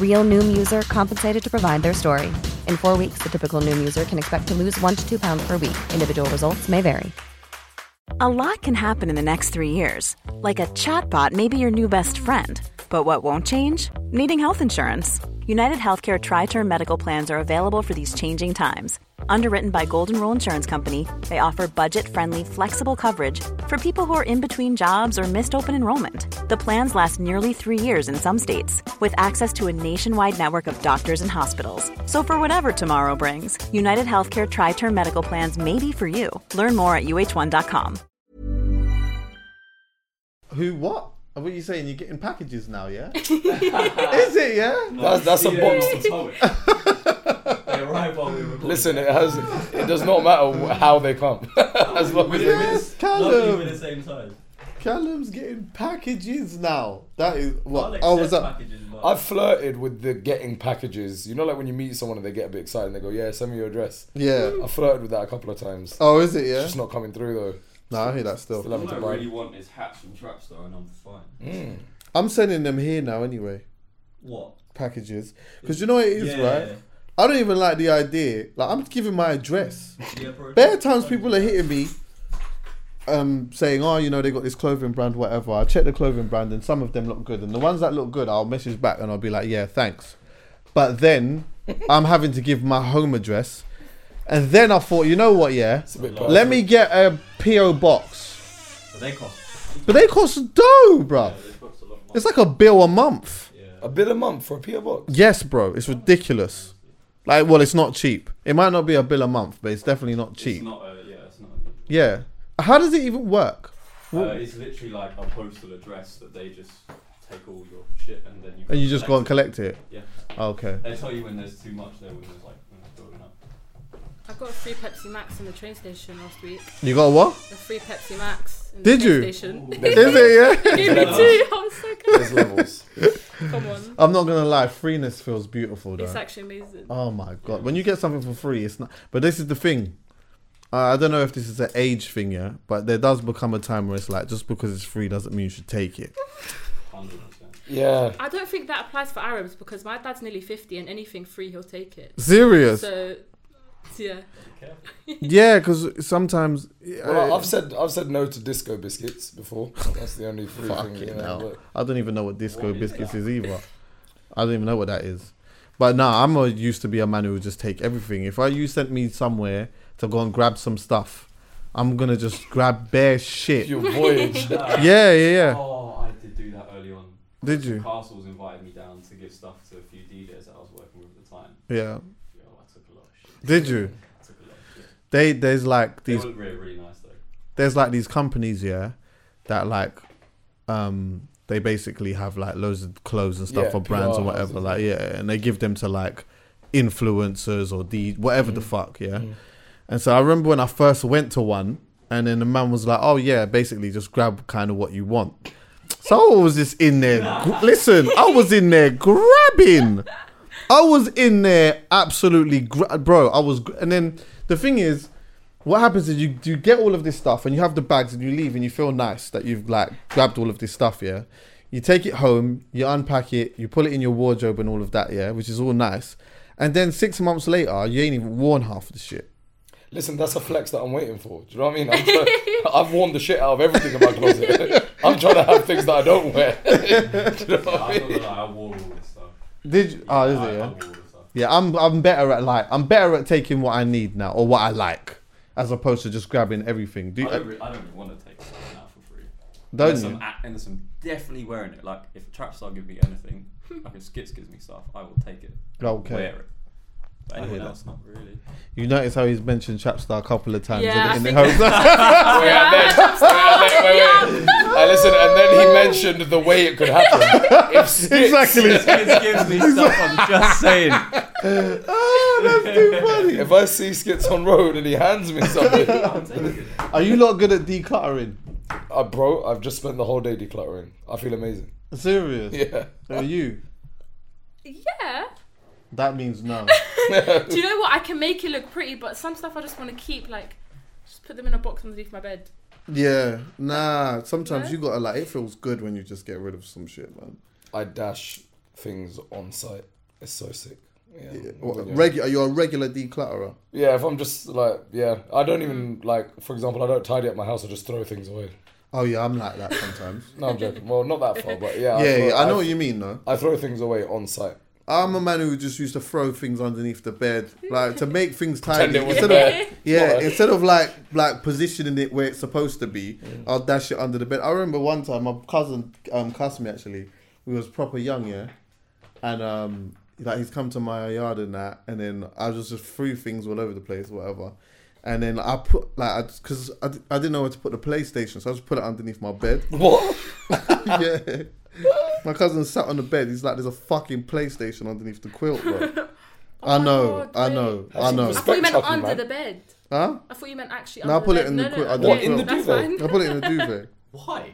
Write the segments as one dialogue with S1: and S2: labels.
S1: Real Noom user compensated to provide their story. In four weeks, the typical Noom user can expect to lose one to two pounds per week. Individual results may vary.
S2: A lot can happen in the next three years. Like a chatbot may be your new best friend. But what won't change? Needing health insurance. United Healthcare Tri Term Medical Plans are available for these changing times. Underwritten by Golden Rule Insurance Company, they offer budget friendly, flexible coverage for people who are in between jobs or missed open enrollment. The plans last nearly three years in some states, with access to a nationwide network of doctors and hospitals. So, for whatever tomorrow brings, United Healthcare Tri Term Medical Plans may be for you. Learn more at uh1.com.
S3: Who what? What are you saying? You're getting packages now, yeah? Is it, yeah?
S4: That's, that's a box.
S5: They arrive while we record.
S4: Listen, it has. It does not matter wh- how they come, as long as it
S3: Yes,
S5: Lovely with
S3: Callum.
S5: the same time.
S3: Callum's getting packages now. That is
S5: I'll
S3: what?
S5: accept
S3: Oh, was that?
S5: packages, but
S4: I've flirted with the getting packages. You know, like when you meet someone and they get a bit excited and they go, "Yeah, send me your address."
S3: Yeah.
S4: I flirted with that a couple of times.
S3: Oh, is it?
S4: It's
S3: Yeah.
S4: just not coming through though.
S3: No, I hear that
S4: Still
S3: still.
S4: having
S5: all I
S4: to buy.
S5: really want is hats and traps, though, and I'm fine.
S4: Mm.
S3: I'm sending them here now anyway.
S5: What?
S3: Packages, because you know what it is,
S5: Yeah.
S3: right? I don't even like the idea. Like I'm giving my address.
S5: Yeah, bro.
S3: Bare times people are hitting me, um, saying, "Oh, you know they got this clothing brand, whatever." I check the clothing brand, and some of them look good, and the ones that look good, I'll message back and I'll be like, "Yeah, thanks," but then I'm having to give my home address, and then I thought, you know what? Yeah,
S4: bit
S3: let me get a PO box,
S5: But they cost.
S3: but they cost dough, bruv. It's like a bill a month.
S4: A bill a month for a PO box.
S3: Yes, bro, it's ridiculous. Like, well, it's not cheap. It might not be a bill a month, but it's definitely not cheap.
S5: It's not a, yeah, it's not
S3: yeah. How does it even work?
S5: a, uh, It's literally like a postal address that they just take all your shit and then you.
S3: And you just go and
S5: collect
S3: collect it. Oh,
S5: it.
S3: Okay.
S5: Yeah. They tell you when there's too much there, when there's like when it's building up.
S6: I got a free Pepsi Max in the train station last week.
S3: You got what?
S6: A free Pepsi Max. In
S3: Did
S6: the train
S3: you?
S6: Station.
S3: Is it? Yeah.
S6: Gave me two. I was so good.
S4: There's levels.
S6: Come on.
S3: I'm not gonna lie. Freeness feels beautiful, though.
S6: It's actually amazing.
S3: oh my god. When you get something for free, it's not. But this is the thing. Uh, I don't know if this is an age thing, yeah, but there does become a time where it's like just because it's free doesn't mean you should take it.
S5: Hundred percent.
S4: Yeah.
S6: I don't think that applies for Arabs because my dad's nearly 50 and anything free he'll take it.
S3: Serious?
S6: So, yeah.
S3: Yeah, because sometimes. uh,
S4: Well, I've said I've said no to disco biscuits before. That's the only free thing.
S3: Fucking
S4: you know,
S3: hell.
S4: but-
S3: I don't even know what disco biscuits is either. I don't even know what that is. But nah, I'm a, used to be a man who would just take everything. If I you sent me somewhere to go and grab some stuff, I'm gonna just grab bare shit.
S4: Your voyage.
S3: yeah, yeah, yeah.
S5: Oh, I did do that early on.
S3: Did you?
S5: Castles invited me down to give stuff to a few DJs that I was working with at the time.
S3: Yeah.
S5: Yo, I took a lot of shit.
S3: Did you?
S5: I took a lot of shit.
S3: They there's like
S5: They
S3: these
S5: were really, really nice though.
S3: there's like these companies, yeah, that like um they basically have like loads of clothes and stuff
S4: Yeah,
S3: for brands
S4: PR
S3: or whatever,
S4: houses.
S3: like yeah, and they give them to like influencers or the whatever the fuck, yeah. And so I remember when I first went to one, and then the man was like, "Oh yeah, basically just grab kind of what you want." So I was just in there. gr- Listen, I was in there grabbing. I was in there absolutely, gra- bro. I was, gr- and then the thing is, what happens is you you get all of this stuff and you have the bags and you leave and you feel nice that you've like grabbed all of this stuff, yeah. You take it home, you unpack it, you put it in your wardrobe and all of that, yeah, which is all nice. And then six months later, you ain't even worn half the shit.
S4: Listen, that's a flex that I'm waiting for. Do you know what I mean? I'm trying, I've worn the shit out of everything in my closet. I'm trying to have things that I don't wear. Do you know what I
S5: I'm not
S4: mean?
S5: gonna lie, I wore all this stuff.
S3: Did you, oh, is
S5: I,
S3: it
S5: I
S3: yeah?
S5: wore all this stuff.
S3: Yeah, I'm I'm better at like I'm better at taking what I need now or what I like. as opposed to just grabbing everything. Do you,
S5: I don't, really, I don't really want to take something out for free.
S3: don't
S5: there's
S3: you?
S5: Some, a- and there's some definitely wearing it. Like if Trapstar give me anything, like if Skits gives me stuff, I will take it.
S3: Okay.
S5: Wear it. But anyone
S3: hear that.
S5: else, not really.
S3: you notice how he's mentioned Chapstar a couple of times.
S6: Yeah,
S3: in,
S6: I
S3: in
S6: think-
S3: the
S4: Wait, and then, wait, and then- wait, wait. And listen, and then he mentioned the way it could happen. If Skits,
S3: exactly.
S5: Skits gives me stuff. I'm just saying.
S3: Ah,
S4: If I see Skits on road and he hands me something,
S5: I'll take it.
S3: Are you lot good at decluttering?
S4: uh, bro, I've just spent the whole day decluttering. I feel amazing.
S3: Serious?
S4: Yeah.
S3: Are you?
S6: Yeah.
S3: That means no.
S6: Do you know what? I can make it look pretty, but some stuff I just want to keep. Like, just put them in a box underneath my bed.
S3: yeah. Nah. Sometimes
S6: No?
S3: you gotta like. It feels good when you just get rid of some shit, man.
S4: I dash things on site. It's so sick. Yeah.
S3: What,
S4: Yeah.
S3: Regu- you're a regular declutterer.
S4: Yeah, if I'm just like, yeah, I don't even like. For example, I don't tidy up my house. I just throw things away.
S3: Oh yeah, I'm like that sometimes.
S4: No, I'm joking. Well, not that far, Oh, but yeah.
S3: yeah,
S4: throw-
S3: yeah, I know
S4: I,
S3: what you mean though.
S4: I throw things away on site.
S3: I'm a man who just used to throw things underneath the bed, like to make things tidy.
S4: it was
S3: Instead
S4: there.
S3: of, yeah,
S4: Alright.
S3: instead of like like positioning it where it's supposed to be,
S4: Mm.
S3: I'll dash it under the bed. I remember one time my cousin um cussed me actually. We was proper young, yeah, and um like he's come to my yard and that, and then I just just threw things all over the place, whatever. And then I put like because I, d- I didn't know where to put the PlayStation, so I just put it underneath my bed.
S4: What?
S3: yeah. My cousin sat on the bed. He's like, "There's a fucking PlayStation underneath the quilt, bro." I know,
S6: Oh God,
S3: I
S6: mate.
S4: Oh,
S3: know, I know.
S6: I thought you meant
S4: Respect,
S6: under
S4: man.
S6: the bed.
S3: Huh?
S6: I thought you meant actually.
S3: No, I
S6: under
S3: put
S6: the
S3: it in the
S6: bed.
S3: quilt. I
S6: No, no,
S3: don't
S6: yeah,
S3: put
S4: it-
S6: that's
S4: What, in
S6: fine.
S3: I put it in a duvet.
S5: Why?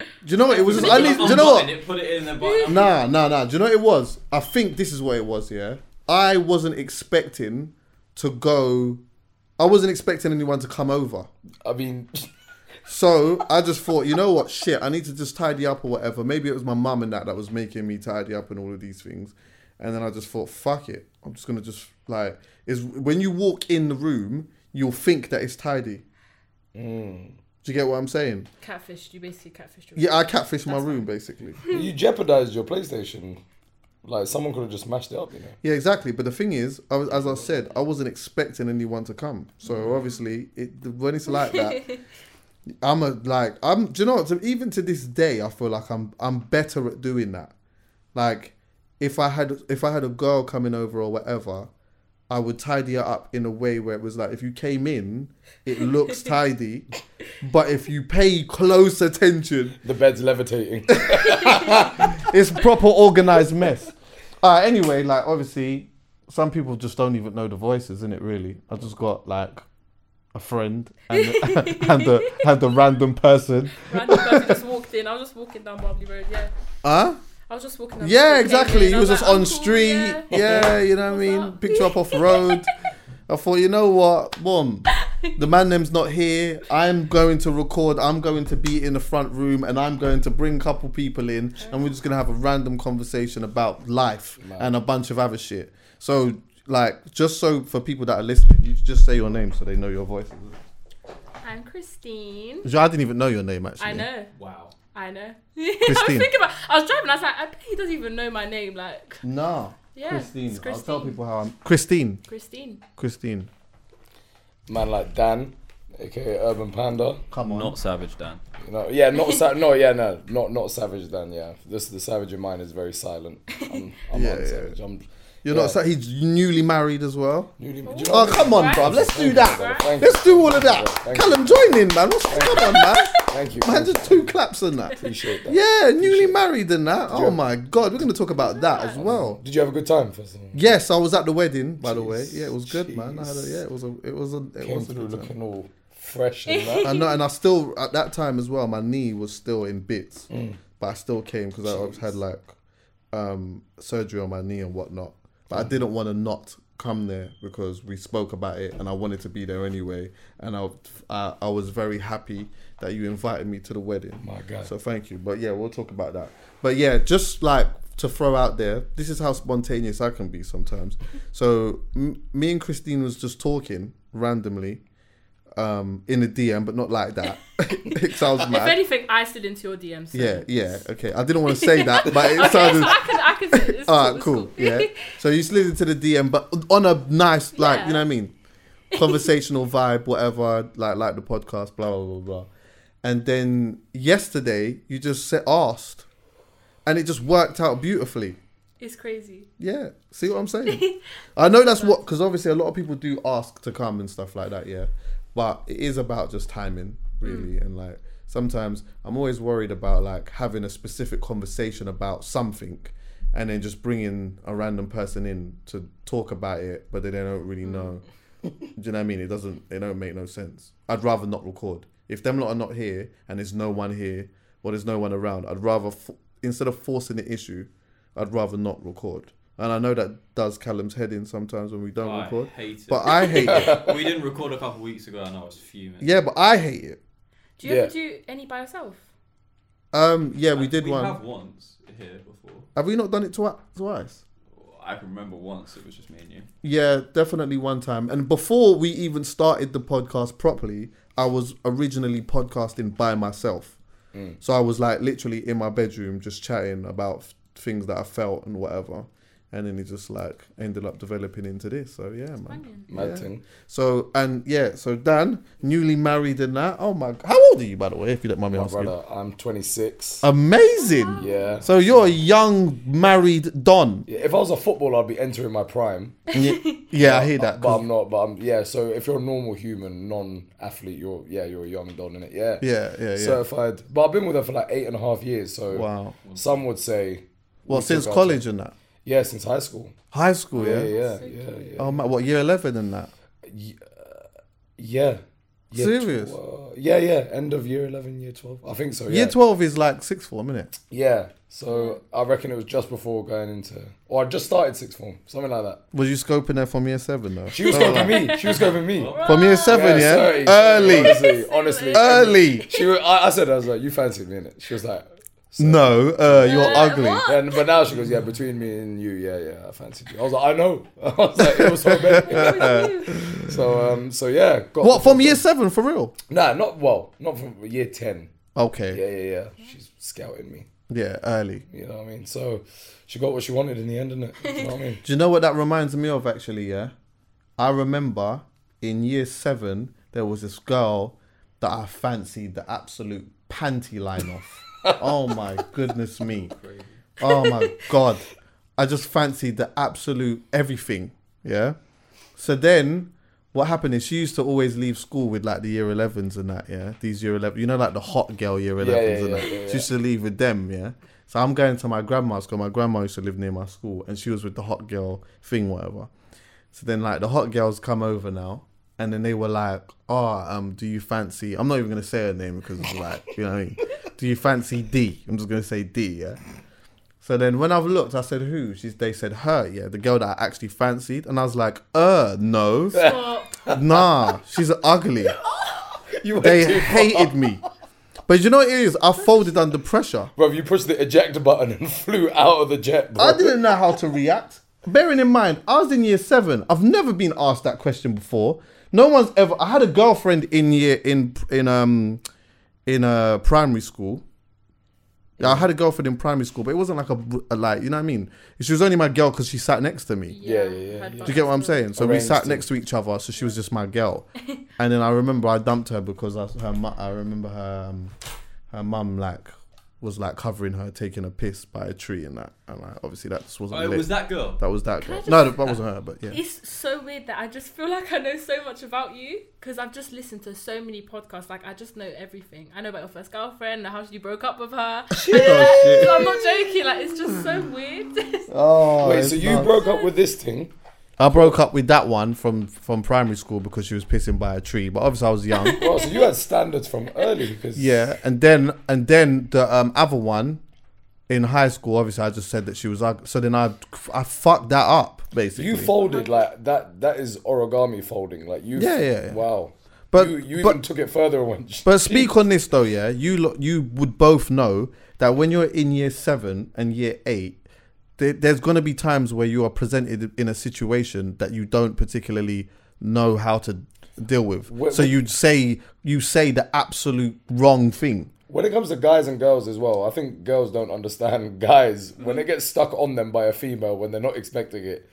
S3: Do you know what it was? Just, I need, do you know
S5: Unbutton
S3: what?
S5: It, put it in the bottom.
S3: Nah, nah, nah. Do you know what it was? I think this is what it was. Yeah, I wasn't expecting to go. I wasn't expecting anyone to come over.
S4: I mean,
S3: So I just thought, you know what, shit, I need to just tidy up or whatever. Maybe it was my mum and that that was making me tidy up and all of these things. And then I just thought, fuck it, I'm just gonna just like is when you walk in the room, you'll think that it's tidy.
S4: Mm.
S3: Do you get what I'm saying?
S6: Catfish. You basically catfish.
S3: Yeah, I catfish my room basically.
S4: you jeopardized your PlayStation. Like someone could have just mashed it up, you know.
S3: Yeah, exactly. But the thing is, I was, as I said, I wasn't expecting anyone to come. So obviously, it, when it's like that, I'm a like I'm. Do you know what? So even to this day, I feel like I'm I'm better at doing that. Like if I had if I had a girl coming over or whatever, I would tidy it up in a way where it was like if you came in, it looks tidy, but if you pay close attention,
S4: The bed's levitating.
S3: it's proper organized mess. Uh, anyway, like obviously, some people just don't even know the voices, isn't it? Really, I just got like a friend and and a and a random person.
S6: Random person just walked in. I was just walking down Barbley Road. Yeah.
S3: Huh?
S6: I was just walking. down
S3: Yeah,
S6: Barbley Road,
S3: exactly.
S6: and
S3: He
S6: I
S3: was
S6: like,
S3: just on
S6: "Oh, cool,
S3: street.
S6: yeah."
S3: Yeah, you know what I mean.
S6: up?
S3: Picked you up off the road. I thought, you know what, boom. The man them's not here. I'm going to record. I'm going to be in the front room, and I'm going to bring a couple people in, and we're just gonna have a random conversation about life and a bunch of other shit. So, like, just so for people that are listening, you just say your name so they know your voice.
S6: I'm Christine.
S3: I didn't even know your name actually.
S6: I know.
S5: Wow.
S6: I know. I was
S3: Christine.
S6: thinking about. I was driving. I was like, I bet he doesn't even know my name. Like
S3: Nah.
S6: Yeah,
S3: Christine.
S6: it's
S3: I'll tell
S6: Christine.
S3: people how I'm. Christine.
S6: Christine.
S3: Christine.
S4: Man like Dan, aka Urban Panda.
S3: Come on.
S5: Not savage, Dan.
S4: You know, yeah, not sa- no, yeah, no, not not savage. Dan, yeah, this the savage in mine is very silent. I'm, I'm
S3: Yeah,
S4: unsavage. I'm
S3: You're
S4: Yeah.
S3: not. So he's newly married as well.
S4: newly. Do you know
S3: Oh
S4: what I mean?
S3: come on,
S6: Right.
S3: bruv. Let's do
S4: Thank you, brother.
S3: that.
S4: Thank
S3: Let's
S4: you.
S3: do all of that.
S4: Thank
S3: Callum, join in, man. What's come on, man?
S4: Thank you.
S3: Man,
S4: Thank
S3: just two claps and that.
S4: Appreciate that.
S3: Yeah, newly married and that. Oh my god, we're gonna talk about that as well.
S4: Did you have a good time? First of all?
S3: Yes, I was at the wedding, by the way. Yeah, it was good, man. I had a,
S4: Jeez.
S3: yeah, it was a, it was a, it
S4: Came
S3: was a
S4: through
S3: good time.
S4: looking all fresh and that.
S3: And, no, and I still at that time as well. My knee was still in bits,
S4: Mm.
S3: but I still came because I obviously had like um, surgery on my knee and whatnot. But
S4: Mm.
S3: I didn't want to not come there because we spoke about it, and I wanted to be there anyway. And I, I, I was very happy that you invited me to the wedding.
S4: My God.
S3: So thank you. But yeah, we'll talk about that. But yeah, just like to throw out there, this is how spontaneous I can be sometimes. So m- me and Christine was just talking randomly um, in a DM, but not like that. it sounds
S6: If
S3: mad.
S6: anything, I slid into your DMs. So.
S3: Yeah, yeah, okay. I didn't want to say that, but it
S6: Okay, so
S3: sounded.
S6: I can, I can. say it. It's
S3: All right,
S6: it's
S3: cool. Yeah. So you slid into the DM, but on a nice, like,
S6: Yeah.
S3: you know what I mean? conversational vibe, whatever, like like the podcast, blah blah blah blah. And then yesterday you just said asked, and it just worked out beautifully.
S6: It's crazy.
S3: Yeah, see what I'm saying? I know that's what because obviously a lot of people do ask to come and stuff like that. Yeah, but it is about just timing, really, and like sometimes I'm always worried about like having a specific conversation about something, and then just bringing a random person in to talk about it, but they don't
S6: Mm.
S3: really know. do you know what I mean? It doesn't. It don't make no sense. I'd rather not record if them lot are not here and there's no one here or there's no one around. I'd rather f- instead of forcing the issue. I'd rather not record. And I know that does Callum's head in sometimes when we don't
S5: I
S3: record.
S5: hate it.
S3: But I hate it.
S5: we didn't record a couple weeks ago, and I was fuming.
S3: Yeah, but I hate it.
S6: Do you
S4: Yeah.
S6: ever do any by yourself?
S3: Um, yeah, we did
S5: we
S3: one.
S5: have
S3: Have...
S5: once here before.
S3: we not done it twi- twice?
S5: I can remember once it was just me and you.
S3: Yeah, definitely one time. And before we even started the podcast properly, I was originally podcasting by myself. So I was like literally in my bedroom just chatting about f- things that I felt and whatever. And then it just like ended up developing into this. So yeah, man.
S4: Mad thing.
S3: So and yeah, so Dan, newly married and that. Oh my, how old are you by the way? If you don't mind me
S4: My
S3: asking. Um,
S4: brother, I'm 26.
S3: Amazing.
S4: yeah.
S3: So you're a young married Don.
S4: Yeah, if I was a footballer, I'd be entering my prime.
S3: Yeah, I hear that.
S4: But
S3: 'cause-
S4: I'm not. But I'm yeah. So if you're a normal human, non-athlete, you're yeah, you're a young don in it. Yeah.
S3: Yeah, yeah, yeah.
S4: Certified. But I've been with her for like eight and a half years. So
S3: Wow.
S4: Some would say.
S3: well,
S4: took
S3: since
S4: our
S3: college and that,
S4: Yeah, since high school.
S3: high school, yeah.
S4: Yeah, yeah, yeah, yeah. uh,
S3: Oh my, what year eleven and that?
S4: Yeah. Year
S3: Serious?
S4: tw- uh, yeah, yeah. End of year eleven, year twelve. I think so. Yeah.
S3: Year twelve is like sixth form, isn't it?
S4: Yeah. So I reckon it was just before going into, or I just started sixth form, something like that.
S3: Was you scoping her from year seven though?
S4: She was scoping me. She was scoping me.
S3: From year seven, yeah,
S4: sorry,
S3: early,
S4: Honestly, honestly.
S3: early.
S4: She, wa- I, I said, I was like, you fancied me, innit? She was like,
S3: No, uh, you're ugly.
S4: and, but now she goes, yeah, between me and you, yeah, yeah, I fancied you. I was like, I know. I was like, it was so bad. so, um, so yeah. Got
S3: What from year seven for real?
S4: Nah, not well, not from year ten. Yeah,
S3: Okay,
S4: yeah, yeah. She's scouting me.
S3: yeah, early.
S4: You know what I mean? So she got what she wanted in the end, innit? You know what I mean?
S3: Do you know what that reminds me of actually? Yeah, I remember in year seven there was this girl that I fancied the absolute panty line off. oh my goodness me! Oh my god! I just fancied the absolute everything. Yeah. So then, what happened is she used to always leave school with like the year 11s and that, yeah? These year 11, you know, like the hot girl year 11s
S4: yeah,
S3: and that.
S4: yeah, yeah,
S3: She used to leave with them, yeah? So I'm going to my grandma's school. My grandma used to live near my school and she was with the hot girl thing, whatever. So then, like, the hot girls come over now and then they were like, oh, um, do you fancy, I'm not even going to say her name because it's like, you know what I mean? Do you fancy D? I'm just going to say D, yeah? So then when I've looked, I said, who? She's, they said, her, yeah, the girl that I actually fancied. And I was like, uh, no. nah, she's ugly.
S4: You went
S3: They
S4: too far.
S3: hated me. But you know what it is? I folded under pressure.
S4: Bro, you pushed the eject button and flew out of the jet. Bro.
S3: I didn't know how to react. Bearing in mind, I was in year seven. I've never been asked that question before. No one's ever. I had a girlfriend in year in in um in uh, primary school. Yeah, I had a girlfriend in primary school, but it wasn't like a, br- a like you know what I mean. She was only my girl because she sat next to me.
S4: Yeah, yeah, yeah,
S6: Heard
S4: yeah.
S3: Do you get what I'm saying? So we
S4: Arranged
S3: sat
S4: to-
S3: next to each other, so she was just my girl. and then I remember I dumped her because I, her mu- I remember her um, her mum like was like covering her taking a piss by a tree and that and like obviously that just wasn't
S5: Oh, it
S3: lit.
S5: was that girl.
S3: that was that girl. No, that wasn't her, but yeah.
S6: It's so weird that I just feel like I know so much about you because I've just listened to so many podcasts. Like I just know everything. I know about your first girlfriend, how you broke up with her.
S3: Oh, shit. Hmm.
S6: I'm not joking. Like it's just so weird.
S3: Oh,
S4: Wait,
S3: it's
S4: so you
S3: nuts.
S4: broke up with this thing?
S3: I broke up with that one from from primary school because she was pissing by a tree, but obviously I was young.
S4: Bro, so you had standards from early because
S3: Yeah, and then and then the um, other one in high school. Obviously, I just said that she was ugly. So then I I fucked that up basically.
S4: you folded like that. That is origami folding. Like you.
S3: Yeah, yeah, yeah.
S4: Wow.
S3: But-
S4: you, you even
S3: but-
S4: took it further and went.
S3: but speak on this though, yeah. You lo- you would both know that when you're in year seven and year eight. There, there's going to be times where you are presented in a situation that you don't particularly know how to deal with. so you say you say the absolute wrong thing.
S4: When it comes to guys and girls as well, I think girls don't understand guys when it gets stuck on them by a female when they're not expecting it.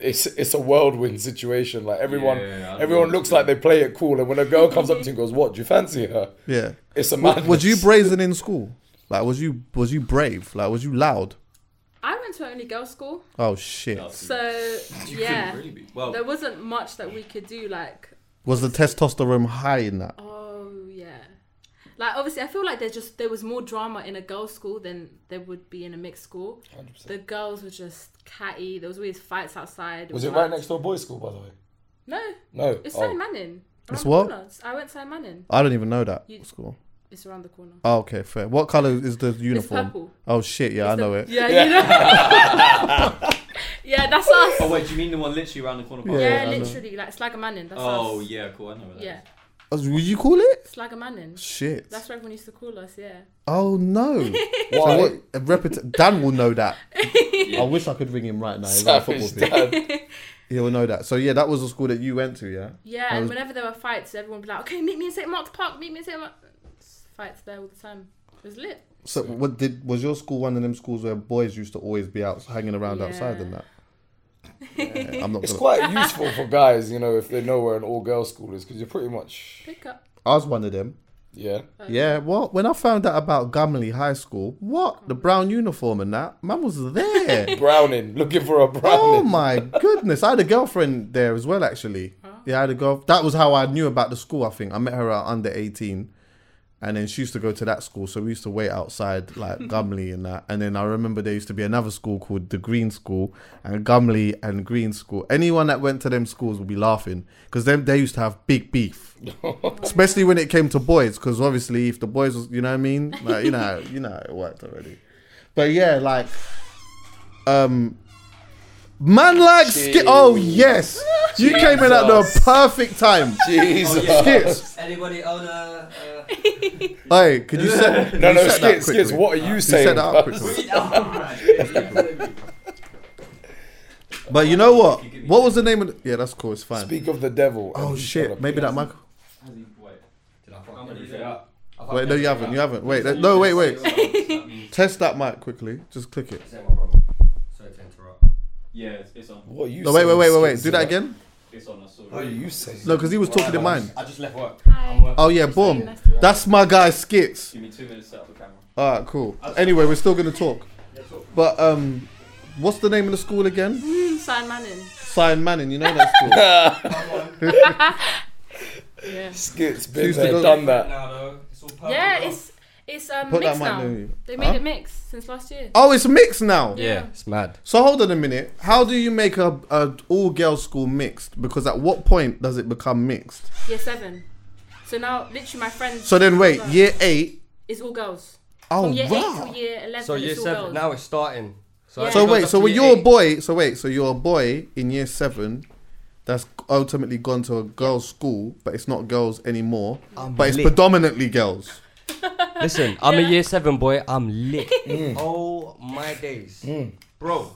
S4: it's it's a whirlwind situation. Like everyone,
S5: Yeah, yeah, yeah.
S4: everyone looks like they play it cool, and when a girl comes up to you and goes, "What do you fancy her?"
S3: Yeah.
S4: It's a
S3: W-
S4: madness.
S3: was you brazen in school? Like, was you was you brave? Like, was you loud?
S6: I went to only girls' school,
S3: Oh shit!
S6: so
S5: You
S6: yeah,
S5: couldn't really be. Well,
S6: there wasn't much that we could do. Like,
S3: Was the testosterone high in that?
S6: oh yeah, like obviously, I feel like there just there was more drama in a girls' school than there would be in a mixed school. The girls were just catty. There was always fights outside.
S4: Was it right
S6: mad.
S4: next to a boys' school, by the way?
S6: No,
S4: No.
S6: it's
S4: Oh.
S6: Saint Manning. around
S3: It's
S6: the
S3: what?
S6: corner. I went to Saint Manning.
S3: I don't even know that
S6: You-
S3: school.
S6: It's around the corner.
S3: Oh, okay, fair. What color is the uniform?
S6: purple.
S3: Oh shit! Yeah, I know it.
S6: Yeah, you know. yeah, that's us.
S5: oh wait, do you mean the one literally around the corner? past-
S6: yeah,
S3: I know.
S6: literally, like Slag a Man in. That's
S5: Oh
S6: us.
S5: yeah, cool. I know that.
S6: Yeah,
S3: Oh, Would you call it?
S6: Slag a Man in.
S3: Shit.
S6: That's what everyone used to call us, yeah.
S3: Oh no!
S4: Why?
S3: so what? A reput- Dan will know that.
S5: Yeah.
S3: I wish I could ring him right now. He's on a football
S4: Savage
S3: pitch.
S4: dad.
S3: He will know that. So yeah, that was the school that you went to, yeah.
S6: Yeah,
S3: I
S6: and
S3: was-
S6: whenever there were fights, everyone would be like, okay, meet me in St. Mark's Park, meet me in St. Mark's. Fights there all the time. It was lit.
S3: So what did was your school one of them schools where boys used to always be out hanging around outside and that? Yeah, I'm not.
S4: It's
S3: Gonna,
S4: quite useful for guys, you know, if they know where an all-girls school is, because you're pretty much,
S6: Pick up.
S3: I was one of them.
S4: yeah.
S3: Yeah, well, when I found out about Gumley High School, what the brown uniform and that, man was there.
S4: Browning, looking for a browning.
S3: oh my goodness, I had a girlfriend there as well, actually. Yeah, I had a girl. That was how I knew about the school. I think I met her at under eighteen, and then she used to go to that school. So we used to wait outside like Gumley and that. And then I remember there used to be another school called the Green School and Gumley and Green School. Anyone that went to them schools would be laughing because them they used to have big beef especially when it came to boys, because obviously if the boys was, you know what I mean, like you know, how- you know, how it worked already. But yeah, like, um, man, like, ski- oh yes, you came in at the
S4: Jesus.
S3: perfect time.
S4: Jesus.
S3: Skits,
S5: Anybody own a? Uh,
S3: hey, could you set?
S4: No,
S3: you
S4: no,
S3: set that
S4: skits, skits.
S3: quickly?
S4: What are you
S3: You set
S4: saying?
S3: that up
S4: bruv?
S3: quickly.
S5: Alright.
S3: But you know what? What was the name of? The- yeah, that's cool. It's fine.
S4: Speak of the devil.
S3: Oh shit, maybe that Michael.
S5: Wait, did I fuck everything up?
S3: Wait, no, you haven't. You haven't. Wait, that- no, wait, wait. Test that mic quickly. Just click it.
S7: Is that my problem? Sorry to interrupt.
S5: Yeah, it's, it's on.
S4: What are you
S3: No, wait,
S4: saying,
S3: wait, wait, wait, wait.
S4: skits?
S3: Do that again.
S5: It's on. I saw.
S4: What are you saying?
S3: No, because he was talking in mine.
S7: I just left work.
S6: Hi.
S3: Oh yeah, boom. That's my guy Skits.
S5: Give me two minutes to set up the camera.
S3: Alright, cool. Anyway, we're still gonna talk. But um what's the name of the school again?
S6: Saint Mm, Manning.
S3: Sign Manning, you know that school.
S6: Yeah.
S4: Skits, been
S3: Used to
S4: there,
S3: go-
S4: done that.
S7: Now though, it's all purple.
S6: Yeah, it's it's um
S3: Put that
S6: mixed
S3: mic
S6: now.
S3: near you.
S6: They made
S3: Huh?
S6: it mixed since last year.
S3: Oh, it's mixed now.
S7: Yeah, it's mad.
S3: So hold on a minute. How do you make a, a all girls school mixed? Because at what point does it become mixed?
S6: Year seven. So now literally my friends
S3: So then wait,
S6: Right.
S3: year eight.
S6: it's all girls.
S3: Oh
S6: From year eight
S3: wow.
S6: to year eleven
S7: So year
S6: it's all
S7: seven.
S6: girls.
S7: Now it's starting. So,
S6: Yeah.
S7: it
S3: So
S7: goes
S3: wait,
S7: up
S3: so
S7: to
S3: when
S7: year
S3: you're a
S7: eight.
S3: boy, so wait, so you're a boy in year seven, that's ultimately gone to a girls' school, but it's not girls anymore, but it's
S7: lit.
S3: predominantly girls.
S7: Listen, I'm a year seven boy. I'm lit.
S3: Mm.
S7: Oh my days, bro.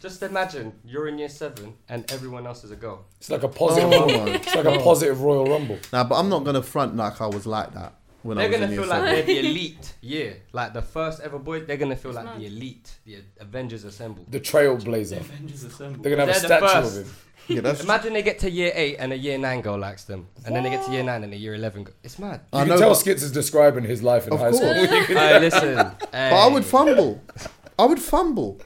S7: Just imagine you're in year seven and everyone else is a girl.
S4: It's like a positive.
S3: Oh
S4: rumble.
S3: my
S4: It's like a positive Royal Rumble.
S3: Nah, but I'm not gonna front like I was like that when I
S7: They're
S3: was
S7: gonna
S3: in year
S7: feel like
S3: seven.
S7: they're the elite. Yeah, like the first ever boy. They're gonna feel like the elite. The Avengers assemble.
S4: The Trailblazer.
S5: Avengers assemble.
S4: They're gonna have
S7: They're the
S4: a statue
S7: first.
S4: of him.
S3: yeah, that's
S7: Imagine they get to year eight and a year nine girl likes them, and then they get to year nine and a year eleven. Girl. It's mad.
S3: I
S4: You
S3: know,
S4: can tell
S3: but-
S4: Skits is describing his life in
S3: Of
S4: high school.
S3: course.
S7: Hey, listen. hey.
S3: but I would fumble. I would fumble.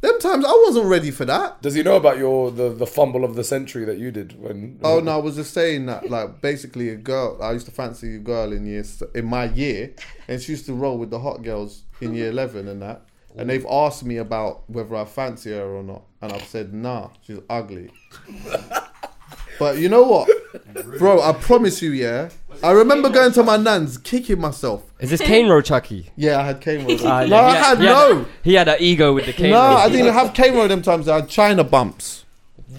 S3: Them times I wasn't ready for that.
S4: Does he know about your the, the fumble of the century that you did when?
S3: Oh no, I was just saying that like basically a girl I used to fancy a girl in year s- in my year, and she used to roll with the hot girls in year eleven and that. And they've asked me about whether I fancy her or not, and I've said nah, she's ugly. But you know what, bro? I promise you, yeah. I remember going to my nan's, kicking myself.
S7: Is this Kane Road Chucky?
S3: Yeah, I had Kmart.
S7: Ah,
S3: no,
S7: yeah, he
S3: I had
S7: he
S3: no.
S7: he had an ego with the Kane
S3: No,
S7: Road.
S3: I didn't have Kmart them times. I had China bumps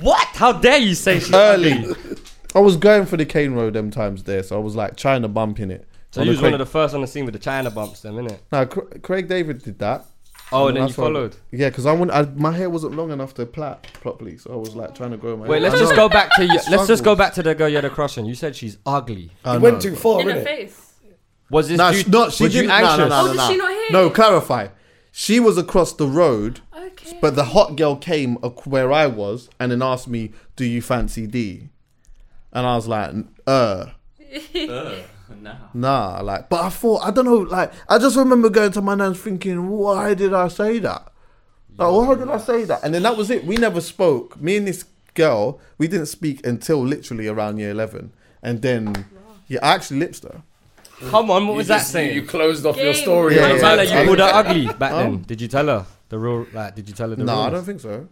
S7: What? How dare you say shit?
S3: early. I was going for the cane road them times there, so I was like China bumping it.
S7: So you was one of the first on the scene with the China bumps, them, innit?
S3: No, Cra- Craig David did that.
S7: Oh, and then you
S3: that's why-
S7: followed.
S3: yeah, because I, want- I my hair wasn't long enough to plait properly, so I was like trying to grow my.
S7: Wait,
S3: hair.
S7: let's
S3: I
S7: just
S3: know.
S7: go back to you. Let's just go
S3: Struggled.
S7: back to the girl you had a crush on. You said she's ugly.
S3: I
S4: He
S3: know.
S4: went too far,
S6: in her
S4: innit?
S6: face.
S7: Was this?
S3: No,
S7: you,
S3: she, no, she
S7: was you
S3: didn't. No,
S7: anxious?
S3: no, no,
S6: Oh,
S3: no,
S6: did
S3: no.
S6: she not hear
S3: No,
S6: you?
S3: clarify. She was across the road,
S6: okay.
S3: But the hot girl came ac- where I was and then asked me, "Do you fancy D?" And I was like, "Uh,
S5: Ugh, nah.
S3: nah." Like, but I thought I don't know. Like, I just remember going to my nan's thinking, "Why did I say that? Like, why did I say that?" And then that was it. We never spoke. Me and this girl, we didn't speak until literally around year eleven, and then yeah, I actually lips her.
S7: Come on, what was
S4: you,
S7: that
S4: just- you-
S7: saying?
S4: you closed off your
S6: Game.
S4: story.
S3: Yeah,
S4: on
S7: Did you
S3: yeah,
S7: tell her
S4: that.
S7: you called her ugly back then? Did you tell her the real? Like, did you tell her the
S3: No,
S7: real?
S3: I don't think so.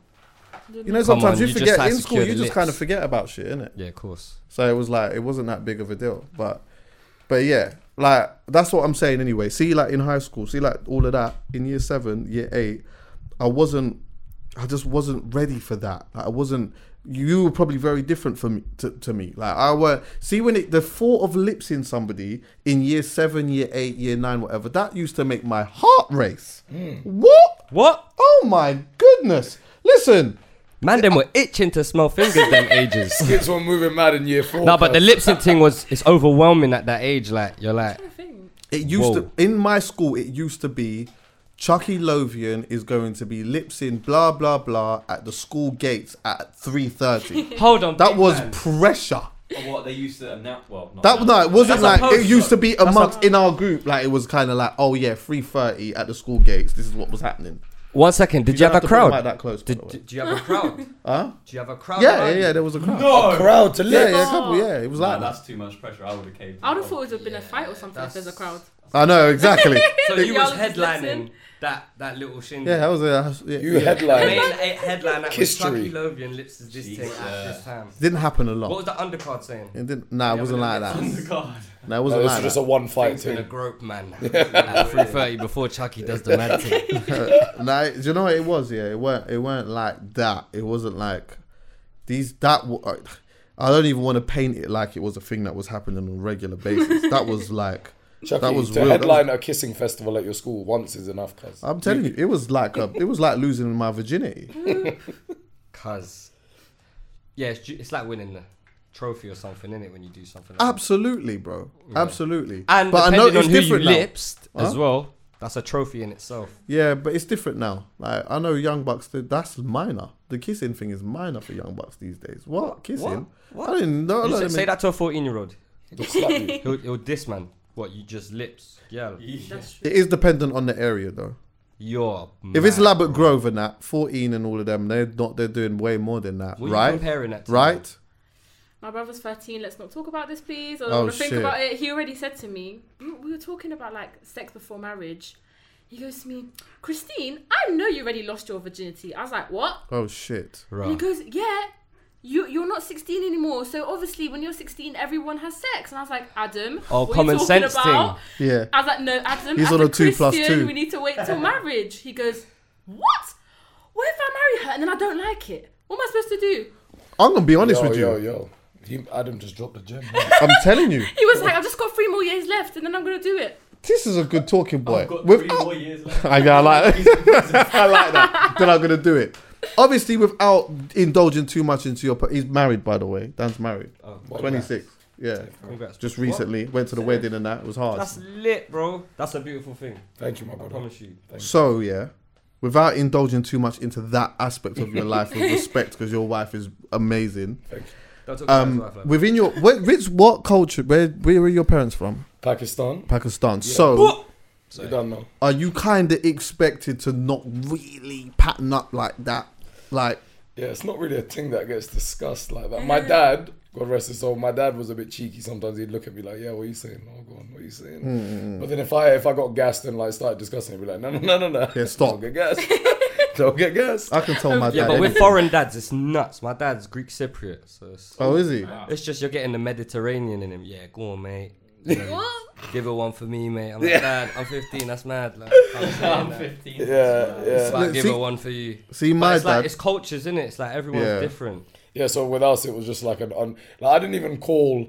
S3: You know,
S7: Come on,
S3: sometimes you,
S7: you just
S3: forget
S7: had
S3: in
S7: to
S3: school,
S7: cure
S3: you
S7: the
S3: just kind of
S7: lips.
S3: forget about shit, innit?
S7: Yeah, of course.
S3: So it was like it wasn't that big of a deal, but but yeah, like that's what I'm saying anyway. See, like in high school, see, like all of that in year seven, year eight, I wasn't, I just wasn't ready for that. Like, I wasn't. You were probably very different from to, to me. Like I were. See, when it the thought of lips in somebody in year seven, year eight, year nine, whatever, that used to make my heart race. What?
S7: Mm. What?
S3: Oh my goodness! Listen,
S7: Man, them were itching to smell fingers them ages.
S4: Kids were moving mad in year four.
S7: no, but the
S4: cuz.
S7: lip sync thing was it's overwhelming at that age. Like you're like,
S3: It used
S7: Whoa.
S3: to in my school. It used to be Chucky Lovian is going to be lips in blah blah blah at the school gates at three thirty.
S7: hold on,
S3: that
S7: big
S3: was
S7: man.
S3: pressure.
S5: Or Oh, what they used to now? Well, not
S3: That
S5: now.
S3: no, it wasn't
S7: That's a
S3: like it
S7: post.
S3: used to be amongst in our group. Like it was kind of like, oh yeah, three thirty at the school gates. This is what was happening.
S7: One second, did you,
S3: don't
S7: have
S3: to
S7: a
S3: put the mic
S7: crowd?
S3: That close. by the
S7: Did,
S3: way.
S7: did, do you have a crowd? huh? Do you have a crowd?
S3: yeah, yeah,
S7: around
S3: yeah.
S7: you?
S3: There was a crowd.
S4: crowd to
S3: Yeah,
S4: lips.
S3: yeah, a couple. Yeah, it was like.
S5: Nah,
S3: that.
S5: that's too much pressure. I would have caved.
S6: I would have
S7: Oh,
S6: thought it would have been a fight or something if there's a crowd.
S3: I know exactly.
S7: So you was
S6: Y'all just
S7: headlining
S6: listen.
S7: that that little shindig.
S3: yeah, that was a. Yeah,
S4: You
S3: yeah.
S7: Main
S4: headline.
S7: eight headline that was
S4: History.
S7: Chucky Lovian lips is this thing at this time.
S3: It didn't happen a
S7: What
S3: lot.
S7: was the undercard saying?
S3: It didn't. Nah, it wasn't like that.
S5: God.
S3: No, it wasn't
S4: This
S3: like
S4: was
S3: that.
S4: just a one fight
S7: It's been a
S4: thing.
S7: grope man at three thirty before Chucky does the mad thing.
S3: like, do you know what it was? Yeah, it weren't. It weren't like that. It wasn't like these. That wa- uh, I don't even want to paint it like it was a thing that was happening on a regular basis. that was like
S4: Chucky,
S3: that was
S4: to
S3: real. That was-
S4: headline a kissing festival at your school once is enough, cuz.
S3: I'm telling you, it was like a, it was like losing my virginity.
S7: Mm. Cause, yeah, it's, ju- it's like winning the trophy or something, is it? When you do something. Like that.
S3: Absolutely, bro. Absolutely.
S7: And
S3: but I know
S7: depending
S3: it's
S7: on who you
S3: different now.
S7: lipsed as well, that's a trophy in itself.
S3: Yeah, but it's different now. Like I know Young Bucks. th- That's minor. The kissing thing is minor for Young Bucks these days. What, kissing?
S7: What?
S3: I didn't know.
S7: You
S3: I
S7: say,
S3: didn't
S7: say that to a fourteen-year-old.
S4: Slap you.
S7: He'll, he'll diss man. What you just lips? Yeah,
S3: It is dependent on the area though.
S7: you're. Mad.
S3: If it's Labatt Grove and that, 14 and all of them, they're not they're doing way more than that,
S7: What are you
S3: right?
S7: comparing that to?
S3: right?
S6: My brother's 13. Let's not talk about this, please. I don't
S3: Oh,
S6: want to think
S3: shit.
S6: about it. He already said to me, we we were talking about like sex before marriage. He goes to me, Christine, I know you already lost your virginity. I was like, what?
S3: Oh shit.
S6: And he
S7: Right.
S6: goes, yeah, you, you're not 16 anymore. So obviously, when you're 16, everyone has sex. And I was like, Adam,
S7: Oh,
S6: what
S7: common
S6: are you talking
S7: sense
S6: about?
S3: thing. Yeah.
S6: I was like, no, Adam,
S3: He's
S6: as
S3: on a two plus
S6: Christian,
S3: two.
S6: We need to wait till marriage. He goes, what? What if I marry her and then I don't like it? What am I supposed to do?
S3: I'm gonna be honest
S4: Yo,
S3: with you.
S4: yo, yo. He, Adam just dropped the gem.
S3: I'm telling you,
S6: He was like, I've just got three more years left and then I'm going to do it.
S3: this is a good talking boy.
S5: I've got
S3: With-
S5: three more years left.
S3: I, I like I like that. Then I'm gonna do it. Obviously, without indulging too much into your. He's married, by the way. Dan's married. 26. Yeah.
S7: Oh, Congrats.
S3: Just recently went to the wedding and that. It was hard.
S7: That's lit, bro. That's a beautiful thing.
S4: Thank you, my
S7: I
S4: brother.
S7: promise you.
S3: So yeah, without indulging too much into that aspect of your life with respect, because your wife is amazing.
S7: Don't talk about his wife
S3: Um,
S7: like that.
S3: within your where, Rich, what culture? Where where are your parents from?
S4: Pakistan.
S3: Pakistan. So
S4: You don't know.
S3: are you kind of expected to not really pattern up like that? Like
S4: Yeah, it's not really a thing that gets discussed like that. My dad, God rest his soul, my dad was a bit cheeky. Sometimes he'd look at me like, "Yeah, what are you saying? Oh, go on, what are you saying?" But then if I if I got gassed and like started discussing, he'd be like, "No, no, no, no, no,
S3: Yeah, stop.
S4: Don't get gassed. don't get gassed."
S3: I can tell my
S7: Yeah,
S3: dad.
S7: but with
S3: anything.
S7: foreign dads, it's nuts. My dad's Greek Cypriot, so it's,
S3: oh, is he?
S7: it's just you're getting the Mediterranean in him. Yeah, go on, mate. Give it one for me, mate. I'm like, Dad, I'm 15. That's mad. Like, I'm saying that.
S4: Yeah, yeah,
S7: But I
S3: Look,
S7: give
S3: see-
S7: her one for you.
S3: see,
S7: But
S3: my
S7: it's
S3: dad-
S7: like it's cultures, isn't it? It's like everyone's
S3: Yeah.
S7: different.
S4: yeah. So with us, it was just like an un- like I didn't even call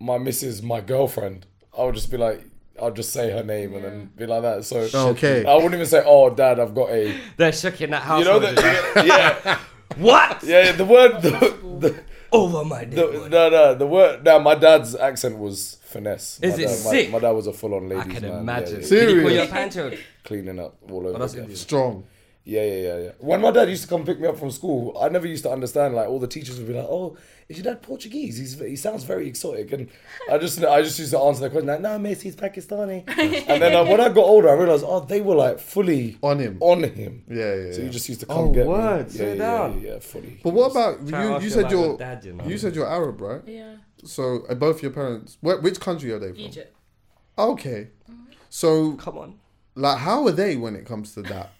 S4: my missus my girlfriend. I would just be like, I'll just say her name and then be like that. So
S3: Okay.
S4: I wouldn't even say, "Oh, dad, I've got a."
S7: They're shook in that house.
S4: You know that? Yeah,
S7: what?
S4: yeah, yeah. The word. The, the,
S7: Over my
S4: The-
S7: dead body.
S4: no, no, the word. No, my dad's accent was finesse.
S7: Is
S4: my
S7: it
S4: dad, my-
S7: sick?
S4: My, dad was a full-on
S7: I
S4: ladies
S7: can
S4: man. yeah,
S7: imagine.
S4: yeah,
S3: Serious?
S7: Can you call your pants out? Oh,
S4: cleaning up all over.
S7: that's
S4: again.
S7: Indian.
S3: Strong.
S4: Yeah, yeah, yeah, yeah. When my dad used to come pick me up from school, I never used to understand. Like all the teachers would be like, "Oh, is your dad Portuguese? He's he sounds very exotic." And I just I just used to answer the question like, "No, mate, he's Pakistani." and then uh, when I got older, I realized, oh, they were like fully
S3: On him.
S4: on him.
S3: Yeah, yeah,
S4: So
S3: yeah.
S4: you just used to come
S7: Oh,
S4: get
S7: word,
S4: me.
S7: sit down.
S4: Yeah, yeah, fully.
S3: But what about
S7: Try and
S3: you?
S7: ask
S3: You
S7: you
S3: said
S7: about your
S3: you're
S7: dad, you know.
S3: you said you're Arab, right?
S6: Yeah.
S3: So uh, both your parents. Where, which country are they from?
S6: Egypt.
S3: Okay. So
S7: Come on.
S3: like, how are they when it comes to that?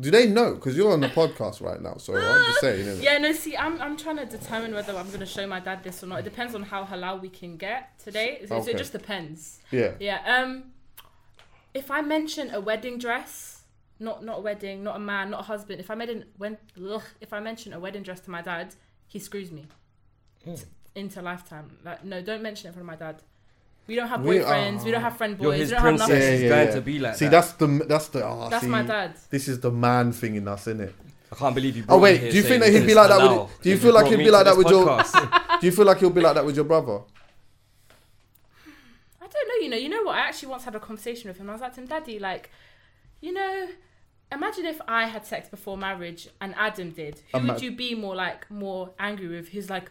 S3: Do they know? Because you're on the podcast right now, so I'm
S6: Ah,
S3: just saying. Isn't
S6: Yeah, no, see, I'm, I'm trying to determine whether I'm going to show my dad this or not. It depends on how halal we can get today. So so
S3: Okay.
S6: it just depends.
S3: It? yeah.
S6: Yeah. Um, if I mention a wedding dress, not not a wedding, not a man, not a husband. If I mention when ugh, if I mention a wedding dress to my dad, he screws me
S3: Mm.
S6: T- into lifetime. Like, no, don't mention it in front of my dad. We don't have
S3: We
S6: boyfriends. We,
S3: are-
S6: don't have friend
S7: You're
S6: boys.
S7: his
S6: we don't have
S7: princess.
S6: nothing.
S7: Yeah, It's yeah. going to be like
S3: see,
S7: that.
S3: that's the that's the. ah,
S6: That's
S3: see,
S6: my dad.
S3: This is the man thing in us, isn't it?
S7: I can't believe you.
S3: Oh
S7: brought me
S3: wait,
S7: here
S3: do you think
S7: saying
S3: that he'd
S7: this
S3: be like that?
S7: aloud.
S3: With, do you
S7: If
S3: feel like
S7: brought
S3: he'd
S7: me
S3: be like
S7: to
S3: that with
S7: this
S3: your?
S7: podcast,
S3: Do you feel like he'll be like that with your brother?
S6: I don't know, you know, you know what? I actually once had a conversation with him. I was like to him, Daddy, like, you know, imagine if I had sex before marriage and Adam did. Who
S3: Ima-
S6: would you be more like more angry with? He's like,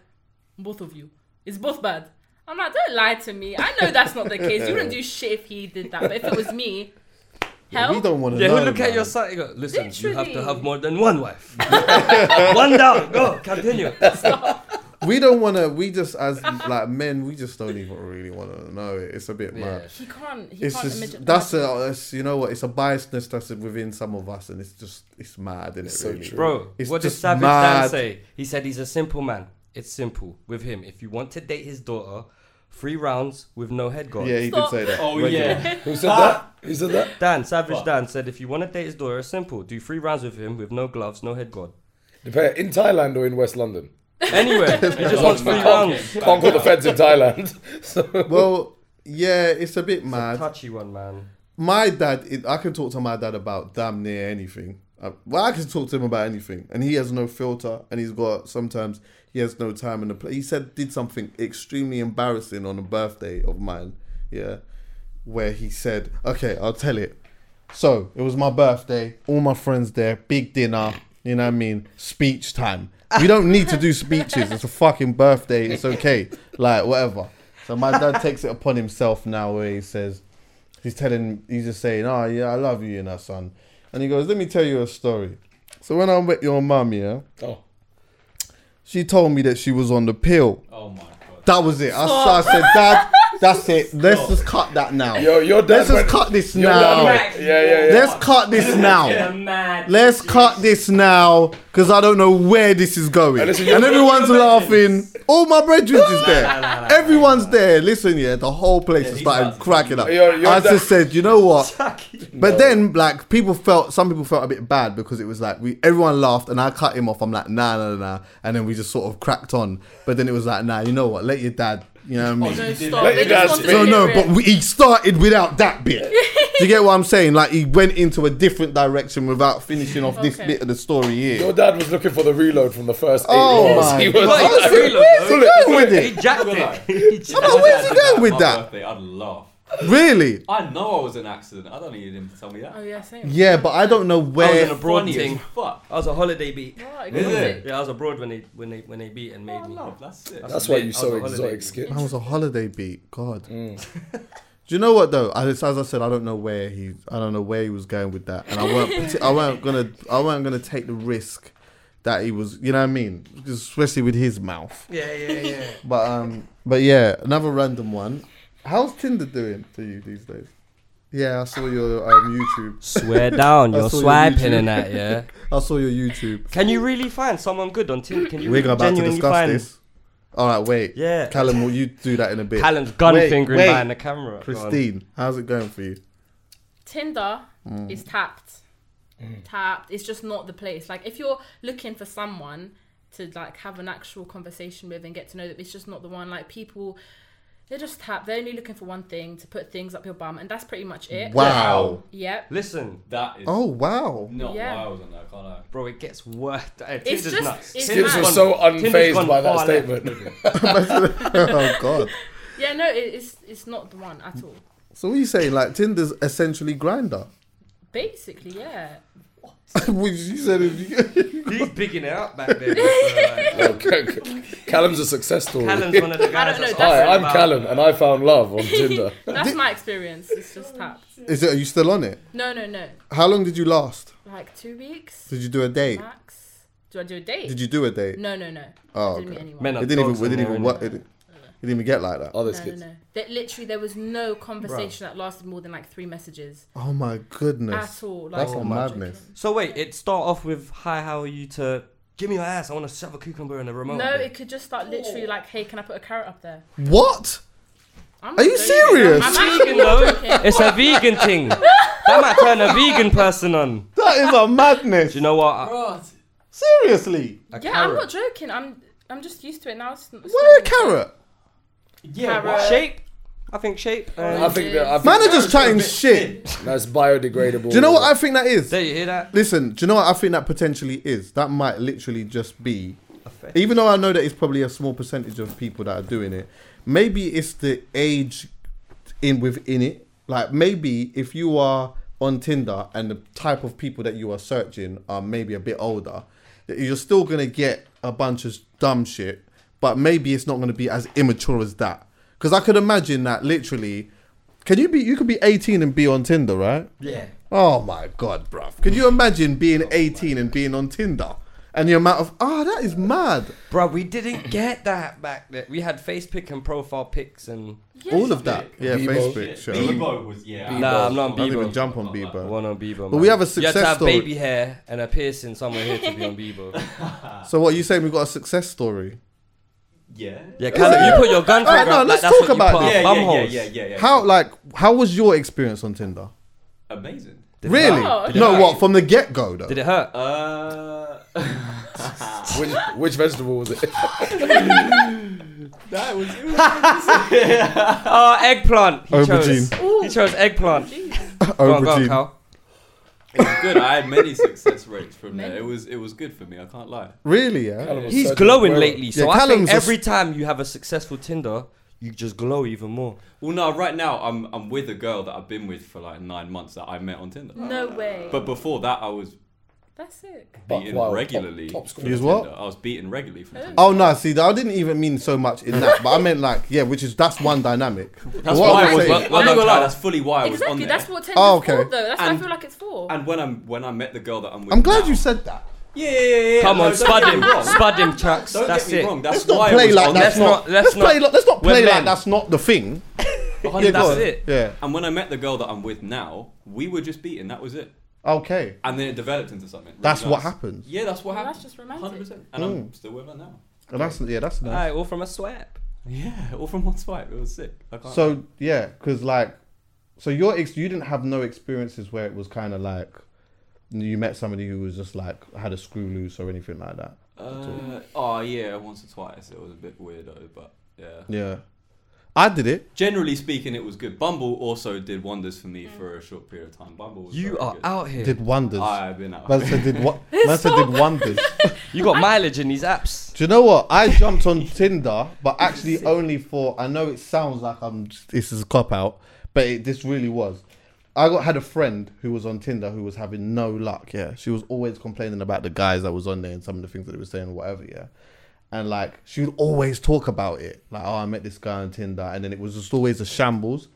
S6: both of you. It's both bad. I'm like, don't lie to me. I know that's not the case. You wouldn't do shit if he did that. But if it was me, hell,
S3: We don't want to
S7: Yeah,
S3: know.
S7: he'll look at
S3: man.
S7: your side. and Go, Listen, you have to
S6: Literally.
S7: have more than one wife. one down. Go. Continue.
S3: We don't want to. We just as like men, we just don't even really want to know it. It's a bit mad.
S6: he can't. He
S3: It's
S6: can't
S3: just
S6: imagine-
S3: that's a that's, you know what it's a biasedness that's within some of us and it's just it's mad isn't it
S4: so
S3: really
S4: true.
S7: Bro,
S3: It's
S7: what did
S3: just
S7: Savage
S3: mad.
S7: Dan say? He said he's a simple man. It's simple with him. If you want to date his daughter, three rounds with no head guard.
S3: yeah he did
S6: Stop.
S3: say that
S5: Oh,
S3: Regular.
S5: yeah.
S4: Who said that? Who said that?
S7: Dan, Savage Dan said if you want to date his daughter, it's simple. Do three rounds with him with no gloves, no head guard.
S4: Depend- in Thailand or in West London?
S7: Anywhere. he just wants three rounds.
S4: Can't call the feds in Thailand. So
S3: well yeah it's a bit mad
S7: Touchy one, man.
S3: my dad it, I can talk to my dad about damn near anything Uh, well I can talk to him about anything and he has no filter and he's got sometimes he has no time in the play he said did something extremely embarrassing on a birthday of mine yeah where he said okay I'll tell it So it was my birthday, all my friends there, big dinner, you know what I mean? Speech time. We don't need to do speeches. It's a fucking birthday. It's okay. Like, whatever. So my dad takes it upon himself now where he says, he's telling, he's just saying, oh, yeah, I love you, you know, son. And he goes, let me tell you a story. So when I met your mum, yeah,
S4: oh,
S3: she told me that she was on the pill.
S5: Oh my god.
S3: That was it. I, I said, Dad, that's it. Let's just cut that now.
S4: Yo, your dad
S3: Let's just
S4: went-
S3: cut this
S4: Your dad
S3: now.
S4: went- yeah, yeah, yeah.
S3: Let's cut this now.
S5: mad.
S3: Let's cut this now because I don't know where this is going.
S4: listen,
S3: and
S4: you're-
S3: everyone's
S5: you're-
S3: laughing. All my brethren is there. Everyone's there. Listen, yeah, the whole place is
S5: he's
S3: starting
S5: nuts.
S3: cracking up.
S4: You're- you're
S3: I
S4: the-
S3: just said, you know what? But then, like, people felt some people felt a bit bad because it was like we everyone laughed and I cut him off. I'm like, nah, nah, nah, nah. and then we just sort of cracked on. But then it was like, nah, you know what? Let your dad. You know what I mean?
S6: Oh, No, stop.
S4: Let
S6: They just
S4: your
S6: want
S4: dad
S6: to
S4: speak.
S3: So
S6: hear
S3: no,
S6: it.
S3: but we, he started without that bit. Do you get what I'm saying? Like he went into a different direction without finishing off this
S6: Okay.
S3: bit of the story
S4: your
S3: here.
S4: dad was looking for the reload from the first eight
S3: Oh
S4: bars.
S3: my
S4: He was
S3: God.
S4: like-
S3: Where's he going with
S7: He
S3: it?
S7: jacked it. He jacked
S3: But where's he going with
S5: My
S3: that?
S5: birthday, I'd laugh.
S3: Really?
S5: I know I was an accident. I don't need him to tell me that.
S6: Oh yeah, same.
S3: Yeah, but I don't know
S7: I was
S3: where.
S7: in a broad
S5: Funny
S7: thing.
S5: as fuck.
S7: I was a holiday beat.
S6: Right,
S5: Is
S6: good.
S5: it?
S7: Yeah, I was abroad when they when they when they beat and made
S5: I
S7: me.
S5: love. That's it.
S4: That's why
S7: lit.
S4: you
S7: I
S4: so
S7: was a holiday.
S4: exotic Mm. skin.
S3: I was a holiday beat. God. Do you know what though? I, as I said, I don't know where he. I don't know where he was going with that, and I weren't. I weren't gonna. I weren't gonna take the risk that he was. You know what I mean? Especially with his mouth.
S7: Yeah, yeah, yeah.
S3: But um, but yeah, another random one. How's Tinder doing to you these days? Yeah, I saw your um, YouTube.
S7: Swear down,
S3: I
S7: you're
S3: saw your
S7: swiping
S3: YouTube.
S7: in that, yeah.
S3: I saw your YouTube.
S7: Can you really find someone good on Tinder? Can you
S3: We're
S7: really
S3: about to
S7: genuinely
S3: discuss
S7: find
S3: this. All right, wait.
S7: Yeah.
S3: Callum, will you do that in a bit?
S7: Callum's gun
S3: Wait,
S7: fingering
S3: wait.
S7: behind the camera? Go on.
S3: Christine, how's it going for you?
S6: Tinder
S3: Mm.
S6: is tapped. Tapped. It's just not the place. Like if you're looking for someone to like have an actual conversation with and get to know them, it's just not the one. Like people they're just tapped. They're only looking for one thing to put things up your bum and that's pretty much it.
S3: Wow.
S6: Yep.
S7: Listen,
S5: That is
S3: Oh wow.
S5: not
S6: Yeah.
S5: why I was on that. Can't I?
S7: bro, it gets worse. Eh,
S6: It's
S7: Tinder's
S6: just
S7: nuts.
S6: it's
S4: Tips
S6: Tinder's
S4: was
S6: gone-
S4: so
S7: Tinder's
S4: unfazed
S7: gone
S4: by that
S7: far left.
S4: statement.
S3: oh god.
S6: Yeah, no, it, it's it's not the one at all.
S3: So what are you saying? Like Tinder's essentially grinder.
S6: Basically, yeah.
S3: Which you said if you,
S7: He's bigging it up back then. So, like,
S4: Callum's a success story.
S7: Callum's one of the guys.
S6: know, that's-
S7: that's
S4: Hi,
S7: all
S4: I'm
S7: about-
S4: Callum, and I found love on Tinder.
S6: That's my experience. It's just tapped.
S3: is it. Are you still on it?
S6: No, no, no.
S3: How long did you last?
S6: Like two weeks
S3: Did you do a date?
S6: max. Do I do a date?
S3: Did you do a date?
S6: No, no, no. I
S3: Oh,
S6: didn't
S3: okay.
S6: meet anyone.
S7: Men are
S3: It didn't even.
S7: dogs
S3: It
S7: in
S3: didn't
S7: there,
S3: even
S7: innit?
S3: work. It, didn't- it didn't even get like that.
S4: Oh, this
S6: No, no,
S4: kid's
S6: no. That literally there was no conversation that lasted more than like three messages
S3: Oh my goodness.
S6: at all. Like,
S5: Oh,
S3: That's a madness.
S7: So wait, it start off with hi, how are you? To give me your ass. I want to shove a cucumber in a remote.
S6: No,
S7: oven."
S6: it could just start
S5: Oh.
S6: literally like, hey, can I put a carrot up there?
S3: What?
S6: I'm
S3: Are you
S6: joking.
S3: serious?
S6: I'm actually
S7: vegan though.
S6: not joking.
S7: It's a vegan thing. That might turn a vegan person on.
S3: That is a madness.
S7: Do you know what? I-
S3: Seriously.
S7: A
S6: Yeah, I'm
S7: carrot.
S6: not joking. I'm I'm just used to it now. It's, it's
S3: Why a
S6: not even-
S3: carrot?
S5: Yeah,
S6: Carrot.
S7: Shape. I think shape. um,
S4: I
S7: And
S4: think that I think
S3: Man are just
S5: Carrot's got a
S3: chatting
S5: bit
S3: shit.
S4: that's biodegradable.
S3: Do you know what I think that is?
S7: there you hear that?
S3: Listen, do you know what I think that potentially is? That might literally just be, even though I know that it's probably a small percentage of people that are doing it, maybe it's the age in within it. Like maybe if you are on Tinder and the type of people that you are searching are maybe a bit older, that you're still gonna get a bunch of dumb shit, but maybe it's not gonna be as immature as that. Because I could imagine that literally, can you be? You could be 18 and be on Tinder, right?
S7: Yeah.
S3: Oh my god, bruv. Could you imagine
S7: Oh
S3: being 18 and being on Tinder? And the amount of ah, that is mad.
S7: Bro, we didn't get that back then. We had face pick and profile pics and.
S3: All of that. Yeah,
S4: Bebo.
S3: Facebook. Sure. I
S5: Bebo was yeah.
S7: Nah, I'm not on
S3: didn't even
S7: Bebo.
S3: jump on Bieber.
S7: One on Bebo.
S3: But we have a
S7: You
S3: success
S7: had to have
S3: story.
S7: baby hair and a piercing somewhere here to be on Bebo.
S3: So what you saying? We've got a success story.
S5: Yeah.
S7: Yeah, Callum, you put your gun to
S3: Alright,
S7: the
S3: no,
S7: ground,
S3: let's
S7: like, that's
S3: talk
S7: what you
S3: about
S7: put
S3: this.
S5: Yeah,
S7: up
S5: yeah, yeah,
S7: bumholes.
S5: yeah, yeah, yeah.
S3: How like how was your experience on Tinder?
S5: Amazing.
S3: Really?
S6: Oh, okay.
S3: No, what from the get go though.
S7: Did it hurt?
S5: Uh,
S4: Which, which vegetable was it?
S5: that was.
S7: Oh, eggplant. He
S3: Aubergine.
S7: chose. He chose eggplant.
S6: Oh,
S7: Go on, go on,
S3: Aubergine.
S7: Carl.
S5: It was good. I had many success rates from there. It was it was good for me. I can't lie.
S3: really? Yeah.
S4: was
S7: He's
S4: searching
S7: glowing
S4: for-
S7: lately, so
S3: Yeah,
S7: I
S3: Callum's
S7: think
S3: a
S7: every
S3: s-
S7: time you have a successful Tinder, you just glow even more.
S5: Well, no. Right now, I'm I'm with a girl that I've been with for like nine months that I met on Tinder.
S6: No way.
S5: But before that, I was
S6: That's sick.
S4: Buck
S5: beaten
S4: Wild,
S5: regularly.
S4: Top, top scorer.
S3: Use what?
S5: Tinder. I was beaten regularly from Tinder.
S3: Oh no, see, I didn't even mean so much in that, but I meant like yeah, which is that's one dynamic.
S5: That's
S3: What
S5: why
S3: I'm
S5: I was.
S3: saying-
S5: Well, I'm not gonna lie. That's fully why I was on
S6: Exactly.
S5: there.
S6: That's what Tinder's
S3: Oh, okay.
S6: for, though. That's what I
S5: And-
S6: feel like it's for.
S5: and when I'm when I met the girl that I'm with.
S3: I'm glad
S5: now-
S3: you said that.
S5: Yeah, yeah, yeah. yeah.
S7: Come
S5: No,
S7: on,
S5: don't
S7: spud
S5: get
S7: him,
S5: me wrong.
S7: spud him, Chucks.
S5: Don't
S7: That's
S5: get me
S7: it.
S5: wrong. That's
S3: Let's not
S5: why I
S3: play
S5: was
S3: like
S5: on
S3: that's
S7: Let's
S5: there.
S3: not.
S7: not- let's
S3: Let's play
S7: not-
S3: like let's not
S7: We're
S3: play like
S7: men.
S3: that's not the thing.
S5: Hun,
S3: Yeah,
S5: that's
S3: go on.
S7: it.
S3: Yeah.
S5: And when I met the girl that I'm with now, we were just beaten. That was it.
S3: Okay.
S5: And then it developed into something. really
S3: That's what
S5: nice.
S3: happens.
S5: Yeah, that's what
S6: Well,
S5: happened.
S6: that's just romantic.
S5: 100%. And I'm still with her now.
S3: Hmm. And that's yeah, that's nice.
S7: Alright, all from a swap.
S5: Yeah, all from one swipe. It was sick. I can't lie.
S3: So yeah, because like, so your ex, you didn't have no experiences where it was kind of like you met somebody who was just like had a screw loose or anything like that.
S5: Uh, oh yeah, once or twice. It was a bit weirdo, but yeah.
S3: Yeah, I did it.
S5: Generally speaking, it was good. Bumble also did wonders for
S6: Mm.
S5: me for a short period of time. Bumble. Was
S7: You
S5: very
S7: are
S5: good.
S7: out here.
S3: Did wonders.
S5: I've been out.
S3: Man said did what? Man said did wonders.
S7: You got mileage in these apps.
S3: Do you know what? I jumped on Tinder, but actually only for. I know it sounds like I'm. This is a cop out, but it, this really was. I got had a friend who was on Tinder who was having no luck. Yeah, she was always complaining about the guys that was on there and some of the things that they were saying or whatever. Yeah, and like she would always talk about it. Like, oh, I met this guy on Tinder, and then it was just always a shambles.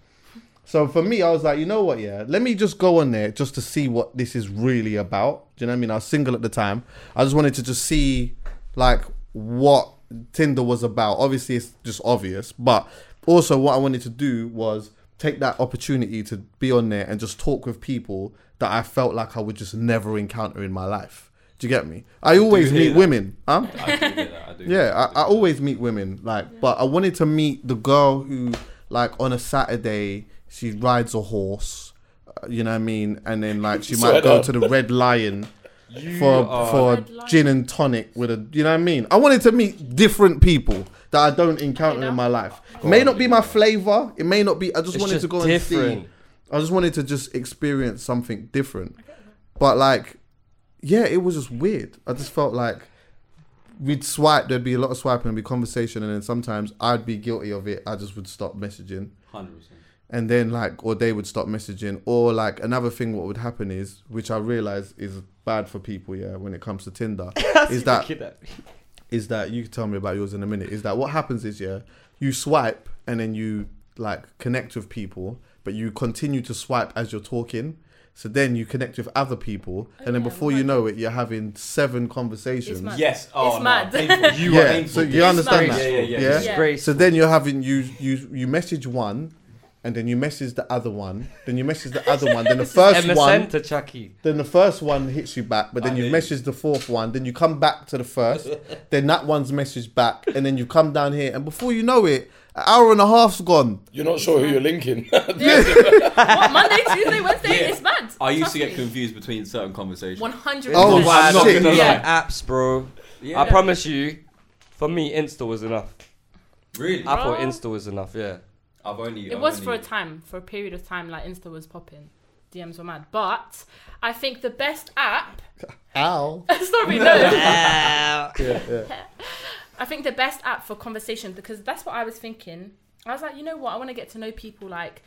S3: So for me, I was like, you know what, yeah, let me just go on there just to see what this is really about. Do you know what I mean? I was single at the time. I just wanted to just see like what Tinder was about. Obviously, it's just obvious, but also what I wanted to do was take that opportunity to be on there and just talk with people that I felt like I would just never encounter in my life. Do you get me? I always
S5: hear
S3: meet
S5: that.
S3: women, huh?
S5: I do get that. I do.
S3: Yeah, I, I always meet women like, but I wanted to meet the girl who like on a Saturday she rides a horse, uh, you know what I mean, and then like she might go to the Red Lion for for
S6: Red Lion.
S3: gin and tonic with a, you know what I mean. I wanted to meet different people that I don't encounter in my life. may not be my flavor. It may not be. I just
S7: It's
S3: wanted
S7: just
S3: to go and
S7: different.
S3: see. I just wanted to just experience something different, but like, yeah, it was just weird. I just felt like we'd swipe, there'd be a lot of swiping, there'd be conversation, and then sometimes I'd be guilty of it. I just would stop messaging.
S5: Hundred percent.
S3: and then like or they would stop messaging or like another thing what would happen is which i realize is bad for people yeah when it comes to tinder is that is that you can tell me about yours in a minute is that what happens is yeah you swipe and then you like connect with people but you continue to swipe as you're talking so then you connect with other people
S6: Oh,
S3: and then before you know it you're having seven conversations
S6: mad.
S5: Yes. Oh,
S6: It's
S5: no,
S6: mad.
S5: painful. You are
S3: yeah
S5: painful.
S3: so you
S5: This-
S3: understand
S6: mad.
S3: that
S5: Yeah, yeah, yeah.
S6: Yeah.
S3: so then you're having you you you message one and then you message the other one then you message the other one then the first
S7: MSN
S3: one
S7: to Chucky.
S3: then the first one hits you back, but then
S5: I
S3: you
S5: hate
S3: message the fourth one, then you come back to the first, then that one's messaged back, and then you come down here, and before you know it, an hour and a half's gone.
S4: You're not sure who you're linking.
S6: What, Monday, Tuesday, Wednesday?
S5: Yeah.
S6: It's mad.
S5: I used
S6: Trust
S5: to get
S6: me.
S5: confused between certain conversations.
S6: 100%.
S3: Oh,
S7: That's why I'm not
S3: shit.
S7: gonna
S6: Yeah.
S7: lie. Apps, bro. I promise you, for me, Insta was enough.
S5: Really?
S7: I
S5: I've
S7: thought Insta was enough. Yeah.
S5: only.
S6: It
S5: I've
S6: was
S5: only-
S6: for a time, for a period of time, like Insta was popping. DMs were mad. But I think the best app.
S3: Ow.
S6: Sorry, no.
S3: Oh. yeah, yeah.
S6: I think the best app for conversation, because that's what I was thinking. I was like, you know what? I want to get to know people. Like,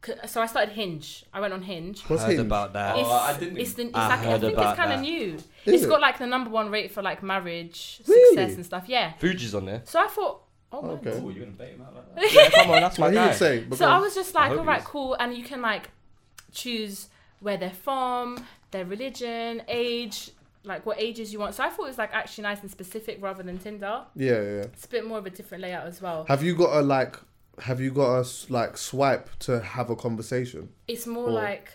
S6: 'cause- so I started Hinge. I went on Hinge.
S3: What's
S7: Heard
S3: Hinge?
S7: about that.
S6: It's,
S5: Oh, I didn't-
S6: it's the, it's
S7: I
S6: like, I
S7: heard
S6: think
S7: about
S6: it's kind
S7: that.
S6: of new.
S3: Is
S6: It's
S3: it?
S6: got like the number one rate for like marriage,
S3: Really?
S6: success, and stuff. Yeah.
S7: Fuji's on there.
S6: So I thought, oh, my
S3: Okay.
S5: Ooh, you're gonna bait him out like that?
S7: Yeah, come on, that's my
S3: What do
S7: guy.
S3: you say?
S6: So I
S3: Because-
S6: was just like,
S5: hope
S6: all right,
S5: he's-
S6: cool. And you can like choose where they're from, their religion, age, like what ages you want. So I thought it was like actually nice and specific rather than Tinder.
S3: yeah, yeah.
S6: It's a bit more of a different layout as well.
S3: Have you got a like? Have you got a s- like swipe to have a conversation?
S6: It's more
S3: Or-
S6: like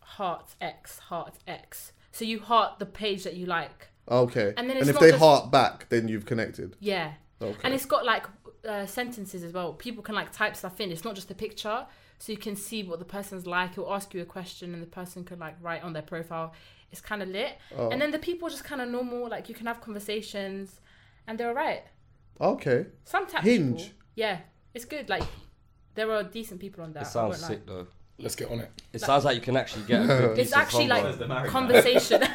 S6: heart X, heart X. So you heart the page that you like.
S3: Okay.
S6: And
S3: And,
S6: then it's
S3: if
S6: not
S3: they
S6: just-
S3: heart back, then you've connected.
S6: Yeah.
S3: Okay.
S6: And it's got like uh, sentences as well. People can like type stuff in. It's not just a picture. So you can see what the person's like. It'll ask you a question and the person can like write on their profile. It's kind of lit.
S3: Oh.
S6: And then the people are just kind of normal. Like you can have conversations and they're all right.
S3: Okay.
S6: Sometimes.
S3: Hinge?
S6: people- yeah. It's good. Like there are decent people on that.
S7: It
S6: I
S7: sounds
S6: won't lie.
S7: sick though.
S4: Let's get on it.
S7: It sounds like you can actually get a good piece
S6: It's actually
S7: of someone.
S6: like
S5: married
S6: conversation.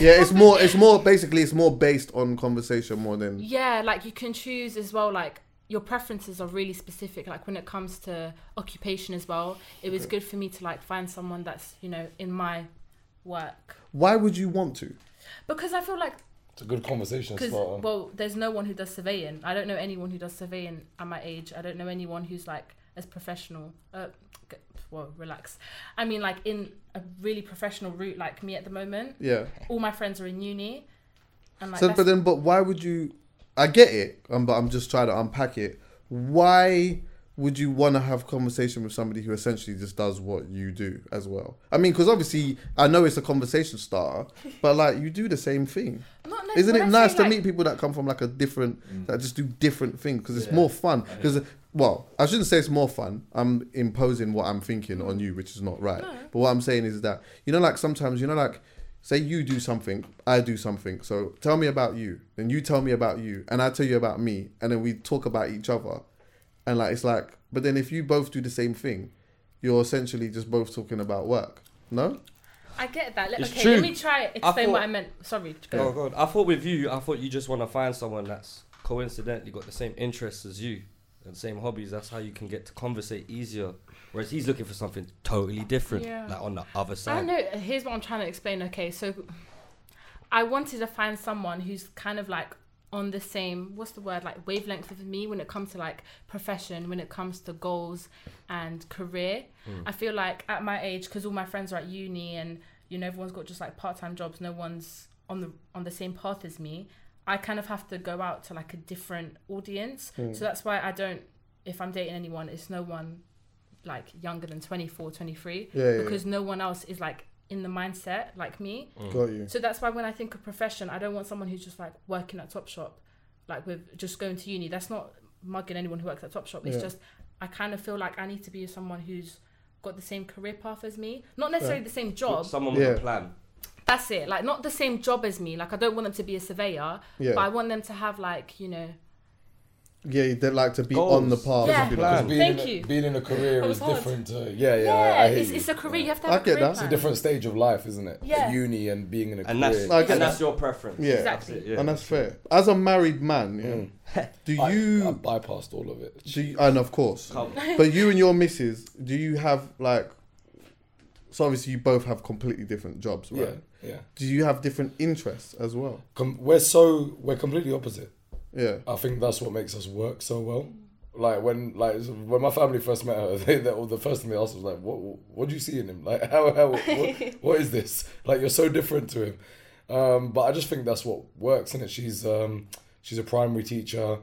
S3: Yeah, it's more. It's more. Basically, it's more based on conversation more than.
S6: Yeah, like you can choose as well, like your preferences are really specific. Like when it comes to occupation as well, it was good for me to like find someone that's, you know, in my work.
S3: Why would you want to?
S6: Because I feel like,
S4: It's a good conversation
S6: because,
S4: starter.
S6: well, there's no one who does surveying. I don't know anyone who does surveying at my age. I don't know anyone who's like as professional. Uh, g- well, relax. I mean, like in a really professional route like me at the moment.
S3: Yeah.
S6: All my friends are in uni. And like,
S3: So,
S6: that's-
S3: but then, but why would you? I get it, um, but I'm just trying to unpack it. Why would you want to have conversation with somebody who essentially just does what you do as well? I mean, because obviously, I know it's a conversation starter, but like you do the same thing.
S6: Not ne-
S3: Isn't
S6: when
S3: it
S6: I Mm. say,
S3: nice to
S6: like-
S3: meet people that come from like a different that just do different things because it's more fun? Because well, I shouldn't say it's more fun. I'm imposing what I'm thinking on you, which is not right. But what I'm saying is that you know, like sometimes you know, like say you do something, I do something. So tell me about you, and you tell me about you, and I tell you about me, and then we talk about each other, and like it's like. But then if you both do the same thing, you're essentially just both talking about work. No,
S6: I get that. Let,
S7: It's
S6: okay,
S7: true.
S6: let me try explain what
S7: thought-
S6: I meant. Sorry. Go.
S7: Oh god, I thought with you, I thought you just want to find someone that's coincidentally got the same interests as you and same hobbies. That's how you can get to conversate easier. Whereas he's looking for something totally different,
S6: Yeah.
S7: like on the other
S6: I
S7: side.
S6: know. Here's what I'm trying to explain. Okay, so I wanted to find someone who's kind of like on the same what's the word like wavelength with me when it comes to like profession when it comes to goals and career
S7: Hmm.
S6: i feel like at my age because all my friends are at uni and you know everyone's got just like part-time jobs no one's on the on the same path as me i kind of have to go out to like a different audience so that's why i don't if i'm dating anyone it's no one like younger than 24 23
S3: Yeah, yeah, yeah.
S6: because no one else is like in the mindset like me
S7: Mm.
S3: got you.
S6: so that's why when I think of profession, I don't want someone who's just like working at Topshop, like with just going to uni. That's not mugging anyone who works at Topshop. It's
S3: Yeah.
S6: just I kind of feel like I need to be with someone who's got the same career path as me, not necessarily the same job.
S7: Someone with
S3: Yeah.
S7: a plan.
S6: That's it. Like not the same job as me. Like I don't want them to be a surveyor,
S3: Yeah.
S6: but I want them to have like you know
S3: Yeah, they like to be on the
S7: Goals.
S3: path.
S6: Yeah.
S3: and be
S4: Because
S3: like,
S4: being
S6: Thank
S4: in a,
S6: you.
S4: Being in a career
S6: That
S4: is
S6: was hard.
S4: different to yeah, yeah.
S6: Yeah,
S4: I, I hate
S6: it's,
S4: you.
S6: it's a career. You have to
S3: I
S6: have a
S3: get
S6: career
S3: that. It's a
S6: plan.
S4: different stage of life, isn't it? At
S6: Yeah.
S4: uni and being in a
S7: and
S4: career.
S7: that's
S3: Like-
S7: and that's your preference.
S3: yeah,
S6: Exactly.
S7: Yeah.
S3: and that's fair. As a married man, yeah, do
S4: I,
S3: you?
S4: I bypassed Mm. all of it.
S3: Do you, and of course, but you and your missus, do you have like? So obviously, you both have completely different jobs, right?
S4: Yeah, yeah.
S3: Do you have different interests as well?
S4: Com- we're so we're completely opposite.
S3: Yeah.
S4: I think that's what makes us work so well. Like when like so when my family first met her, they, they, well, the first thing they asked was like, "What what do you see in him? Like how how what, what is this? Like you're so different to him." Um, but I just think that's what works, and it she's um, she's a primary teacher.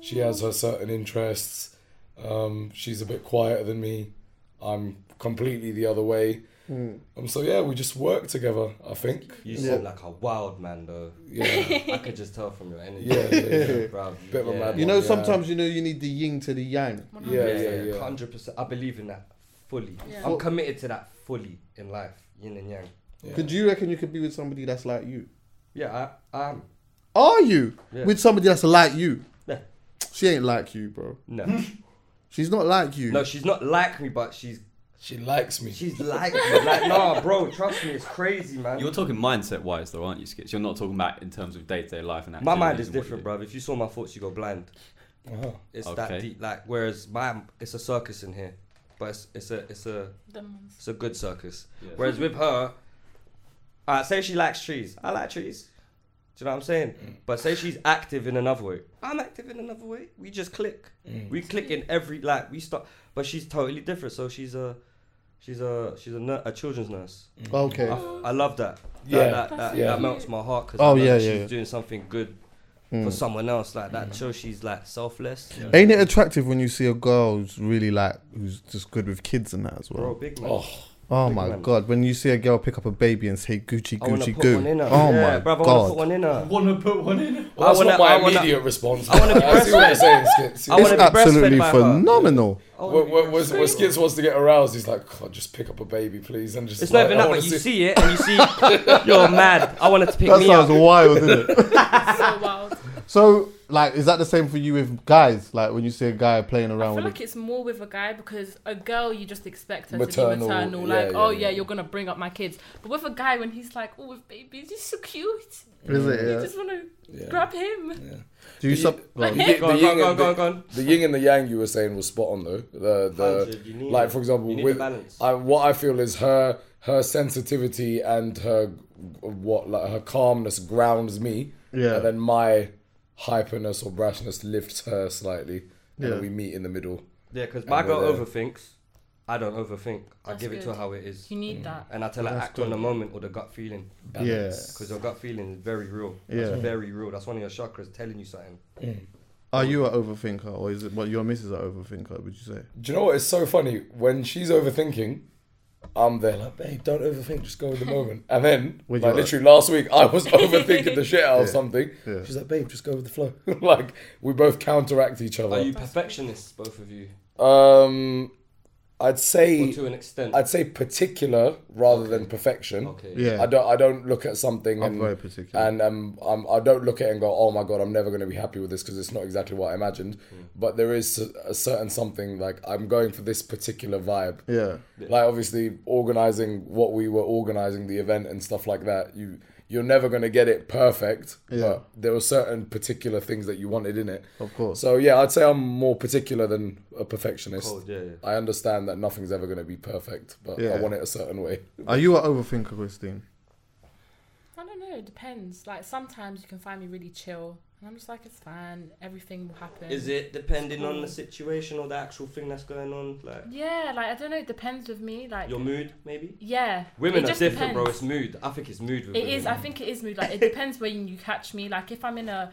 S4: She has her certain interests. Um, she's a bit quieter than me. I'm completely the other way. Um, so yeah, we just work together. I think.
S7: You sound like a wild man though.
S4: Yeah.
S7: I could just tell from your energy.
S4: Yeah, yeah, yeah.
S7: Bro,
S4: Bit of a mad
S3: You know,
S4: Yeah.
S3: sometimes you know you need the yin to the yang.
S4: Yeah, yeah, yeah.
S7: Hundred percent. I believe in that fully. I'm committed to that fully in life, yin and yang.
S3: Could you reckon you could be with somebody that's like you?
S7: Yeah, I, I am.
S3: Are you
S7: Yeah.
S3: with somebody that's like you?
S7: Yeah.
S3: She ain't like you, bro.
S7: No,
S3: She's not like you.
S7: no, she's not like me, but she's
S4: She likes me.
S7: she's like me. Like, nah, bro, trust me, it's crazy, man.
S5: You're talking mindset wise, though, aren't you, Skits? You're not talking about in terms of day to day life and
S7: my mind
S5: activities
S7: is
S5: and what you
S7: different,
S5: do.
S7: bro. If you saw my thoughts, you go blind.
S4: Uh-huh.
S7: It's that
S5: Okay.
S7: deep. Like, whereas my it's a circus in here, but it's, it's a it's a it's a good circus. Whereas with her, uh, say she likes trees. I like trees. Do you know what I'm saying?
S4: Mm.
S7: But say she's active in another way. I'm active in another way. We just click.
S4: Mm.
S7: We click in every like we start. But she's totally different. So she's a she's a she's a, nur- a children's nurse.
S3: Okay.
S7: I, I love that.
S4: Mm. Yeah.
S7: Yeah, that, that, that,
S4: Yeah.
S7: that melts my heart because
S3: Oh,
S7: I know
S3: yeah,
S7: that
S3: yeah,
S7: she's
S3: yeah. Mm.
S7: doing something good for someone else like
S4: Mm.
S7: that. Shows she's like selfless.
S3: Ain't it attractive when you see a girl who's really like who's just good with kids and that as well?
S7: Bro, big man.
S4: Oh,
S3: oh
S7: big
S3: my
S7: man.
S3: god, when you see a girl pick up a baby and say Gucci
S7: I wanna
S3: Gucci
S7: put
S3: goo.
S7: one in her.
S3: Oh
S7: yeah,
S3: my
S7: bruv, I wanna
S3: god.
S7: put one in her.
S5: Want to put one in?
S4: Well, that's
S7: I wanna-
S4: not my
S7: I wanna-
S4: immediate response.
S7: I wanna be
S4: I see what you're saying, Skits.
S7: I
S4: Yeah.
S7: wanna
S3: it's
S7: be breastfed
S3: absolutely
S7: by her.
S3: phenomenal.
S7: I wanna
S4: When,
S7: be
S4: when, when,
S7: breastfed.
S4: when Skits wants to get aroused, he's like, God, just pick up a baby, please. And just
S7: It's
S4: like,
S7: not even
S4: I
S7: that,
S4: wanna
S7: but you see it and you see you're mad. I wanted to pick
S3: That
S7: me
S3: sounds
S7: up.
S3: wild, isn't it?
S6: so wild.
S3: So, like, is that the same for you with guys? Like, when you see a guy playing
S6: I
S3: around
S6: feel
S3: with
S6: like it's more with a guy because a girl you just expect her to
S4: Maternal,
S6: be maternal,
S4: yeah,
S6: like
S4: yeah,
S6: oh
S4: yeah.
S6: yeah, you're gonna bring up my kids. But with a guy when he's like oh with babies, he's so cute.
S3: it, is it?
S6: You
S3: Yeah.
S6: just wanna grab him.
S3: Do you sub?
S4: The,
S3: Well,
S4: yin-
S7: Go on,
S4: the
S7: go on,
S4: yin and
S7: go on,
S4: the-
S7: go on.
S4: the yin and the yang you were saying was spot on though. The the
S7: Hundred, you need
S4: like
S7: it.
S4: for example
S7: You need
S4: with
S7: the balance.
S4: I, what I feel is her her sensitivity and her what like her calmness grounds me.
S3: Yeah.
S4: And then my hyperness or brashness lifts her slightly. And
S3: Yeah.
S4: then we meet in the middle.
S7: Yeah, because my
S4: And we're
S7: girl
S4: there.
S7: overthinks. I don't overthink. I
S6: That's
S7: give it to
S6: good.
S7: her how it is.
S6: You need that.
S7: And I tell her act on the moment or the gut feeling.
S3: Mm. yeah.
S7: Because your gut feeling is very real.
S3: Yeah.
S7: That's very real. That's one of your chakras telling you something.
S3: Are you an overthinker, or is it what your missus an overthinker? Would you say?
S4: Do you know what? It's so funny when she's overthinking. I'm there, like, babe, don't overthink, just go with the moment. And then,
S3: With
S4: like,
S3: your-
S4: literally last week, I was overthinking the shit out of something.
S3: yeah.
S4: She's like, babe, just go with the flow. like, we both counteract each
S7: Are
S4: other.
S7: you perfectionists, both of you?
S4: Um, I'd say,
S7: Or to an extent?
S4: I'd say particular rather than perfection.
S7: okay.
S3: Yeah.
S4: I don't, I don't look at something
S3: I'm
S4: and,
S3: very particular.
S4: and um, I'm, I don't look at it and go, oh my god, I'm never going to be happy with this because it's not exactly what I imagined.
S3: Mm.
S4: But there is a- a certain something like I'm going for this particular vibe.
S3: yeah.
S4: Like obviously organizing what we were organizing the event and stuff like that. You you're never gonna get it perfect, but there were certain particular things that you wanted in it.
S3: Of course.
S4: So yeah, I'd say I'm more particular than a perfectionist.
S7: Cold, yeah, yeah.
S4: I understand that nothing's ever gonna be perfect, but I
S3: Yeah.
S4: want it a certain way.
S3: Are Oh, you an overthinker, Christine?
S6: I don't know. It depends. Like sometimes you can find me really chill, and I'm just like it's fine. Everything will happen.
S7: Is it depending on the situation or the actual thing that's going on? Like
S6: Yeah, like I don't know. It depends with me. Like
S7: your mood, maybe?
S6: yeah,
S7: Women
S6: it
S7: are
S6: just
S7: different, bro.
S6: depends.
S7: It's mood. I think it's mood with
S6: It
S7: women.
S6: is. I think it is mood. Like it depends when you catch me. Like if I'm in a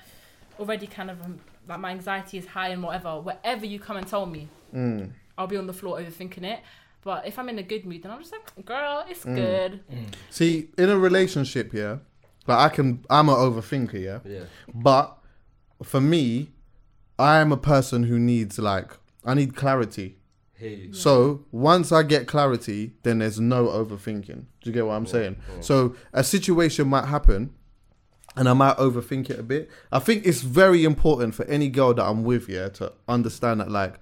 S6: already kind of um, like my anxiety is high and whatever. Whatever you come and tell me,
S3: Mm.
S6: I'll be on the floor overthinking it. But if I'm in a good mood, then I'm just like, girl, it's
S3: Mm.
S6: good.
S7: Mm.
S3: See, in a relationship, yeah, like I can, I'm an overthinker, yeah.
S7: Yeah.
S3: But for me, I am a person who needs like I need clarity.
S7: Hear you.
S3: So once I get clarity, then there's no overthinking. Do you get what I'm saying? So a situation might happen, and I might overthink it a bit. I think it's very important for any girl that I'm with, yeah, to understand that like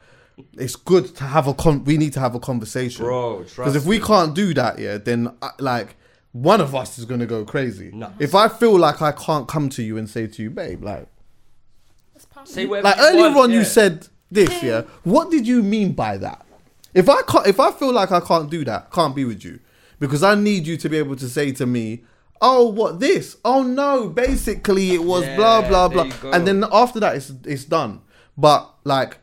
S3: it's good to have a con. We need to have a conversation,
S7: Bro,
S3: Because if
S7: trust
S3: we
S7: me.
S3: can't do that, yeah, then I, like one of us is gonna go crazy.
S7: No.
S3: If I feel like I can't come to you and say to you, babe, like
S7: Say whatever
S3: like
S7: you
S3: earlier
S7: want,
S3: on you
S7: yeah.
S3: said this yeah what did you mean by that if i can't if i feel like i can't do that can't be with you because i need you to be able to say to me oh what this oh no basically it was blah
S7: Yeah,
S3: blah
S7: there
S3: blah
S7: you go.
S3: and then after that it's it's done but like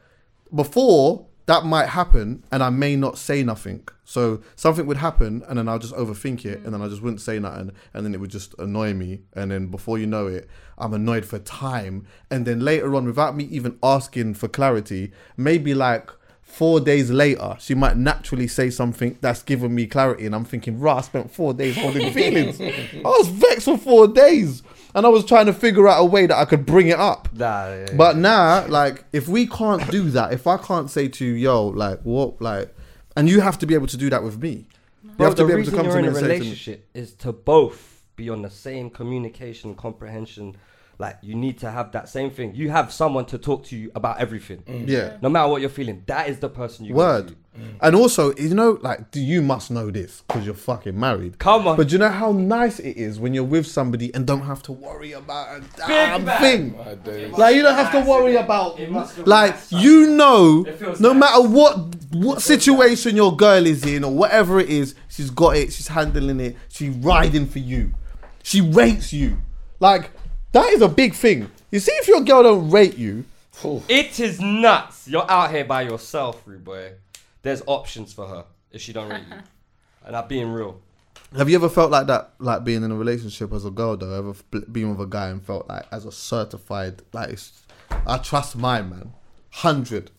S3: before that might happen and i may not say nothing so something would happen and then i'll just overthink it and then i just wouldn't say nothing and then it would just annoy me and then before you know it i'm annoyed for time and then later on without me even asking for clarity maybe like four days later she might naturally say something that's given me clarity and i'm thinking rah i spent four days holding feelings i was vexed for four days and i was trying to figure out a way that i could bring it up
S7: Nah, yeah, yeah.
S3: but now, like, if we can't do that, if I can't say to you, yo, like, what, like, and you have to be able to do that with me. You
S7: Bro,
S3: have to
S7: the
S3: be able to
S7: reason
S3: come
S7: you're
S3: to me
S7: in
S3: and
S7: a
S3: say to me,
S7: relationship is to both be on the same communication comprehension. Like you need to have that same thing. You have someone to talk to you about everything.
S3: yeah,
S7: No matter what you're feeling, that is the person you go
S3: word.
S7: to.
S3: And also, you know, like, do you must know this because you're fucking married.
S7: Come on.
S3: But you know how nice it is when you're with somebody and don't have to worry about a damn
S5: man.
S3: thing.
S4: I do.
S3: Like you don't have to worry about
S5: It must feel
S3: like
S5: nice.
S3: you know
S5: It feels
S3: no
S5: nice.
S3: matter what what situation your girl is in or whatever it is, she's got it, she's handling it, she riding for you. She rates you. Like that is a big thing. You see if your girl don't rate you,
S7: It is nuts. You're out here by yourself, rude boy. There's options for her if she don't rate you. And I'm being real.
S3: have you ever felt like that like being in a relationship as a girl though? Ever f- been with a guy and felt like as a certified like it's, I trust mine man. 100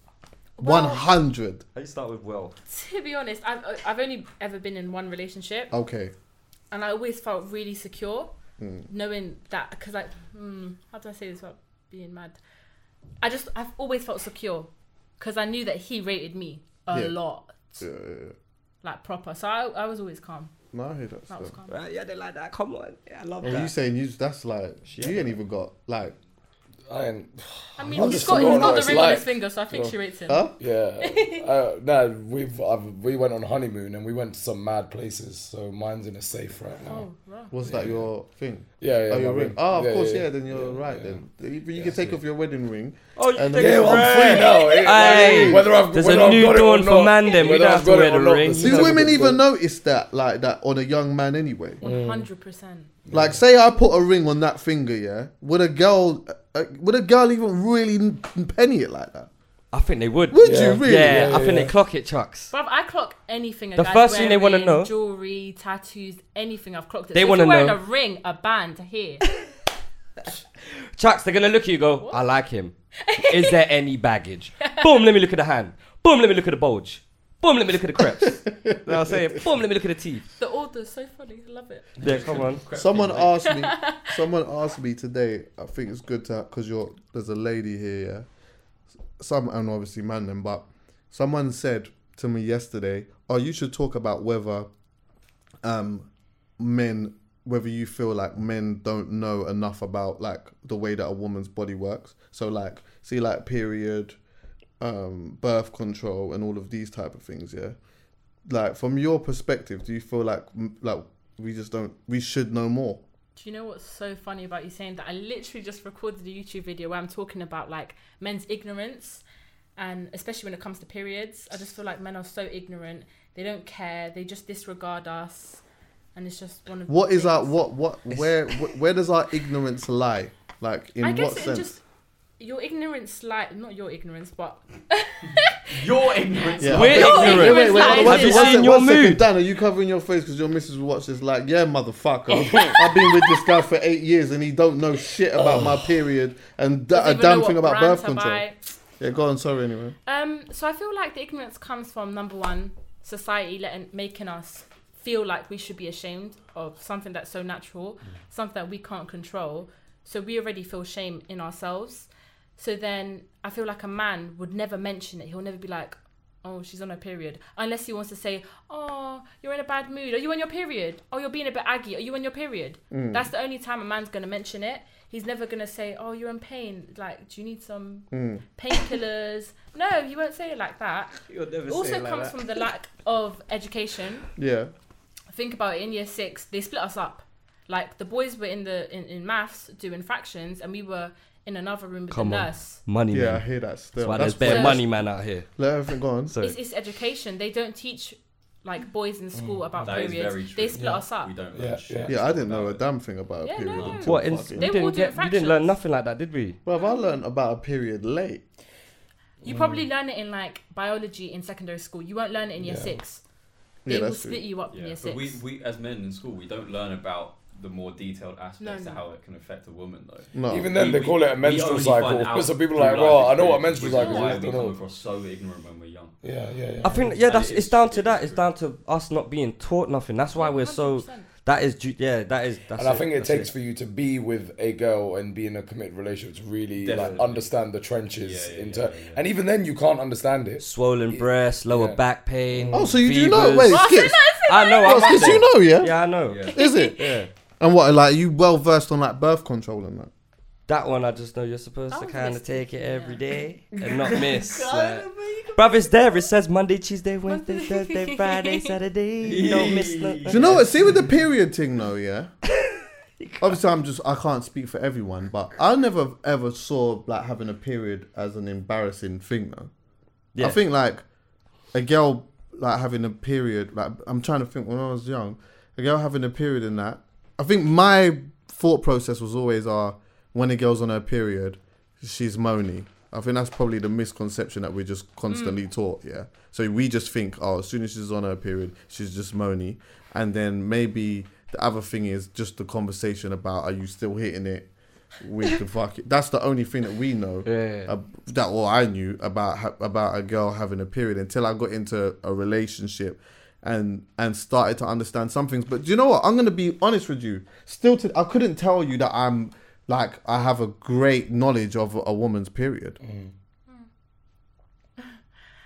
S3: 100
S7: How you start with well?
S6: To be honest, I've uh, I've only ever been in one relationship,
S3: Okay.
S6: and I always felt really secure,
S3: Mm.
S6: knowing that because like, hmm, how do I say this without being mad? I just I've always felt secure because I knew that he rated me a
S3: Yeah.
S6: lot, like proper. So I, I was always calm.
S3: No, I hear that
S6: That was
S3: stuff.
S6: calm.
S7: Right, yeah, they like that. Come on. Yeah, I love
S3: Well, you saying you that's like you ain't even got like
S4: I ain't.
S6: I
S3: I'm
S6: mean, he's
S3: just
S6: got
S3: someone
S6: he's got
S4: who
S6: the
S4: I
S6: ring on his
S4: like.
S6: finger, so I think she rates him.
S3: Huh?
S4: Yeah. uh, no, we've I've, we went on honeymoon and we went to some mad places. So mine's in a safe right now.
S6: Oh, right.
S3: was that your thing?
S4: Yeah, yeah,
S3: Oh, your
S4: my
S3: ring.
S4: ring.
S3: Oh, of
S4: Yeah,
S3: course, yeah.
S4: yeah,
S3: Then you're right. Then you, you can take off your wedding ring.
S7: Oh, you
S3: And-
S7: think
S3: Yeah,
S7: it's
S3: well, I'm
S7: rare.
S4: Free now, eh?
S7: Hey,
S4: whether I've,
S7: there's
S4: whether
S7: a
S4: I've
S7: new
S4: got it or
S7: dawn for
S4: not,
S7: man then. We
S4: whether
S7: don't
S4: I've
S7: have to
S4: got it
S7: wear
S4: or
S7: the
S4: not,
S7: ring.
S4: this is
S3: Do
S4: how
S3: women
S4: it is
S3: even
S4: done.
S3: notice that like that on a young man anyway?
S6: One
S7: Mm.
S6: hundred percent.
S3: Like, say I put a ring on that finger, yeah. Would a girl, uh, would a girl even really n- penny it like that?
S7: I think they would.
S3: Would
S7: yeah.
S3: you really?
S7: Yeah,
S4: Yeah,
S7: I think they
S4: yeah.
S7: clock it, chucks.
S6: Bruv, I clock anything. A
S7: The
S6: guy's
S7: first thing they wanna
S6: wearing,
S7: know-
S6: jewelry, tattoos, anything. I've clocked it.
S7: They
S6: so
S7: wanna
S6: if you're wearing
S7: know-
S6: a ring, a band here.
S7: Chucks, they're gonna look at you. and Go, I like him. Is there any baggage? Boom. Let me look at the hand. Boom. Let me look at the bulge. Boom. Let me look at the crepes. Then I'll say, boom. Let me look at the teeth.
S6: the order's so funny. I love it.
S7: Yeah, come on.
S3: Someone asked me. Someone asked me today. I think it's good to because you're there's a lady here. Yeah? Some and obviously man them, but someone said to me yesterday, "Oh, you should talk about whether um men whether you feel like men don't know enough about like the way that a woman's body works. So like see like period, um, birth control, and all of these type of things. Yeah, like from your perspective, do you feel like m- like we just don't we should know more?
S6: Do you know what's so funny about you saying that? I literally just recorded a YouTube video where I'm talking about like men's ignorance, and especially when it comes to periods. I just feel like men are so ignorant. They don't care. They just disregard us, and it's just one of.
S3: What is our
S6: that?
S3: what what where wh- where does our ignorance lie? Like in
S6: I guess
S3: what
S6: it
S3: sense?
S6: just your ignorance, like not your ignorance, but
S5: Your ignorance.
S3: Yeah.
S7: We're
S3: Wait,
S7: ignorant.
S3: Wait, wait, wait,
S6: Have
S3: wait, one
S6: you
S3: sec- one
S7: seen
S3: sec-
S7: your
S3: one second.
S7: mood?
S3: Dan, are you covering your face because your missus watched this? Like, yeah, motherfucker, I've been with this guy for eight years and he don't know shit about my period and da- a
S6: Doesn't even
S3: damn
S6: know
S3: thing
S6: what
S3: about
S6: brands
S3: birth
S6: I
S3: control.
S6: buy.
S3: Yeah, go on. Sorry, anyway.
S6: Um, so I feel like the ignorance comes from number one, society letting making us feel like we should be ashamed of something that's so natural, something that we can't control. So we already feel shame in ourselves. So then I feel like a man would never mention it. He'll never be like, oh, she's on her period. Unless he wants to say, oh, you're in a bad mood. Are you on your period? Oh, you're being a bit aggy. Are you on your period? That's the only time a man's going to mention it. He's never going to say, oh, you're in pain. Like, do you need some
S3: Hmm.
S6: painkillers? No, he won't say it like that.
S7: You'll never
S6: It also
S7: say it like
S6: comes
S7: that.
S6: from the lack of education
S3: Yeah.
S6: think about it in year six they split us up like the boys were in the in, in maths doing fractions and we were in another room with
S7: Come
S6: the
S7: on.
S6: nurse
S7: Money
S3: Yeah, I
S7: man.
S3: hear that still.
S7: That's why there's
S3: why-
S7: bare money man out here.
S3: Let everything go on.
S7: So
S6: it's, it's education they don't teach like boys in school about
S5: Mm. That is
S6: periods
S5: very
S6: they
S5: true.
S6: split us up
S5: We don't learn
S4: Yeah,
S5: shit.
S3: Yeah, I didn't know a damn thing about a
S6: Yeah,
S3: period.
S6: no, no.
S3: until
S7: what? In,
S3: fucking-
S6: They all
S7: you didn't
S6: do
S7: get. You
S6: fractions.
S7: didn't learn nothing like that, did we?
S3: Bruv, I learned about a period late.
S6: you probably learn it in like biology in secondary school you won't learn it in year
S4: Yeah.
S6: six
S3: Yeah,
S6: they will
S3: that's true.
S6: split you up in
S5: Yeah,
S6: year
S5: but
S6: six
S5: we, we as men in school we don't learn about the more detailed aspects
S6: No, no.
S5: of how it can affect a woman though.
S3: No.
S4: Even then,
S5: We-
S4: they
S5: we-
S4: call it a
S5: we
S4: menstrual
S5: only
S4: cycle.
S5: find out
S4: So people
S5: through
S4: are like,
S5: life
S4: well, I know what
S5: experience,
S4: menstrual
S5: which is
S4: cycle
S5: Why
S4: is. I
S5: we
S4: don't
S5: come
S4: know.
S5: across so ignorant when we're young.
S4: Yeah, yeah, yeah.
S7: I think yeah,
S5: And
S7: that's
S5: it
S7: it's
S5: is-
S7: down to
S5: it
S7: that.
S5: is
S7: It's down to us not being taught nothing. That's why we're so.
S6: 100%.
S7: That is ju- yeah. That is. That's
S4: And I think it
S7: that's
S4: takes for you to be with a girl and be in a committed relationship to really like
S5: Definitely.
S4: understand the trenches
S5: Yeah, yeah,
S4: into,
S5: yeah, yeah, yeah.
S4: and even then you can't understand it.
S7: swollen breasts, lower
S4: Yeah.
S7: back pain.
S3: Oh, so you do know?
S7: fevers.
S3: Wait, Skits.
S7: I know.
S3: Oh,
S7: I'm
S3: Skits, you know, yeah?
S7: Yeah, I know.
S3: Is it?
S7: Yeah.
S3: And what, like, you well versed on, like, birth control and that?
S7: That one, I just know you're supposed
S6: I
S7: to
S6: was
S7: kind of
S6: listening,
S7: take it
S6: yeah.
S7: every day and not miss. like, bruv, it's there. It says Monday, Tuesday, Wednesday, Thursday, Friday, Saturday. Don't miss
S3: Do
S7: nothing.
S3: you know what? See with the period thing though, yeah. Obviously, I'm just I can't speak for everyone, but I never ever saw like having a period as an embarrassing thing though.
S7: Yeah.
S3: I think like a girl like having a period. Like I'm trying to think when I was young, a girl having a period in that. I think my thought process was always, "Ah, when a girl's on her period, she's moany." I think that's probably the misconception that we're just constantly taught. Yeah, so we just think, "Oh, as soon as she's on her period, she's just moany," and then maybe the other thing is just the conversation about, "Are you still hitting it?" With the fuck, that's the only thing that we know
S7: Yeah.
S3: ab- that all I knew about ha- about a girl having a period until I got into a relationship and and started to understand some things. But do you know what? I'm gonna be honest with you. Still, to, I couldn't tell you that I'm like I have a great knowledge of a, a woman's period.
S7: Mm.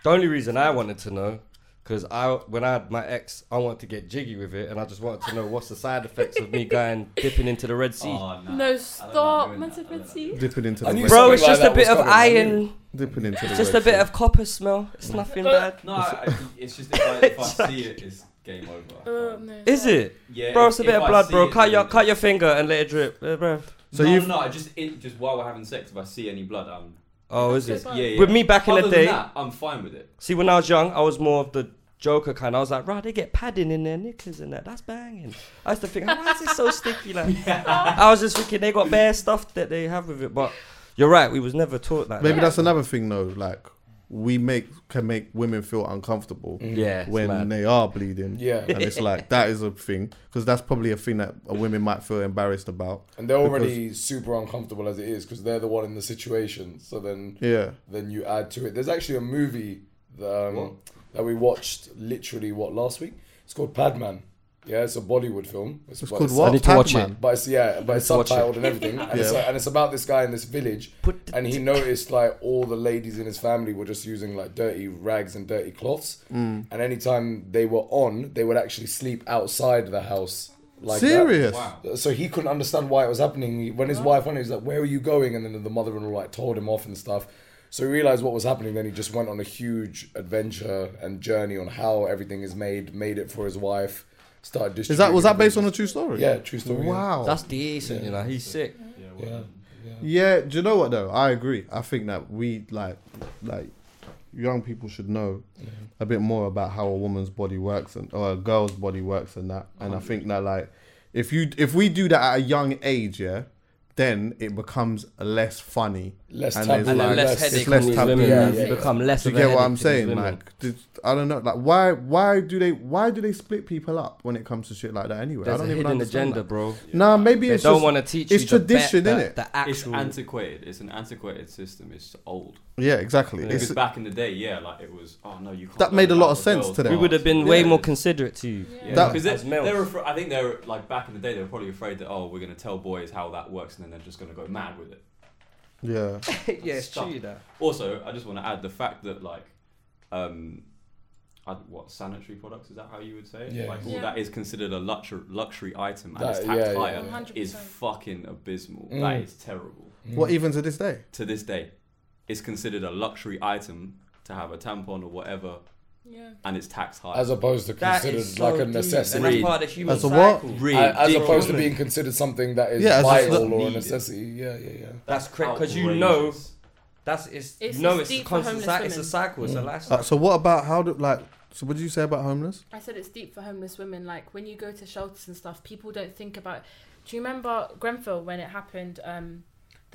S7: The only reason I wanted to know, because I when I had my ex, I wanted to get jiggy with it, and I just wanted to know what's the side effects of me going dipping into the Red Sea.
S5: Oh, nah.
S6: no stop
S5: doing
S6: man
S5: that. I don't
S6: see
S3: Dipping into
S4: I
S3: the
S4: knew
S3: red,
S7: Bro, it's
S4: Something
S7: just
S4: like
S7: a bit of
S4: that was coming, I knew.
S7: iron.
S3: dipping into the
S7: It's just a
S3: red
S7: bit
S3: shit.
S7: of copper smell. It's nothing bad.
S5: No, I, I, it's just if I, if I see it, it's game over.
S6: Uh, no.
S7: Is it?
S5: Yeah,
S7: Bro,
S5: if-
S7: it's a
S5: if
S7: bit of
S5: I
S7: blood,
S5: see
S7: bro.
S5: it,
S7: Cut
S5: then
S7: your
S5: it's-
S7: cut your finger and let it drip, uh, bro.
S3: So
S5: no,
S3: you've-
S5: no, I just it, just while we're having sex, if I see any blood, I'm
S7: Oh, is it?
S5: yeah. yeah.
S7: With me back in the
S5: Other than
S7: day-
S5: that, I'm fine with it.
S7: See, when I was young, I was more of the joker kind. I was like, right, they get padding in their knickers and that. That's banging. I used to think, why is it so sticky? Like, I was just thinking they got bare stuff that they have with it. But you're right, we was never taught that.
S3: Maybe that's another thing though. Like we make can make women feel uncomfortable.
S7: yeah, it's
S3: when
S7: mad.
S3: they are bleeding.
S4: Mm. Yeah.
S3: and it's like that is a thing because that's probably a thing that a women might feel embarrassed about.
S4: And they're already super uncomfortable as it is because they're the one in the situation. So then,
S3: Yeah.
S4: then you add to it. There's actually a movie that, um, that we watched literally what last week. It's called Padman. Yeah, it's a Bollywood film. It's,
S3: It's
S4: but
S3: called
S4: it's-
S3: what?
S7: need to watch
S3: Pac-Man.
S4: But it's yeah, but it's
S7: Let's watch it.
S4: subtitled and everything. And, it's,
S3: Yeah.
S4: and it's about this guy in this village,
S7: Put the
S4: and he noticed like all the ladies in his family were just using like dirty rags and dirty cloths. Mm. And anytime they were on, they would actually sleep outside the house. Like that.
S3: Serious.
S4: So he couldn't understand why it was happening. He- When his wife went, he was like, "Where are you going?" And then the mother-in-law like told him off and stuff. So he realized what was happening. Then he just went on a huge adventure and journey on how everything is made. Made it for his wife. Started.
S3: Is that was
S4: distributing
S3: that based
S4: things.
S3: on a true story?
S4: Yeah, true story. yeah.
S3: Wow.
S7: That's decent, you know. He's sick.
S3: yeah. Do you know what though? I agree. I think that we like like young people should know a bit more about how a woman's body works and or a girl's body works and that. And I think that like if you if we do that at a young age, yeah, then it becomes less funny.
S4: Less
S3: and
S4: taboo.
S3: there's,
S7: And then
S4: Like,
S7: less
S4: it's
S7: headache
S3: less
S7: on these
S3: taboo.
S7: women.
S4: Yeah,
S7: man.
S4: yeah,
S7: You
S4: yeah.
S7: become less
S3: Do
S7: of
S3: you
S7: a
S3: get what
S7: headache
S3: I'm
S7: to these
S3: saying?
S7: women.
S3: Like, did, I don't know. Like, why why do they why do they split people up when it comes to shit like that? Anyway,
S7: There's
S3: I
S7: a
S3: don't even
S7: hidden
S3: understand
S7: agenda,
S3: that.
S7: bro.
S3: Nah, maybe
S7: They
S3: it's
S7: don't
S3: just-
S7: want to teach
S3: It's
S7: you
S3: tradition,
S7: the, be-
S3: innit?
S7: the, the
S5: It's
S7: actual.
S5: antiquated. It's an antiquated system. It's old.
S3: yeah, exactly. It's,
S5: Because back in the day, yeah, like it was. Oh no, you can't.
S3: That
S5: learn
S3: made a
S5: about
S3: lot of
S5: the
S3: sense
S5: girls'
S3: to them.
S7: we
S5: parts.
S7: would have been way
S5: Yeah.
S7: more considerate to you.
S3: Yeah. That-
S5: Because
S7: as
S5: they,
S7: males.
S5: they were, afra- I think they were like back in the day, they were probably afraid that oh, we're gonna tell boys how that works, and then they're just gonna go mad with it.
S3: yeah,
S7: yeah, it's true. That.
S5: Also, I just want to add the fact that like, um, I, what sanitary products is that how you would say? it?
S4: Yeah.
S5: Like all
S6: Yeah.
S5: that is considered a luxury luxury item and
S4: That-
S5: is
S4: yeah,
S5: taxed
S4: yeah, Mm.
S5: higher
S4: yeah.
S5: is
S6: 100%.
S5: fucking abysmal. That is terrible.
S4: Mm.
S3: What even to this day?
S5: To this day, it's considered a luxury item to have a tampon or whatever,
S6: Yeah.
S5: and it's taxed higher.
S4: as opposed to
S7: That
S4: considered
S7: is
S4: like
S7: so
S4: a
S7: deep,
S4: necessity.
S7: And that's
S5: Read.
S7: part of the human
S3: As a what?
S7: cycle.
S5: Read.
S4: A- as opposed to
S5: Ridiculous.
S4: being considered something that is
S3: Yeah, as if
S4: vital
S3: not
S4: or a
S5: needed.
S4: necessity. Yeah, yeah, yeah.
S7: That's correct because you know
S5: Outrageous.
S7: that's it's,
S6: It's-
S7: no
S6: it's
S7: it's, a
S6: deep for
S7: constant
S6: homeless
S7: cycle. It's a
S6: women.
S7: cycle.
S4: Mm.
S7: It's a
S3: Uh,
S7: lifestyle.
S3: so what about how do like? So what did you say about homeless?
S6: I said it's deep for homeless women. Like when you go to shelters and stuff, people don't think about. Do you remember Grenfell when it happened? Um,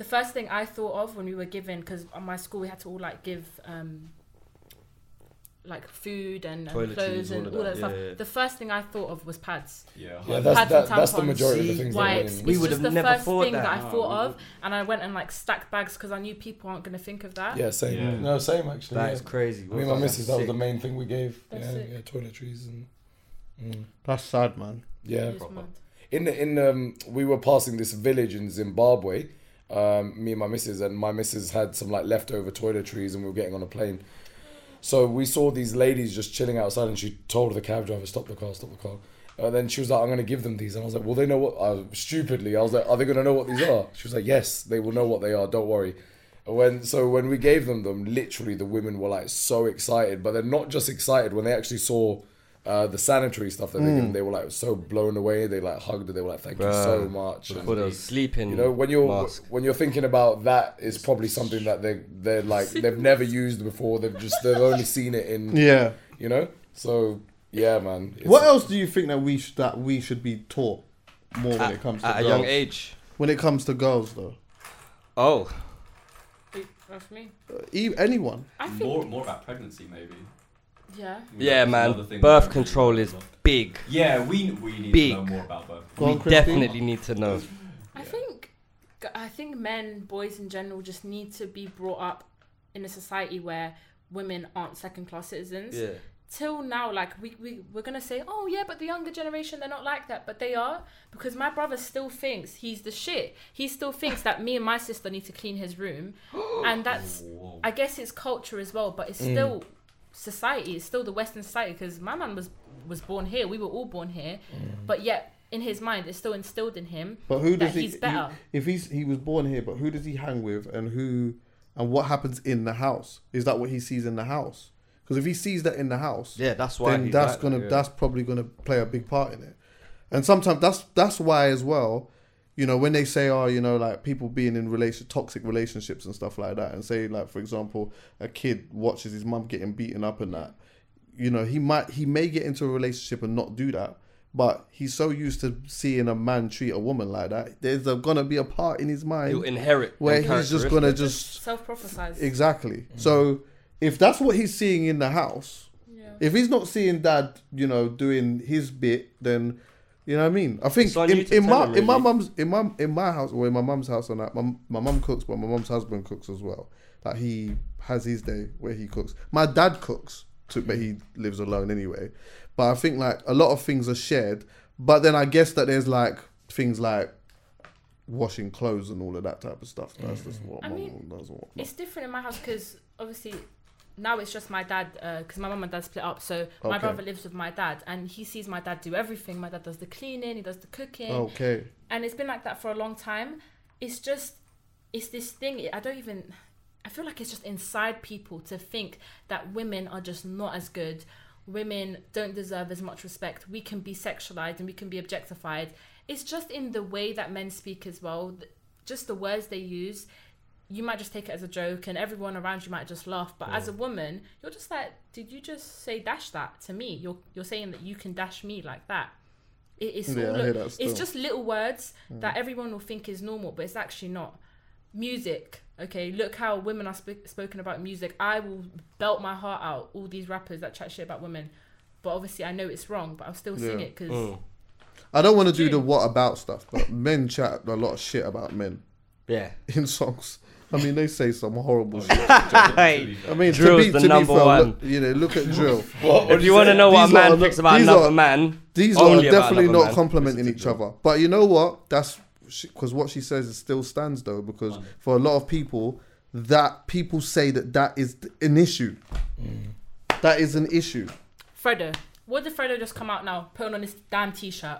S6: the first thing I thought of when we were given, because on my school we had to all like give um, like food and, and
S7: Toiletries,
S6: clothes
S7: all
S6: and
S7: of
S6: all
S7: that.
S6: that stuff.
S7: Yeah, yeah.
S6: The first thing I thought of was pads.
S5: Yeah.
S4: Yeah,
S6: Pads
S4: that's,
S6: and
S4: that, that's the
S6: tampons,
S4: majority of the things that
S6: wipes.
S4: women.
S7: We
S6: it's
S7: would
S6: just
S7: have
S6: the
S7: never
S6: first
S7: thought
S6: thing that,
S7: that.
S6: I thought of, and I went and like stacked bags because I knew people aren't going to think of that.
S4: Yeah, same.
S5: Yeah.
S4: No, same actually.
S7: That
S4: yeah.
S7: is crazy.
S4: Me and my missus, that was the main thing we gave.
S6: That's
S4: yeah,
S6: sick.
S4: yeah, toiletries and mm.
S3: That's sad, man.
S4: yeah.
S6: It's mad.
S4: in in um, we were passing this village in Zimbabwe. Um, me and my missus and my missus had some like leftover toiletries, and we were getting on a plane. So we saw these ladies just chilling outside, and she told the cab driver, "Stop the car, stop the car." And then she was like, "I'm going to give them these," and I was like, "Will they know what?" Uh, stupidly, I was like, "Are they going to know what these are?" She was like, "Yes, they will know what they are. Don't worry." When so when we gave them them, literally the women were like so excited, but they're not just excited when they actually saw uh, the sanitary stuff that they
S3: Hmm.
S4: gave them. They were like so blown away. They like hugged. her, They were like, "Thank you so much." And,
S7: Put a sleeping.
S4: you know, when you're
S7: mask.
S4: when you're thinking about that, it's probably something that they they're like they've never used before. They've just they've only seen it in
S3: Yeah.
S4: you know. So yeah, man. It's-
S3: What else do you think that we sh- that we should be taught more when it comes to
S7: at a
S3: girls?
S7: young age.
S3: When it comes to girls, though,
S7: Oh,
S6: That's me.
S3: e- anyone.
S6: I think.
S5: More, more about pregnancy, maybe.
S6: Yeah.
S7: yeah,
S5: That's another
S7: man.
S5: thing
S7: Birth
S5: that I
S7: control
S5: really
S7: is
S5: love.
S7: big.
S5: Yeah, we we need
S7: Big.
S5: to know more about birth.
S3: Go
S7: We
S3: on, Christy.
S7: definitely need to know.
S6: I think I think men, boys in general, just need to be brought up in a society where women aren't second class citizens.
S7: Yeah.
S6: Till now, like we, we we're gonna say, oh yeah, but the younger generation they're not like that, but they are because my brother still thinks he's the shit. He still thinks that me and my sister need to clean his room, and that's I guess it's culture as well, but it's still society. It's still the Western society because my man was was born here. We were all born here,
S3: Mm.
S6: but yet in his mind, it's still instilled in him.
S3: But who
S6: that
S3: does he,
S6: he's
S3: he-
S6: better?
S3: If he's he was born here, but who does he hang with, and who, and what happens in the house? Is that what he sees in the house? Because if he sees that in the house,
S7: Yeah, that's why
S3: Then
S7: he's
S3: that's
S7: like that,
S3: gonna
S7: yeah.
S3: that's probably gonna play a big part in it. And sometimes that's that's why as well. You know when they say, "Oh, you know, like people being in relation toxic relationships and stuff like that," and say, like for example, a kid watches his mum getting beaten up and that. You know, he might he may get into a relationship and not do that, but he's so used to seeing a man treat a woman like that. There's a, gonna be a part in his mind
S7: You'll inherit.
S3: where
S7: them
S3: he's just gonna
S7: characteristics.
S3: just
S6: Self prophesize.
S3: Exactly. So if that's what he's seeing in the house, if he's not seeing dad, you know, doing his bit, then you know what I mean. I think
S7: It's on
S3: in,
S7: you to
S3: in my
S7: tell him,
S3: in my
S7: really.
S3: mum's in my in my house or in my mum's house on that my my mum cooks, but my mum's husband cooks as well. Like he has his day where he cooks. My dad cooks, too, but he lives alone anyway. But I think like a lot of things are shared. But then I guess that there's like things like washing clothes and all of that type of stuff. That's just what
S6: I
S3: my
S6: mean,
S3: mum does. and whatnot.
S6: It's different in my house because obviously now it's just my dad because my mum and dad split up. So my
S3: Okay.
S6: brother lives with my dad and he sees my dad do everything. My dad does the cleaning, he does the cooking.
S3: Okay.
S6: and it's been like that for a long time. It's just, it's this thing. I don't even. I feel like it's just inside people to think that women are just not as good. Women don't deserve as much respect. We can be sexualized and we can be objectified. It's just in the way that men speak as well. th- Just the words they use. You might just take it as a joke, and everyone around you might just laugh. But as a woman, you're just like, did you just say dash that to me? You're you're saying that you can dash me like that. It- it's
S3: Yeah,
S6: all
S3: I hear that
S6: it's
S3: still. Mm.
S6: just little words that everyone will think is normal, but it's actually not. Music, okay. Look how women are sp- spoken about music. I will belt my heart out all these rappers that chat shit about women, but obviously I know it's wrong, but I'll still sing
S3: Yeah.
S6: it because
S3: Mm.
S7: Mm.
S3: I don't want to do
S6: True.
S3: the what about stuff, but men chat a lot of shit about men
S7: yeah. Oh,
S3: in songs. I mean, they say some horrible shit.
S7: Hey,
S3: I mean,
S7: Drill's
S3: to be,
S7: the
S3: to
S7: number
S3: be fair,
S7: one.
S3: look, you know, look at drill.
S7: if you want to know what a
S3: These
S7: man
S3: are-
S7: thinks about
S3: these
S7: another
S3: are-
S7: man,
S3: These lot are
S7: only about
S3: definitely
S7: another
S3: not
S7: man.
S3: complimenting each other. But you know what? That's because what she says is still stands though, because for a lot of people,
S7: Mm.
S3: that people say that that is an issue. That is an issue.
S6: Fredo. What did Fredo just come out now, putting on this damn t-shirt?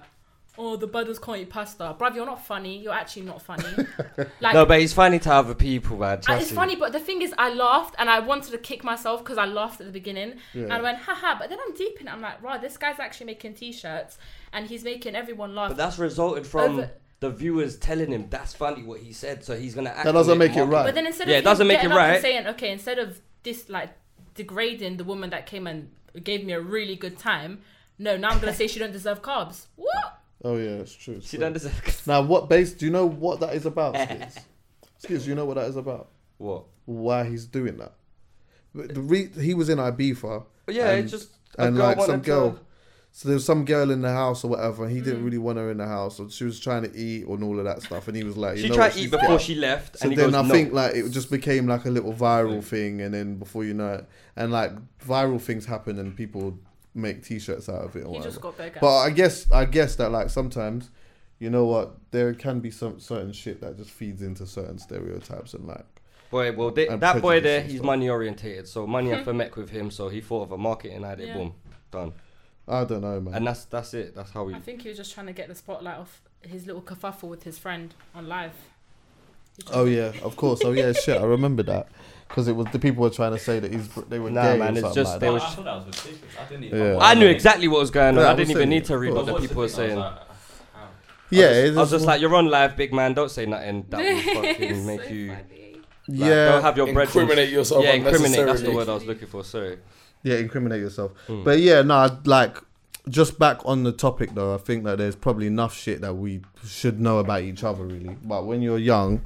S6: Oh, the brothers can't eat pasta. Bruv, you're not funny. You're actually not funny. like,
S7: No, but it's funny to other people, man.
S6: I-
S7: Trust
S6: it's
S7: me.
S6: funny, but the thing is, I laughed and I wanted to kick myself because I laughed at the beginning and I went, haha. But then I'm deep in it. I'm like, right, this guy's actually making t-shirts and he's making everyone laugh.
S7: But that's resulted from
S6: Over-
S7: the viewers telling him that's funny what he said, so he's gonna. Act
S3: That doesn't
S7: on
S3: make it
S7: market
S3: right.
S6: But then instead
S7: Yeah,
S6: of
S7: it doesn't
S6: him
S7: make it
S6: getting up and
S7: right.
S6: saying, okay, instead of this like degrading the woman that came and gave me a really good time, no, now I'm gonna say she don't deserve carbs. What?
S3: Oh yeah, it's true. it's
S7: She
S3: true.
S7: don't deserve
S3: Now, what base? Do you know what that is about, Skids? Skids, do you know what that is about?
S7: what?
S3: Why he's doing that? But The re- he was in Ibiza.
S7: But Oh, yeah,
S3: and-
S7: it's just a
S3: and
S7: girl
S3: like some
S7: wanted to- Mm.
S3: girl. So there was some girl in the house or whatever, and he didn't really want her in the house, so she was trying to eat and all of that stuff, and he was like, you
S7: She
S3: know
S7: tried
S3: what,
S7: to eat
S3: she's
S7: before
S3: gay.
S7: she left,
S3: So
S7: and he
S3: then
S7: goes,
S3: I
S7: no.
S3: think like it just became like a little viral thing, and then before you know it, and like viral things happen, and people make T-shirts out of it.
S6: He
S3: Or
S6: just
S3: whatever.
S6: got bigger.
S3: But I guess I guess that like sometimes, you know what, there can be some certain shit that just feeds into certain stereotypes and like
S7: Boy, well, they,
S3: And
S7: that boy
S3: prejudice
S7: there,
S3: and
S7: he's
S3: stuff.
S7: money orientated. So money and Femek with him, so he thought of a marketing idea. Boom, done.
S3: I don't know, man.
S7: And that's that's it. That's how we.
S6: I think he was just trying to get the spotlight off his little kerfuffle with his friend on live.
S3: oh yeah, of course. Oh yeah, shit. I remember that because it was the people were trying to say that he's they were
S7: Nah,
S3: gay
S7: man,
S3: or
S7: it's
S3: something
S7: just
S3: like
S7: they
S3: that.
S7: was-
S5: I thought that was ridiculous. I didn't even.
S3: Yeah.
S7: I knew exactly what was going
S3: Yeah,
S7: on.
S3: I
S7: I
S3: was
S7: didn't even
S3: saying
S7: need
S3: it.
S7: to read what
S3: Well,
S7: the people were saying. I
S3: yeah,
S7: was,
S3: it's
S7: I was just like, you're on live, big man. Don't say nothing. That will fucking make you. like,
S3: yeah,
S7: Don't have your bread.
S4: Incriminate yourself
S7: Yeah, incriminate. That's the
S4: unnecessarily.
S7: word I was looking for. Sorry.
S3: yeah, incriminate yourself.
S7: Hmm.
S3: But yeah, no, I'd like just back on the topic though, I think that there's probably enough shit that we should know about each other really. But when you're young,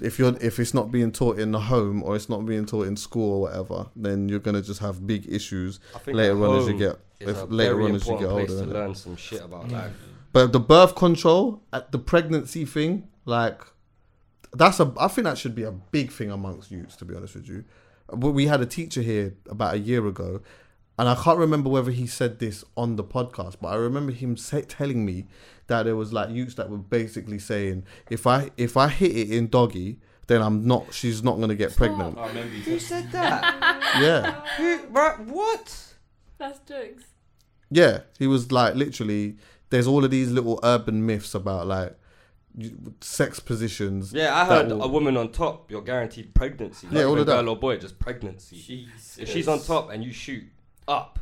S3: if you're if it's not being taught in the home or it's not being taught in school or whatever, then you're gonna just have big issues
S7: think
S3: later on as you
S7: home
S3: get
S7: It's a
S3: if, later
S7: very
S3: on as you get
S7: important place
S3: older.
S7: to
S3: innit?
S7: learn some shit about life.
S3: But the birth control, at the pregnancy thing, like that's a. I think that should be a big thing amongst youths, to be honest with you. But we had a teacher here about a year ago, and I can't remember whether he said this on the podcast, but I remember him say, telling me that there was like youths that were basically saying, if I if I hit it in doggy, then I'm not. She's not gonna get pregnant.
S5: Oh,
S7: Who said that?
S3: Yeah,
S7: Who? Right? What?
S6: That's jokes.
S3: yeah. He was like literally. There's all of these little urban myths about like you- sex positions.
S7: Yeah, I
S3: that
S7: heard
S3: will-
S7: a woman on top, you're guaranteed pregnancy. Not
S3: Yeah, all
S7: even
S3: of that.
S7: Girl or boy, just pregnancy. if she's on top and you shoot up,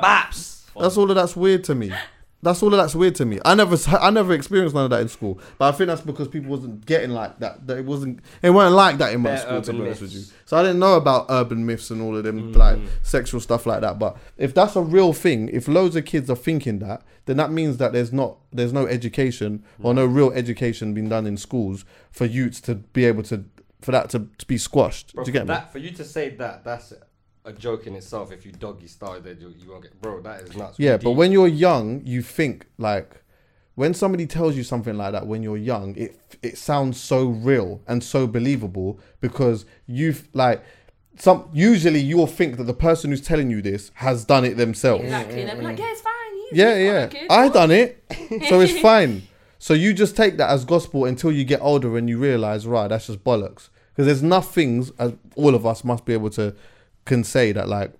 S7: baps.
S3: That's all of that's weird to me. That's all of that's weird to me. I never, s- I never experienced none of that in school. But I think that's because people wasn't getting like that. That it wasn't, it weren't like that in my
S7: Bare
S3: school. To be
S7: urban
S3: honest with
S7: myths. Mm-hmm.
S3: you, so I didn't know about urban myths and all of them like sexual stuff like that. But if that's a real thing, if loads of kids are thinking that, then that means that there's not, there's no education or no real education being done in schools for youths to be able to, for that to, to be squashed.
S7: Bro,
S3: Do you get me?
S7: that, For you to say that, that's a joke in itself. If you doggy style, then you, you won't get. Bro, that is nuts.
S3: Yeah,
S7: We
S3: but
S7: deep.
S3: when you're young, you think like when somebody tells you something like that when you're young, it it sounds so real and so believable because you've like some usually you'll think that the person who's telling you this has done it themselves.
S6: Exactly. And they'll be like, yeah, it's fine. he's-
S3: Yeah,
S6: he's
S3: yeah.
S6: got a good
S3: I
S6: one."
S3: done it, so it's fine. So you just take that as gospel until you get older and you realize, right, that's just bollocks. Because there's enough things as all of us must be able to can say that, like,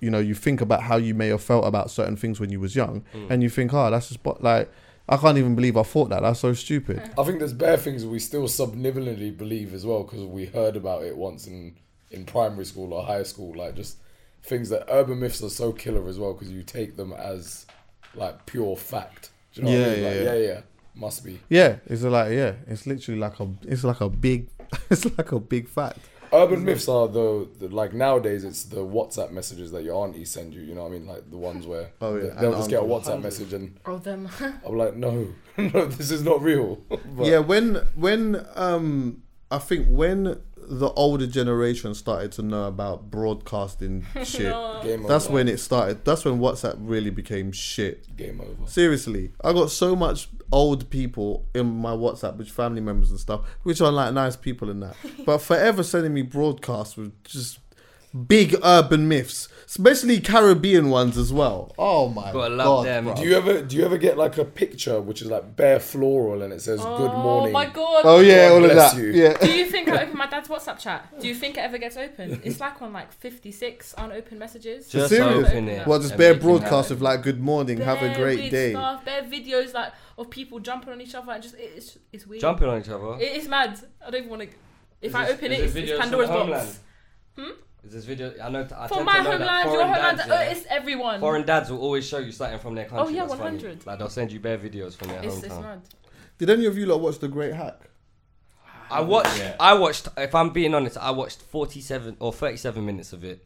S3: you know, you think about how you may have felt about certain things when you was young, and you think, oh, that's just bo- like, I can't even believe I thought that. That's so stupid.
S4: I think there's bare things we still subliminally believe as well because we heard about it once in in primary school or high school, like just things that urban myths are so killer as well because you take them as like pure fact. Do you know what I
S3: Yeah,
S4: mean? Like,
S3: yeah,
S4: yeah,
S3: yeah.
S4: yeah, Must be
S3: Yeah, it's like, yeah, it's literally like a, it's like a big, it's like a big fact.
S4: urban myths are the, the like nowadays it's the WhatsApp messages that your auntie send you. You know what I mean? Like the ones where
S3: Oh, yeah,
S4: th-
S3: and
S4: they'll just get a
S3: uncle.
S4: WhatsApp message and
S6: Oh, them.
S4: I'm like, no, no, this is not real. But
S3: yeah, when when um I think when the older generation started to know about broadcasting shit,
S4: Game
S3: that's
S4: over.
S3: when it started. That's when WhatsApp really became shit.
S4: game over.
S3: Seriously, I got so much old people in my WhatsApp, which family members and stuff, which are like nice people and that, but forever sending me broadcasts with just big urban myths, especially Caribbean ones as well. Oh my
S7: Gotta love
S3: god!
S7: them.
S3: bruv.
S4: Do you ever do you ever get like a picture which is like bare floral and it says good
S6: Oh
S4: morning?
S6: my god.
S3: oh yeah, all of
S4: bless
S3: that.
S4: you.
S3: Yeah.
S6: Do you think I open my dad's WhatsApp chat? Do you think it ever gets open? It's like on like 56 unopened messages.
S7: Just
S3: Serious?
S7: open it.
S3: Well, just
S7: and
S3: bare
S7: make it happen.
S3: broadcast of like "Good morning, have a
S6: Bare
S3: great
S6: weird
S3: day."
S6: Stuff, bare videos like of people jumping on each other. And just it's it's weird.
S7: Jumping on each other.
S6: It is mad. I don't even want to. If I
S7: this-
S6: open
S7: is
S6: it,
S7: it
S6: it's,
S7: videos
S6: it's
S7: from
S6: Pandora's
S7: Homeland?
S6: box. Hmm?
S7: Is this video? I know. I
S6: For
S7: tend
S6: my
S7: to know that
S6: homeland, your
S7: foreign
S6: homeland,
S7: dads,
S6: oh,
S7: yeah,
S6: it's everyone. Oh,
S7: Foreign dads will always show you something from their country.
S6: yeah,
S7: that's funny.
S6: 100.
S7: Like they'll send you bare videos from their
S6: It's, it's
S7: hometown.
S6: mad.
S3: Did any of you lot watch The Great Hack?
S7: I watched.
S5: Yeah.
S7: I watched. If I'm being honest, I watched 47 or 37 minutes of it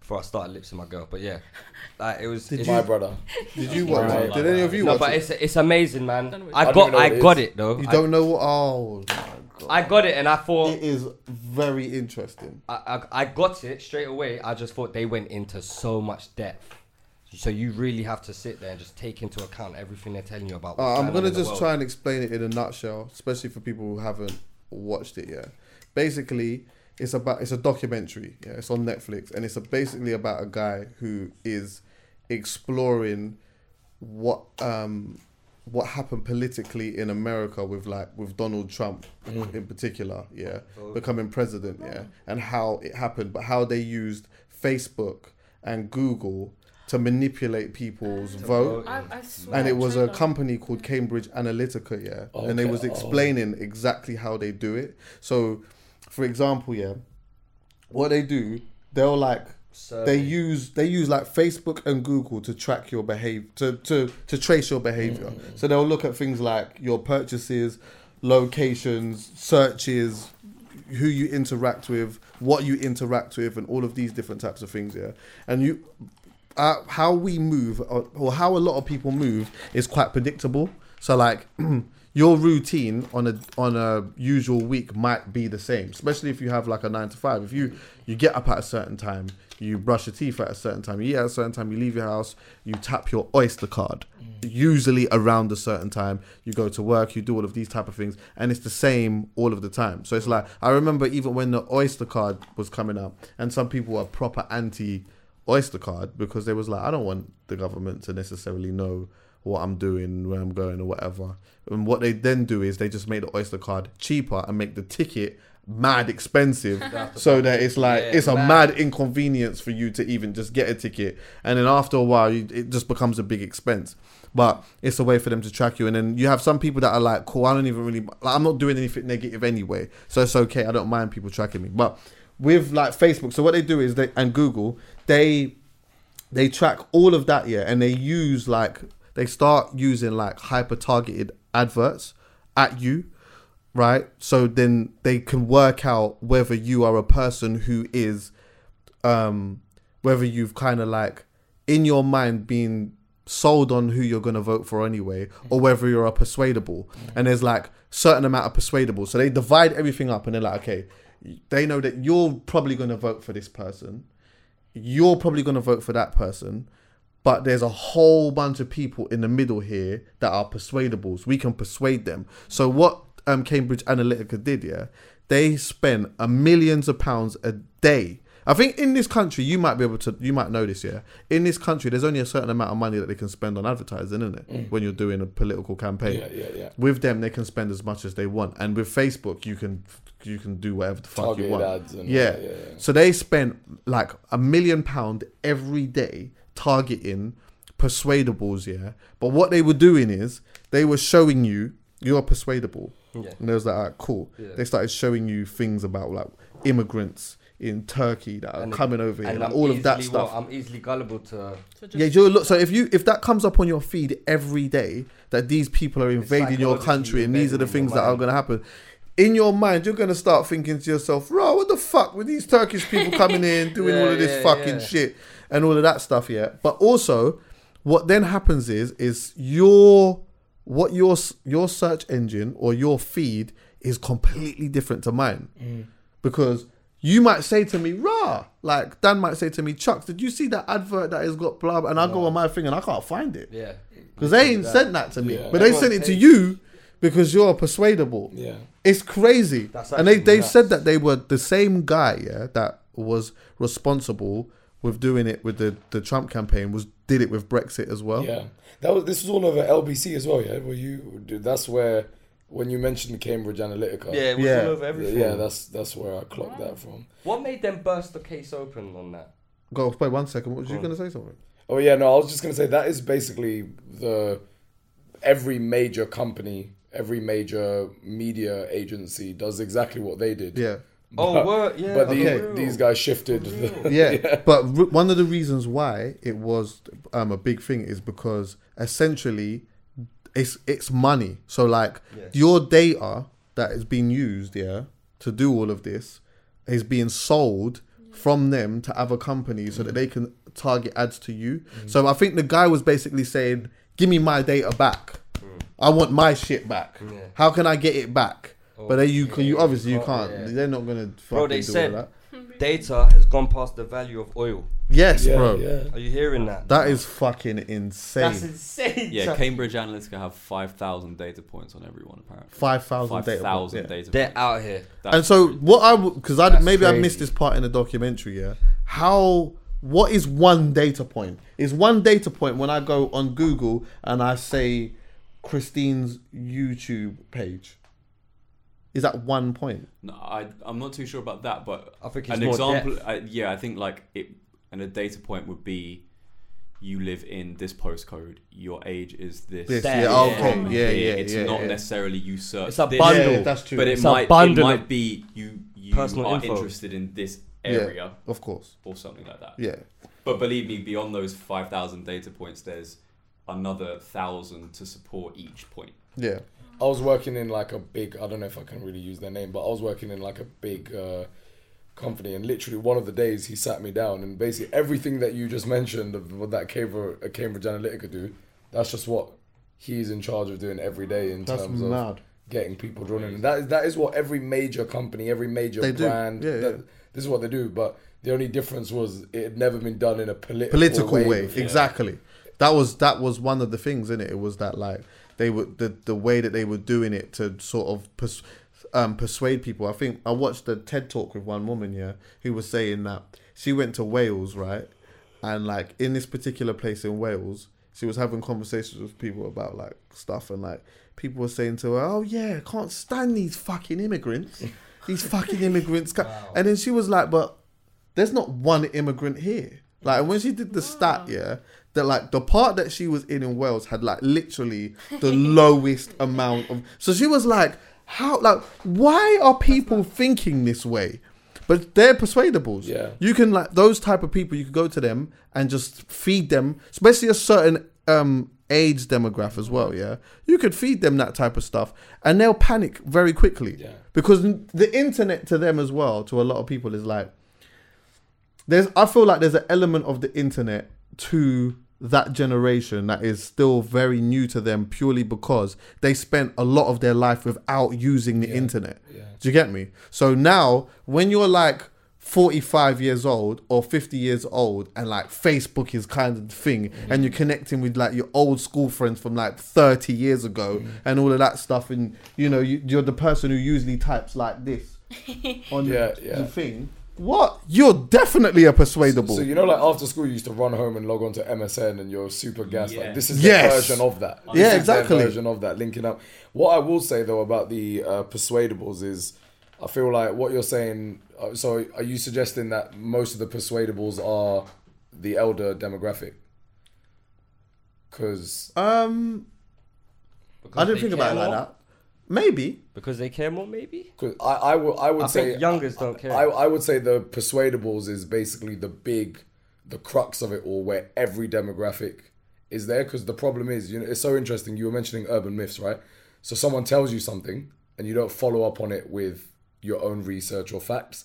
S7: before I started lipsing my girl. But yeah, like it was. it's-
S4: my brother.
S3: Did you watch
S4: Right.
S3: it? Did any of you
S7: no,
S3: watch
S7: but
S3: it?
S7: it's it's amazing, man. I,
S4: don't
S7: got
S4: even know
S7: I
S4: what it
S7: got
S4: is.
S7: it though.
S3: You
S7: I,
S3: don't know what? Oh, my God.
S7: I got it, and I thought
S3: it is very interesting.
S7: I, I I got it straight away. I just thought they went into so much depth. So you really have to sit there and just take into account everything they're telling you about. what's
S3: Uh, I'm
S7: going
S3: gonna
S7: on in the
S3: just
S7: world.
S3: try and explain it in a nutshell, especially for people who haven't watched it yet. Basically, it's about it's a documentary. Yeah, it's on Netflix, and it's a, basically about a guy who is exploring what um what happened politically in America with like with Donald Trump
S7: Mm.
S3: in particular, yeah,
S7: Oh.
S3: becoming president, yeah, and how it happened, but how they used Facebook and Google to manipulate people's vote
S6: I, I swear.
S3: and it was a
S6: trailer.
S3: company called Cambridge Analytica, yeah, and they
S4: Okay,
S3: was
S4: oh.
S3: explaining exactly how they do it. So, for example, yeah, what they do, they'll like they use they use like Facebook and Google to track your behavior to to to trace your behavior.
S4: Mm-hmm.
S3: So they'll look at things like your purchases, locations, searches, who you interact with, what you interact with, and all of these different types of things. Yeah, and you, uh, how we move or, or how a lot of people move is quite predictable. So like. Your routine on a on a usual week might be the same, especially if you have like a nine to five. If you you get up at a certain time, you brush your teeth at a certain time, you eat at a certain time, you leave your house, you tap your Oyster card, usually around a certain time. You go to work, you do all of these type of things, and it's the same all of the time. So it's like I remember even when the Oyster card was coming out, and some people were proper anti Oyster card because they was like, I don't want the government to necessarily know what I'm doing, where I'm going, or whatever. And what they then do is they just make the Oyster card cheaper and make the ticket mad expensive so that it's like
S7: Yeah,
S3: it's a
S7: mad.
S3: mad mad inconvenience for you to even just get a ticket. And then after a while, you, it just becomes a big expense. But it's a way for them to track you. And then you have some people that are like, cool, I don't even really, like, I'm not doing anything negative anyway. So it's okay. I don't mind people tracking me. But with like Facebook, so what they do is they, and Google, they, they track all of that yeah and they use like they start using like hyper targeted adverts at you right so then they can work out whether you are a person who is um whether you've kind of like in your mind been sold on who you're going to vote for anyway or whether you're a persuadable and there's like certain amount of persuadable so they divide everything up and they're like okay they know that you're probably going to vote for this person you're probably going to vote for that person but there's a whole bunch of people in the middle here that are persuadables we can persuade them so what um, cambridge analytica did yeah they spent a millions of pounds a day i think in this country you might be able to you might know this yeah in this country there's only a certain amount of money that they can spend on advertising isn't it when you're doing a political campaign
S4: Mm. Yeah, yeah, yeah.
S3: with them they can spend as much as they want and with facebook you can you can do whatever the fuck
S4: Targeted
S3: you want
S4: ads and all
S3: yeah.
S4: that, yeah, yeah.
S3: so they spent like a million pound every day targeting persuadables yeah but what they were doing is they were showing you you're persuadable
S7: Yeah.
S3: and they was like all right, cool they started showing you things about like immigrants in turkey that are
S7: And-
S3: coming over here
S7: and
S3: like
S7: I'm
S3: all of that
S7: easily what?
S3: stuff
S7: I'm easily gullible to. uh,
S3: yeah, you look. So if you if that comes up on your feed every day that these people are invading your
S7: psychologically
S3: country and these are the
S7: invading
S3: things
S7: your
S3: that are
S7: mind.
S3: going to happen, in your mind you're going to start thinking to yourself, "Raw, what the fuck with these Turkish people coming in doing
S7: Yeah,
S3: all of this
S7: yeah,
S3: fucking
S7: yeah.
S3: shit and all of that stuff?" Yeah, but also what then happens is is your what your s- your search engine or your feed is completely different to mine
S7: Mm.
S3: because you might say to me, "Rah," like Dan might say to me, "Chucks, did you see that advert that has got blah?" blah?" And I go on my thing and I can't find it
S7: Yeah.
S3: because they ain't sent that to me,
S4: Yeah.
S3: but they sent it to you because you're persuadable.
S4: Yeah.
S3: It's crazy.
S7: That's
S3: and they
S7: actually
S3: they've
S7: nuts.
S3: said that they were the same guy, yeah, that was responsible with doing it with the, the Trump campaign was did it with Brexit as well.
S4: Yeah, that was. This was all over LBC as well. Yeah, were you? That's where when you mentioned Cambridge Analytica.
S7: Yeah, it was
S3: Yeah.
S7: all over everything.
S4: Yeah, that's that's where I clocked that from.
S7: What made them burst the case open on that?
S3: Go wait one second. What was you going to say something?
S4: Oh yeah, no, I was just gonna say that is basically the every major company, every major media agency does exactly what they did.
S3: Yeah.
S7: oh, what? Yeah.
S4: But the,
S3: Okay.
S4: these guys shifted. The,
S3: yeah, but r- one of the reasons why it was um, a big thing is because essentially it's it's money. So like your data that is being used, yeah, to do all of this is being sold from them to other companies so that they can target ads to you.
S7: Mm.
S3: So I think the guy was basically saying, "Give me my data back.
S7: Mm.
S3: I want my shit back. How can I get it back?"
S7: Oh,
S3: but then you can, you obviously you can't. They're not gonna fucking
S7: bro, they
S3: do all
S7: said
S3: that.
S7: data has gone past the value of oil.
S3: Yes,
S4: yeah,
S3: bro.
S4: yeah.
S7: Are you hearing that?
S3: That is fucking insane.
S7: That's insane.
S5: Yeah,
S7: son.
S5: Cambridge Analytica have 5,000 data points on everyone, apparently.
S3: 5,000 data
S5: 5,000
S3: points, yeah.
S5: data
S7: They're
S5: points.
S7: out here.
S5: That's
S3: and so
S5: crazy.
S3: what I because I
S7: That's
S3: maybe I
S7: crazy.
S3: missed this part in the documentary. Yeah, how what is one data point? Is one data point when I go on Google and I say Christine's YouTube page? Is that one point?
S5: No, I, I'm not too sure about that, but
S7: I think it's
S5: an
S7: more
S5: example.
S7: depth.
S5: I, yeah, I think like it, and a data point would be, you live in this postcode. Your age is this.
S3: This,
S7: There,
S3: yeah,
S7: yeah.
S3: okay, yeah, yeah, yeah.
S5: it's not
S3: yeah.
S5: necessarily you search.
S7: It's a
S5: this,
S7: bundle.
S3: Yeah, yeah, that's true.
S5: But it
S7: It's a
S5: might it
S7: bundle
S5: might
S7: of
S5: be you you
S7: personal
S5: are
S7: info.
S5: interested in this
S3: Yeah,
S5: area
S3: of course.
S5: or something like that.
S3: Yeah,
S5: But believe me, beyond those five thousand data points, there's another thousand to support each point.
S3: yeah.
S4: I was working in like a big, I don't know if I can really use their name, but I was working in like a big uh, company. And literally one of the days he sat me down and basically everything that you just mentioned of what that Cambridge, Cambridge Analytica do, that's just what he's in charge of doing every day in
S3: That's
S4: terms
S3: mad.
S4: of getting people drawn in. That is, that is what every major company, every major
S3: They do.
S4: brand,
S3: Yeah,
S4: that-
S3: yeah.
S4: this is what they do. But the only difference was it had never been done in a political,
S3: political way,
S4: before.
S3: exactly that was that was one of the things in it it was that like they were the, the way that they were doing it to sort of pers- um, persuade people i think i watched a ted talk with one woman yeah who was saying that she went to wales right and like in this particular place in wales she was having conversations with people about like stuff and like people were saying to her oh yeah I can't stand these fucking immigrants these fucking immigrants ca-" and then she was like but there's not one immigrant here. Like and when she did the stat, yeah, that like the part that she was in in Wales had like literally the lowest amount of. So she was like, how like why are people thinking this way? But they're persuadables.
S4: Yeah.
S3: you can like those type of people. You could go to them and just feed them, especially a certain um age demographic as well. Yeah, you could feed them that type of stuff, and they'll panic very quickly.
S4: Yeah.
S3: because the internet to them as well, to a lot of people, is like there's I feel like there's an element of the internet to that generation that is still very new to them purely because they spent a lot of their life without using the internet. Do you get me? So now when you're like 45 years old or 50 years old and like Facebook is kind of the thing
S4: Mm.
S3: and you're connecting with like your old school friends from like 30 years ago
S4: Mm.
S3: and all of that stuff and you know you, you're the person who usually types like this on the-
S4: Yeah,
S3: the,
S4: yeah.
S3: thing what you're definitely a persuadable
S4: So you know, like after school, you used to run home and log on to MSN, and you're super gassed. Like
S5: Yeah.
S4: this is
S3: Yes.
S4: their version of that. This
S3: Yeah,
S4: is their
S3: exactly.
S4: version of that linking up. What I will say though about the uh, persuadables is, I feel like what you're saying. Uh, so are you suggesting that most of the persuadables are the elder demographic? Because
S3: um
S7: Because
S3: i didn't
S7: they
S3: think
S7: care
S3: about it like
S7: more?
S3: that maybe
S7: Because they care more, maybe.
S4: I, I would I would
S7: I
S4: say
S7: think youngers don't care.
S4: I, I would say the persuadables is basically the big, the crux of it all, where every demographic is there. Because the problem is, you know, it's so interesting. You were mentioning urban myths, right? So someone tells you something, and you don't follow up on it with your own research or facts.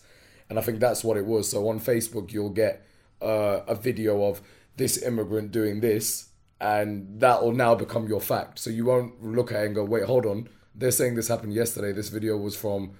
S4: And I think that's what it was. So on Facebook, you'll get uh, a video of this immigrant doing this, and that will now become your fact. So you won't look at it and go, wait, hold on. They're saying this happened yesterday. This video was from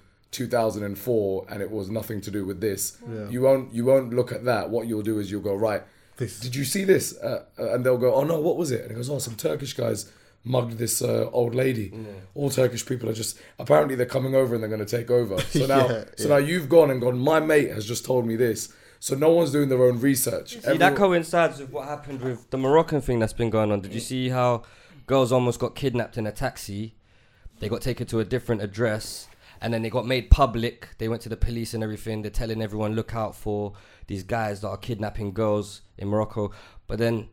S4: 2004, and it was nothing to do with this. You won't you won't look at that. What you'll do is you'll go right. Did you see this? Uh, uh, and they'll go, oh no, what was it? And it goes, oh, some Turkish guys mugged this uh, old lady. All Turkish people are just apparently they're coming over and they're going to take over. So now,
S3: Yeah,
S4: so now you've gone and gone. My mate has just told me this. So no one's doing their own research.
S7: See, that
S4: Everyone-
S7: coincides with what happened with the Moroccan thing that's been going on. Did you see how girls almost got kidnapped in a taxi? They got taken to a different address and then they got made public. They went to the police and everything. They're telling everyone, look out for these guys that are kidnapping girls in Morocco. But then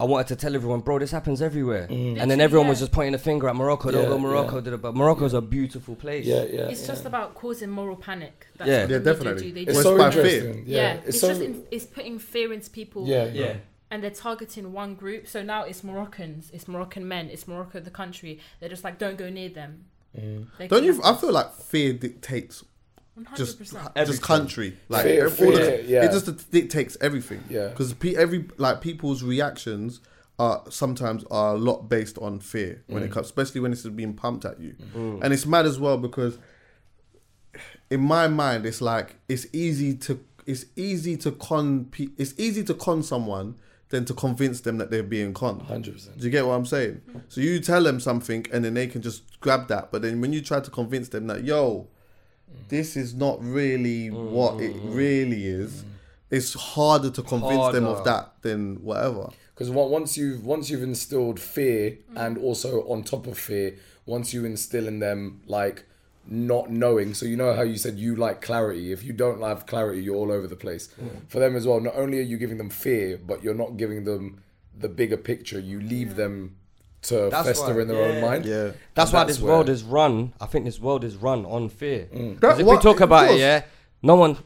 S7: I wanted to tell everyone, bro, this happens everywhere. And then everyone was
S6: yeah.
S7: just pointing the finger at Morocco. Don't
S4: Mm. Yeah,
S7: go Morocco.
S4: yeah.
S7: da- da- But Morocco's a beautiful place.
S4: yeah, yeah.
S6: It's just about causing moral panic. That's
S7: Yeah.
S6: what
S7: Yeah,
S3: Yeah,
S6: people
S3: definitely.
S6: do. They
S3: Well,
S6: just-
S3: it's by fear.
S6: yeah, it's, just in, it's putting fear into people.
S4: yeah, yeah.
S6: and they're targeting one group. So now it's Moroccans, it's Moroccan men, it's Morocco the country. They're just like, don't go near them. They
S3: Mm. Don't
S6: can-
S3: you? I feel like fear dictates just
S6: 100%.
S3: just country. Like
S4: Fear-
S3: if all of
S4: fear,
S3: it,
S4: yeah.
S3: it just dictates everything.
S4: Yeah.
S3: because pe- every like people's reactions are sometimes are a lot based on fear when
S4: Mm.
S3: it comes, especially when this is being pumped at you, and it's mad as well because in my mind it's like it's easy to it's easy to con pe- it's easy to con someone than to convince them that they're being conned.
S4: 100%.
S3: Do you get what I'm saying? So you tell them something and then they can just grab that. But then when you try to convince them that, yo, this is not really what it really is, it's harder to convince
S7: Oh,
S3: them of
S7: Harder.
S3: that than whatever.
S4: Because once you've once you've instilled fear, and also on top of fear, once you instill in them like not knowing. So you know how you said you like clarity. If you don't have clarity, you're all over the place.
S7: Mm.
S4: For them as well. Not only are you giving them fear, but you're not giving them the bigger picture. You leave them to
S7: That's
S4: fester
S7: why-
S4: in their own
S7: yeah.
S4: mind.
S3: Yeah.
S7: That's why
S4: That's
S7: this world
S4: where- Mm.
S7: is run. I think this world is run on fear. 'Cause
S3: That-
S7: if
S3: what-
S7: we talk
S3: of
S7: about it,
S3: course.
S7: yeah, no one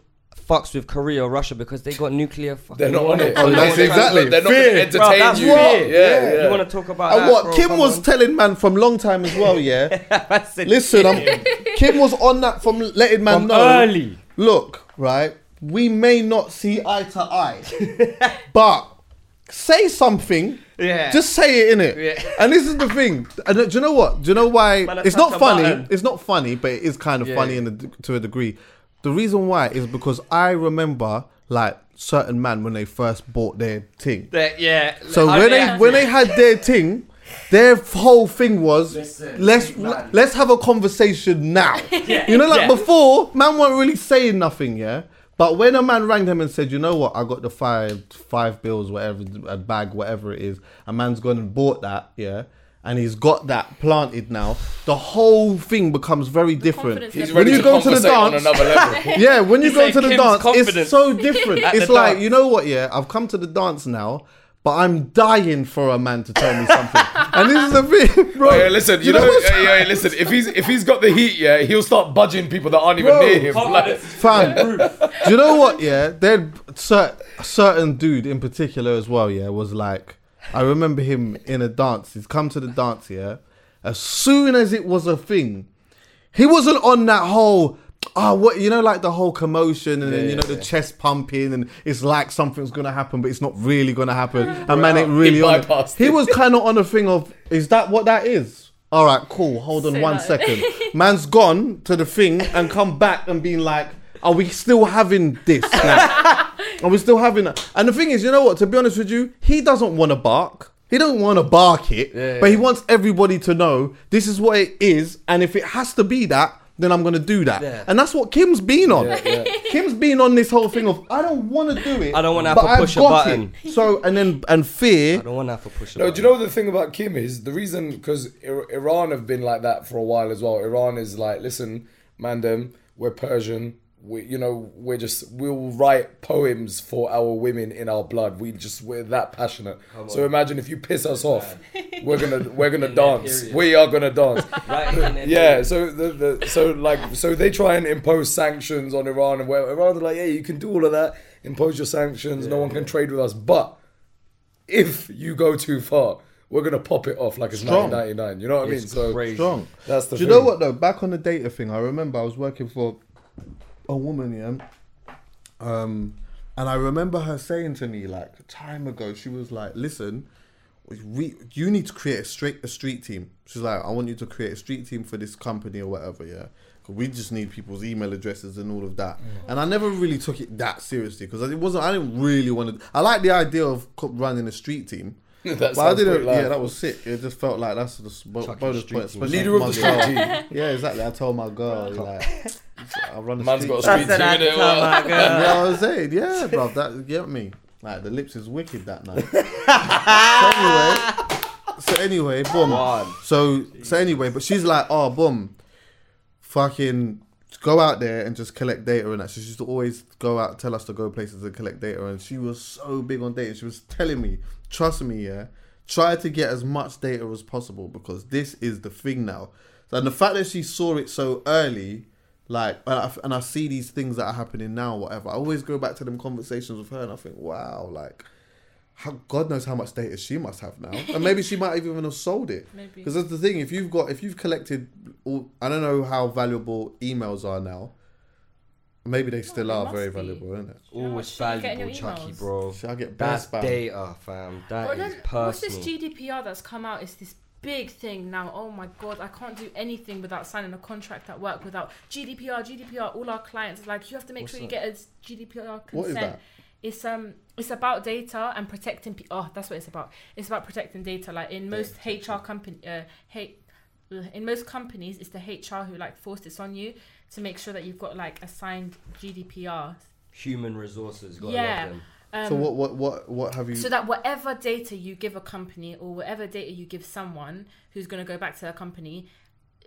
S7: fucks with Korea or Russia because they got nuclear. Fucking
S4: They're not on it.
S3: Oh, that's
S4: They're not-
S3: exactly
S4: They're not going
S3: fear.
S4: to
S7: Bro,
S4: entertain
S7: that's
S4: you.
S7: fear.
S4: Yeah, yeah.
S7: You want to talk about
S3: And
S7: that,
S3: what
S7: bro,
S3: Kim
S7: come
S3: was
S7: on.
S3: telling man from long time as well, yeah.
S7: I said,
S3: Listen, I'm, Kim was on that from letting man
S7: From
S3: know.
S7: early.
S3: Look, right, we may not see eye to eye, but say something.
S7: Yeah.
S3: Just say it in it.
S7: Yeah.
S3: And this is the thing. And do you know what? Do you know why?
S7: Man, I
S3: it's not
S7: touched a
S3: funny.
S7: button.
S3: It's not funny, but it is kind of
S7: Yeah.
S3: funny in a, to a degree. The reason why is because I remember like certain man when they first bought their thing.
S7: that- yeah.
S3: So
S7: how
S3: when
S7: they
S3: they
S7: act-
S3: when they had their thing, their whole thing was let's let's have a conversation now. You know, like
S7: Yeah.
S3: before, man weren't really saying nothing, yeah. But when a man rang them and said, "You know what? I got the five five bills, whatever a bag, whatever it is," a man's gone and bought that, yeah. And he's got that planted now. The whole thing becomes very different.
S6: confidence He's
S3: When
S6: ready
S3: you
S6: to
S3: go to the
S4: conversate on
S3: dance,
S4: another level.
S3: yeah, when you
S7: He
S3: go
S7: said
S3: to the
S7: Kim's
S3: dance,
S7: confident
S3: it's so different.
S7: at
S3: it's
S7: the
S3: like,
S7: dance.
S3: you know what, yeah, I've come to the dance now, but I'm dying for a man to tell me something. and this is the thing, bro.
S4: Oh, yeah, listen, you, know,
S3: what's-
S4: yeah, yeah, listen. If he's if he's got the heat, yeah, he'll start budging people that aren't even
S3: Bro,
S4: near him.
S7: Hold
S4: Like-
S7: on.
S3: Fam, do you know what? Yeah, there cer- a certain dude in particular as well. Yeah, was like, I remember him in a dance. He's come to the dance. Yeah, as soon as it was a thing, he wasn't on that whole. Ah, what you know, like the whole commotion, and then you know the chest pumping, and it's like something's gonna happen, but it's not really gonna happen. And man, ain't really
S4: He
S3: on. it.
S4: bypassed
S3: He
S4: it.
S3: was kind of on a thing of, is that what that is? All right, cool. Hold on
S6: Say
S3: one
S6: that.
S3: second. Man's gone to the thing and come back and been like, are we still having this now? are we still having that? And the thing is, you know what? To be honest with you, he doesn't want to bark. He doesn't want to bark it, but he wants everybody to know this is what it is, and if it has to be that, then I'm gonna do that.
S7: Yeah.
S3: And that's what Kim's been on. Kim's been on this whole thing of I don't want to do it.
S7: I don't wanna have
S3: but
S7: to
S3: I've
S7: push a
S3: got
S7: button."
S3: It. So and then and fear.
S7: I don't want to have to push.
S4: No, do you know the thing about Kim is the reason because Iran have been like that for a while as well. Iran is like, listen, mandem, we're Persian. We, you know, we're just we'll write poems for our women in our blood. We just we're that passionate. So imagine if you piss us off, we're gonna we're gonna dance. We are gonna dance. Yeah, so the, the so like so they try and impose sanctions on Iran and where Iran are like, yeah, you can do all of that, impose your sanctions, no one can trade with us, but if you go too far, we're gonna pop it off like it's
S3: Strong.
S4: 1999. You know what I mean? So
S7: crazy.
S3: strong.
S4: That's the
S3: Do you know
S4: thing.
S3: what though? Back on the data thing, I remember I was working for a woman, yeah, um, and I remember her saying to me like a time ago, she was like, "Listen, we, you need to create a straight a street team." She's like, "I want you to create a street team for this company or whatever, yeah." 'Cause We just need people's email addresses and all of that,
S7: Mm.
S3: and I never really took it that seriously because it wasn't. I didn't really want to. I like the idea of co- running a street team,
S4: that
S3: But I
S4: sounds
S3: didn't.
S4: pretty live.
S3: Yeah, that was sick. It just felt like that's the s- bo-
S7: Chuck
S3: bonus
S7: your street
S3: point.
S7: team.
S3: especially
S4: Leader of the
S3: for my
S4: street
S3: girl. Yeah, exactly. I told my girl like, I run the
S4: Man's
S3: street.
S4: got a eh, street
S3: you
S4: team in it. well.
S3: know what I'm saying? Yeah, bro. That get me. Like the lips is wicked that night. so anyway, so anyway, boom. So so anyway, but she's like, oh, boom, fucking go out there and just collect data and that. She used to always go out, tell us to go places and collect data, and she was so big on data. She was telling me, trust me, yeah, try to get as much data as possible because this is the thing now. And the fact that she saw it so early. Like and I, and I see these things that are happening now, whatever. I always go back to them conversations with her, and I think, wow, like how God knows how much data she must have now, and maybe she might even have sold it.
S6: Maybe.
S3: because that's the thing. If you've got, if you've collected, all, I don't know how valuable emails are now. Maybe they still
S6: they
S3: are
S6: must
S3: very
S6: be.
S3: valuable, isn't it?
S6: know
S7: Always
S6: what you get in
S7: valuable,
S6: your
S7: Chucky,
S6: emails?
S7: bro.
S3: Shall I get
S7: That's
S3: banned?
S7: data, fam. That
S6: But
S7: is
S6: then, what's this
S7: personal.
S6: GDPR that's come out? It's this big thing now. Oh my god, I can't do anything without signing a contract at work without GDPR. GDPR. All our clients are like, you have to make sure you get a GDPR consent.
S3: What is that?
S6: It's um, it's about data and protecting. Pe- oh, that's what it's about. It's about protecting data. Like in most HR company, uh, hate. In most companies, it's the HR who like forced this on you to make sure that you've got like assigned GDPR.
S7: Human resources. Gotta
S6: Yeah. um,
S7: love them.
S3: so what, what, what, what have you?
S6: So that whatever data you give a company or whatever data you give someone who's going to go back to their company,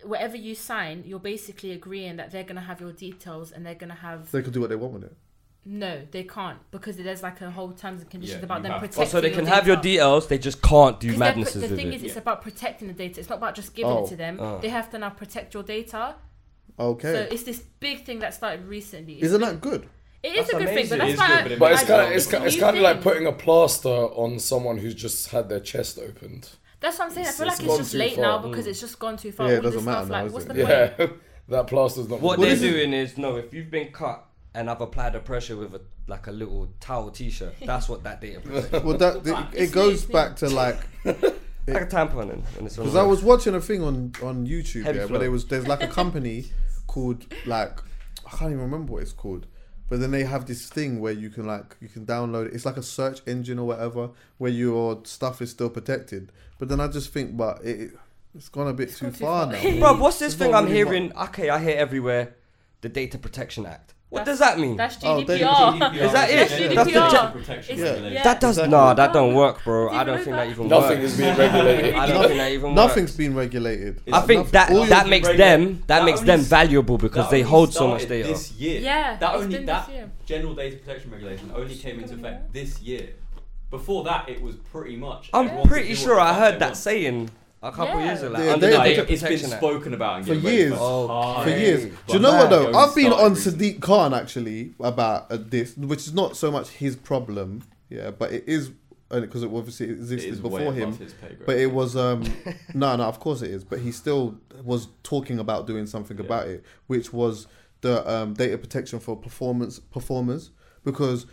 S6: whatever you sign, you're basically agreeing that they're going to have your details and they're going to have
S3: they could do what they want with it.
S6: no, they can't because there's like a whole terms and conditions
S5: Yeah,
S6: about
S5: you
S6: them
S5: have to.
S6: protecting.
S7: Uh, so they
S6: your
S7: can have your DLs. They just can't do
S6: 'Cause they're
S7: madnesses
S6: pro- the
S7: with
S6: thing
S7: it.
S6: is, it's about protecting the data. It's not about just giving
S3: Oh,
S6: it to them. They have to now protect your data.
S3: Okay,
S6: So it's this big thing that started recently.
S3: isn't that good?
S6: it is a good thing, but
S5: amazing.
S6: that's
S5: It is
S6: why.
S5: good,
S6: I-
S5: but it
S4: But
S6: I
S4: it's
S5: Yeah.
S4: kind
S6: don't-
S4: of it's, ki-
S6: a
S4: it's
S6: new
S4: kind of like
S6: thing.
S4: putting a plaster on someone who's just had their chest opened.
S6: That's what I'm saying. I
S4: It's-
S6: feel
S4: it's
S6: like it's
S4: gone
S6: just
S4: too
S6: late
S4: far.
S6: now
S7: Mm.
S6: because it's just gone too far.
S3: Yeah, it
S6: All this
S3: doesn't matter
S6: stuff,
S3: now,
S6: like,
S3: is
S6: what's
S3: it?
S6: the point?
S4: Yeah, that plaster's not.
S7: What
S3: What
S7: they're
S3: is it?
S7: doing is no. If you've been cut and I've applied the pressure with a like a little towel T-shirt, that's what that data protects.
S3: Well, that it, it goes back to like
S7: like a tampon in. When it's on
S3: Because
S7: the-
S3: I was watching a thing on on YouTube,
S7: Heavy
S3: yeah,
S7: flow.
S3: where there was there's like a company called like I can't even remember what it's called, but then they have this thing where you can like you can download it. It's like a search engine or whatever where your stuff is still protected. But then I just think, but it, it- it's gone a bit too,
S6: too
S3: far,
S6: far.
S3: now.
S7: Bro, what's this
S3: It's
S7: thing
S3: not
S7: I'm
S3: really what-
S7: hearing? Okay, I hear everywhere the Data Protection Act. What
S6: That's-
S7: does that mean?
S6: That's
S3: Oh, they-
S6: GDPR.
S7: Is that it?
S6: Yeah,
S7: That's the
S6: GDPR.
S7: gen-
S5: protection
S6: It's-
S5: regulation.
S6: yeah.
S7: that does
S3: Exactly.
S7: nah. That don't work, bro.
S6: Do you
S7: I don't
S6: know
S7: think
S6: that?
S7: that even
S4: Nothing
S7: works.
S4: is being regulated.
S7: I don't think that even
S3: Nothing's
S7: works.
S3: been regulated.
S7: I think that
S3: All your-
S7: that makes
S5: Right.
S7: them that,
S5: That
S7: makes
S5: only
S7: them
S5: s-
S7: valuable because
S5: That
S7: they
S5: only
S7: hold so much
S5: started
S7: data.
S5: This year.
S6: Yeah,
S5: That
S6: it's
S5: only
S6: been
S5: that
S6: this year.
S5: general data protection regulation only came into effect this year. Before that, it was pretty much. everyone
S7: I'm
S5: could do
S7: pretty
S5: what
S7: sure
S5: the
S7: I
S5: fuck they
S7: heard that
S5: want.
S7: saying a couple
S6: Yeah.
S7: years ago. Like,
S3: Yeah,
S7: under
S3: they-
S7: the
S3: they-
S7: Data
S5: It's been
S7: Protection Act.
S5: spoken about and
S3: For
S5: getting ready
S3: years.
S7: Oh,
S3: for
S7: Hey,
S3: years.
S7: but
S3: Do you know what
S7: man,
S3: though? I've been on
S5: Sadiq.
S3: Sadiq Khan actually about uh, this, which is not so much his problem, yeah, but it is because it obviously existed
S5: is way
S3: before
S5: above
S3: him.
S5: his pay grade.
S3: But it was um, no, no, of course it is. But he still was talking about doing something about it, which was the um, data protection for performance performers because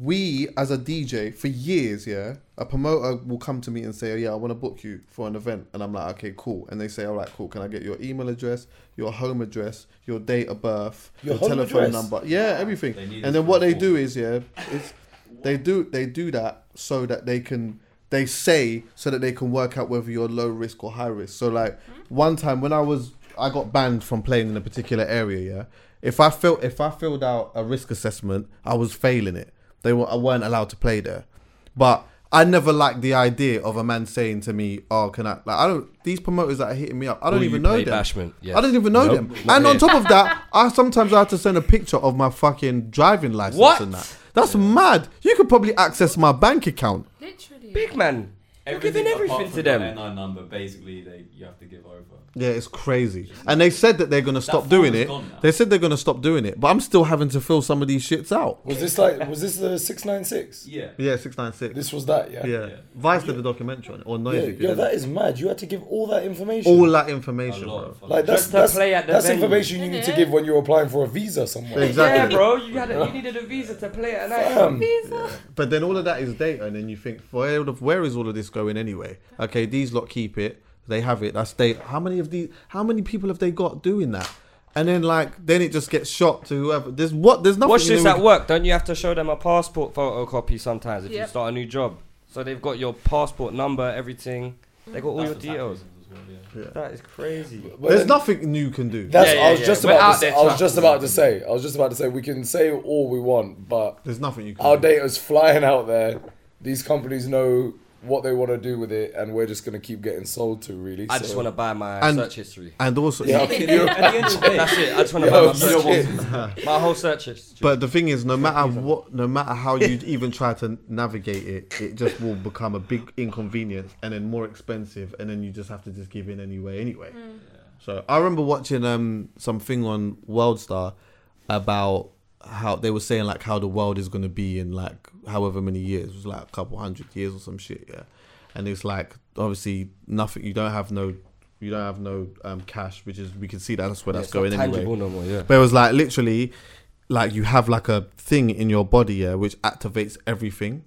S3: we as a DJ for years, yeah, a promoter will come to me and say, "Oh yeah, I want to book you for an event," and I'm like, "Okay, cool." And they say, "All right, cool. Can I get your email address, your home address, your date of birth,
S4: Your
S3: your,
S4: home
S3: telephone
S4: address?
S3: number? Yeah, everything."
S5: They need
S3: And
S5: it
S3: then
S5: for
S3: what they
S5: the
S3: do is, yeah, it's, they do they do that so that they can they say so that they can work out whether you're low risk or high risk. So like one time when I was I got banned from playing in a particular area, yeah. If I filled if I filled out a risk assessment, I was failing it. They were I weren't allowed to play there. But I never liked the idea of a man saying to me, "Oh, can I?" Like, I don't. These promoters that are hitting me up, I don't
S7: Will
S3: even
S7: you
S3: know
S7: play
S3: them.
S7: Bashment? Yes.
S3: I don't even know
S7: Nope,
S3: them.
S7: not
S3: And on
S7: here.
S3: top of that, I sometimes I had to send a picture of my fucking driving license
S7: What?
S3: and that. That's mad. You could probably access my bank account.
S6: Literally.
S7: Big man. You're giving everything to them.
S5: NI number, basically, they, you have to give over.
S3: Yeah, it's crazy. And they said that they're gonna stop
S5: form
S3: doing
S5: is
S3: it.
S5: gone now.
S3: They said they're gonna stop doing it, but I'm still having to fill some of these shits out.
S4: Was this like was this the six nine six?
S5: Yeah.
S3: Yeah, six nine six.
S4: This was that, yeah.
S3: yeah. Vice did the documentary on it, or
S4: Yeah,
S3: noisy.
S4: yo, that is mad. You had to give all that information.
S3: all that information,
S5: A lot
S3: bro.
S5: of fucking-
S4: like that's
S7: Just to
S4: that's,
S7: play at the
S4: that's
S7: venue.
S4: information you need to give when you're applying for a visa somewhere.
S7: Yeah,
S3: Exactly.
S7: bro. Oh, You had a, you needed a visa to play at night.
S4: Um,
S3: But then all of that is data, and then you think, where, all of- where is all of this going anyway? Okay, these lot keep it. They have it. That's data. How many of these? How many people have they got doing that? And then like, then it just gets shot to whoever. There's what? There's nothing.
S7: Watch this
S3: new
S7: at
S3: with-
S7: work. Don't you have to show them a passport photocopy sometimes if you
S6: Yep.
S7: start a new job? So they've got your passport number, everything. They got all your details. That is crazy.
S4: But
S3: There's
S4: then-
S3: nothing new can do.
S4: That's,
S7: Yeah, yeah,
S4: I was
S7: yeah.
S4: just
S7: We're
S4: about.
S7: out
S4: To, say-
S7: there
S4: I was just
S7: tracking
S4: about to say. I was just about to say we can say all we want, but
S3: There's nothing you can
S4: our
S3: do.
S4: data's flying out there. These companies know what they want to do with it, and we're just gonna keep getting sold to. Really,
S7: I just want to buy my
S3: And-
S7: search history.
S3: And also,
S4: Yeah,
S5: At the end of the day,
S7: That's it. I just want to buy
S4: Yo,
S7: my
S4: you
S7: search
S4: know what-
S7: history. My whole search history.
S3: But the thing is, no matter what, no matter how you even try to navigate it, it just will become a big inconvenience and then more expensive, and then you just have to just give in anyway. Anyway, so I remember watching um something on WorldStar about how they were saying like how the world is gonna be in like however many years, it was like a couple hundred years or some shit, yeah. And it's like obviously nothing. You don't have no, you don't have no um cash, which is we can see that that's where
S7: Yeah,
S3: that's
S7: it's not
S3: going anyway.
S7: tangible no more, yeah.
S3: But it was like literally, like you have like a thing in your body, yeah, which activates everything.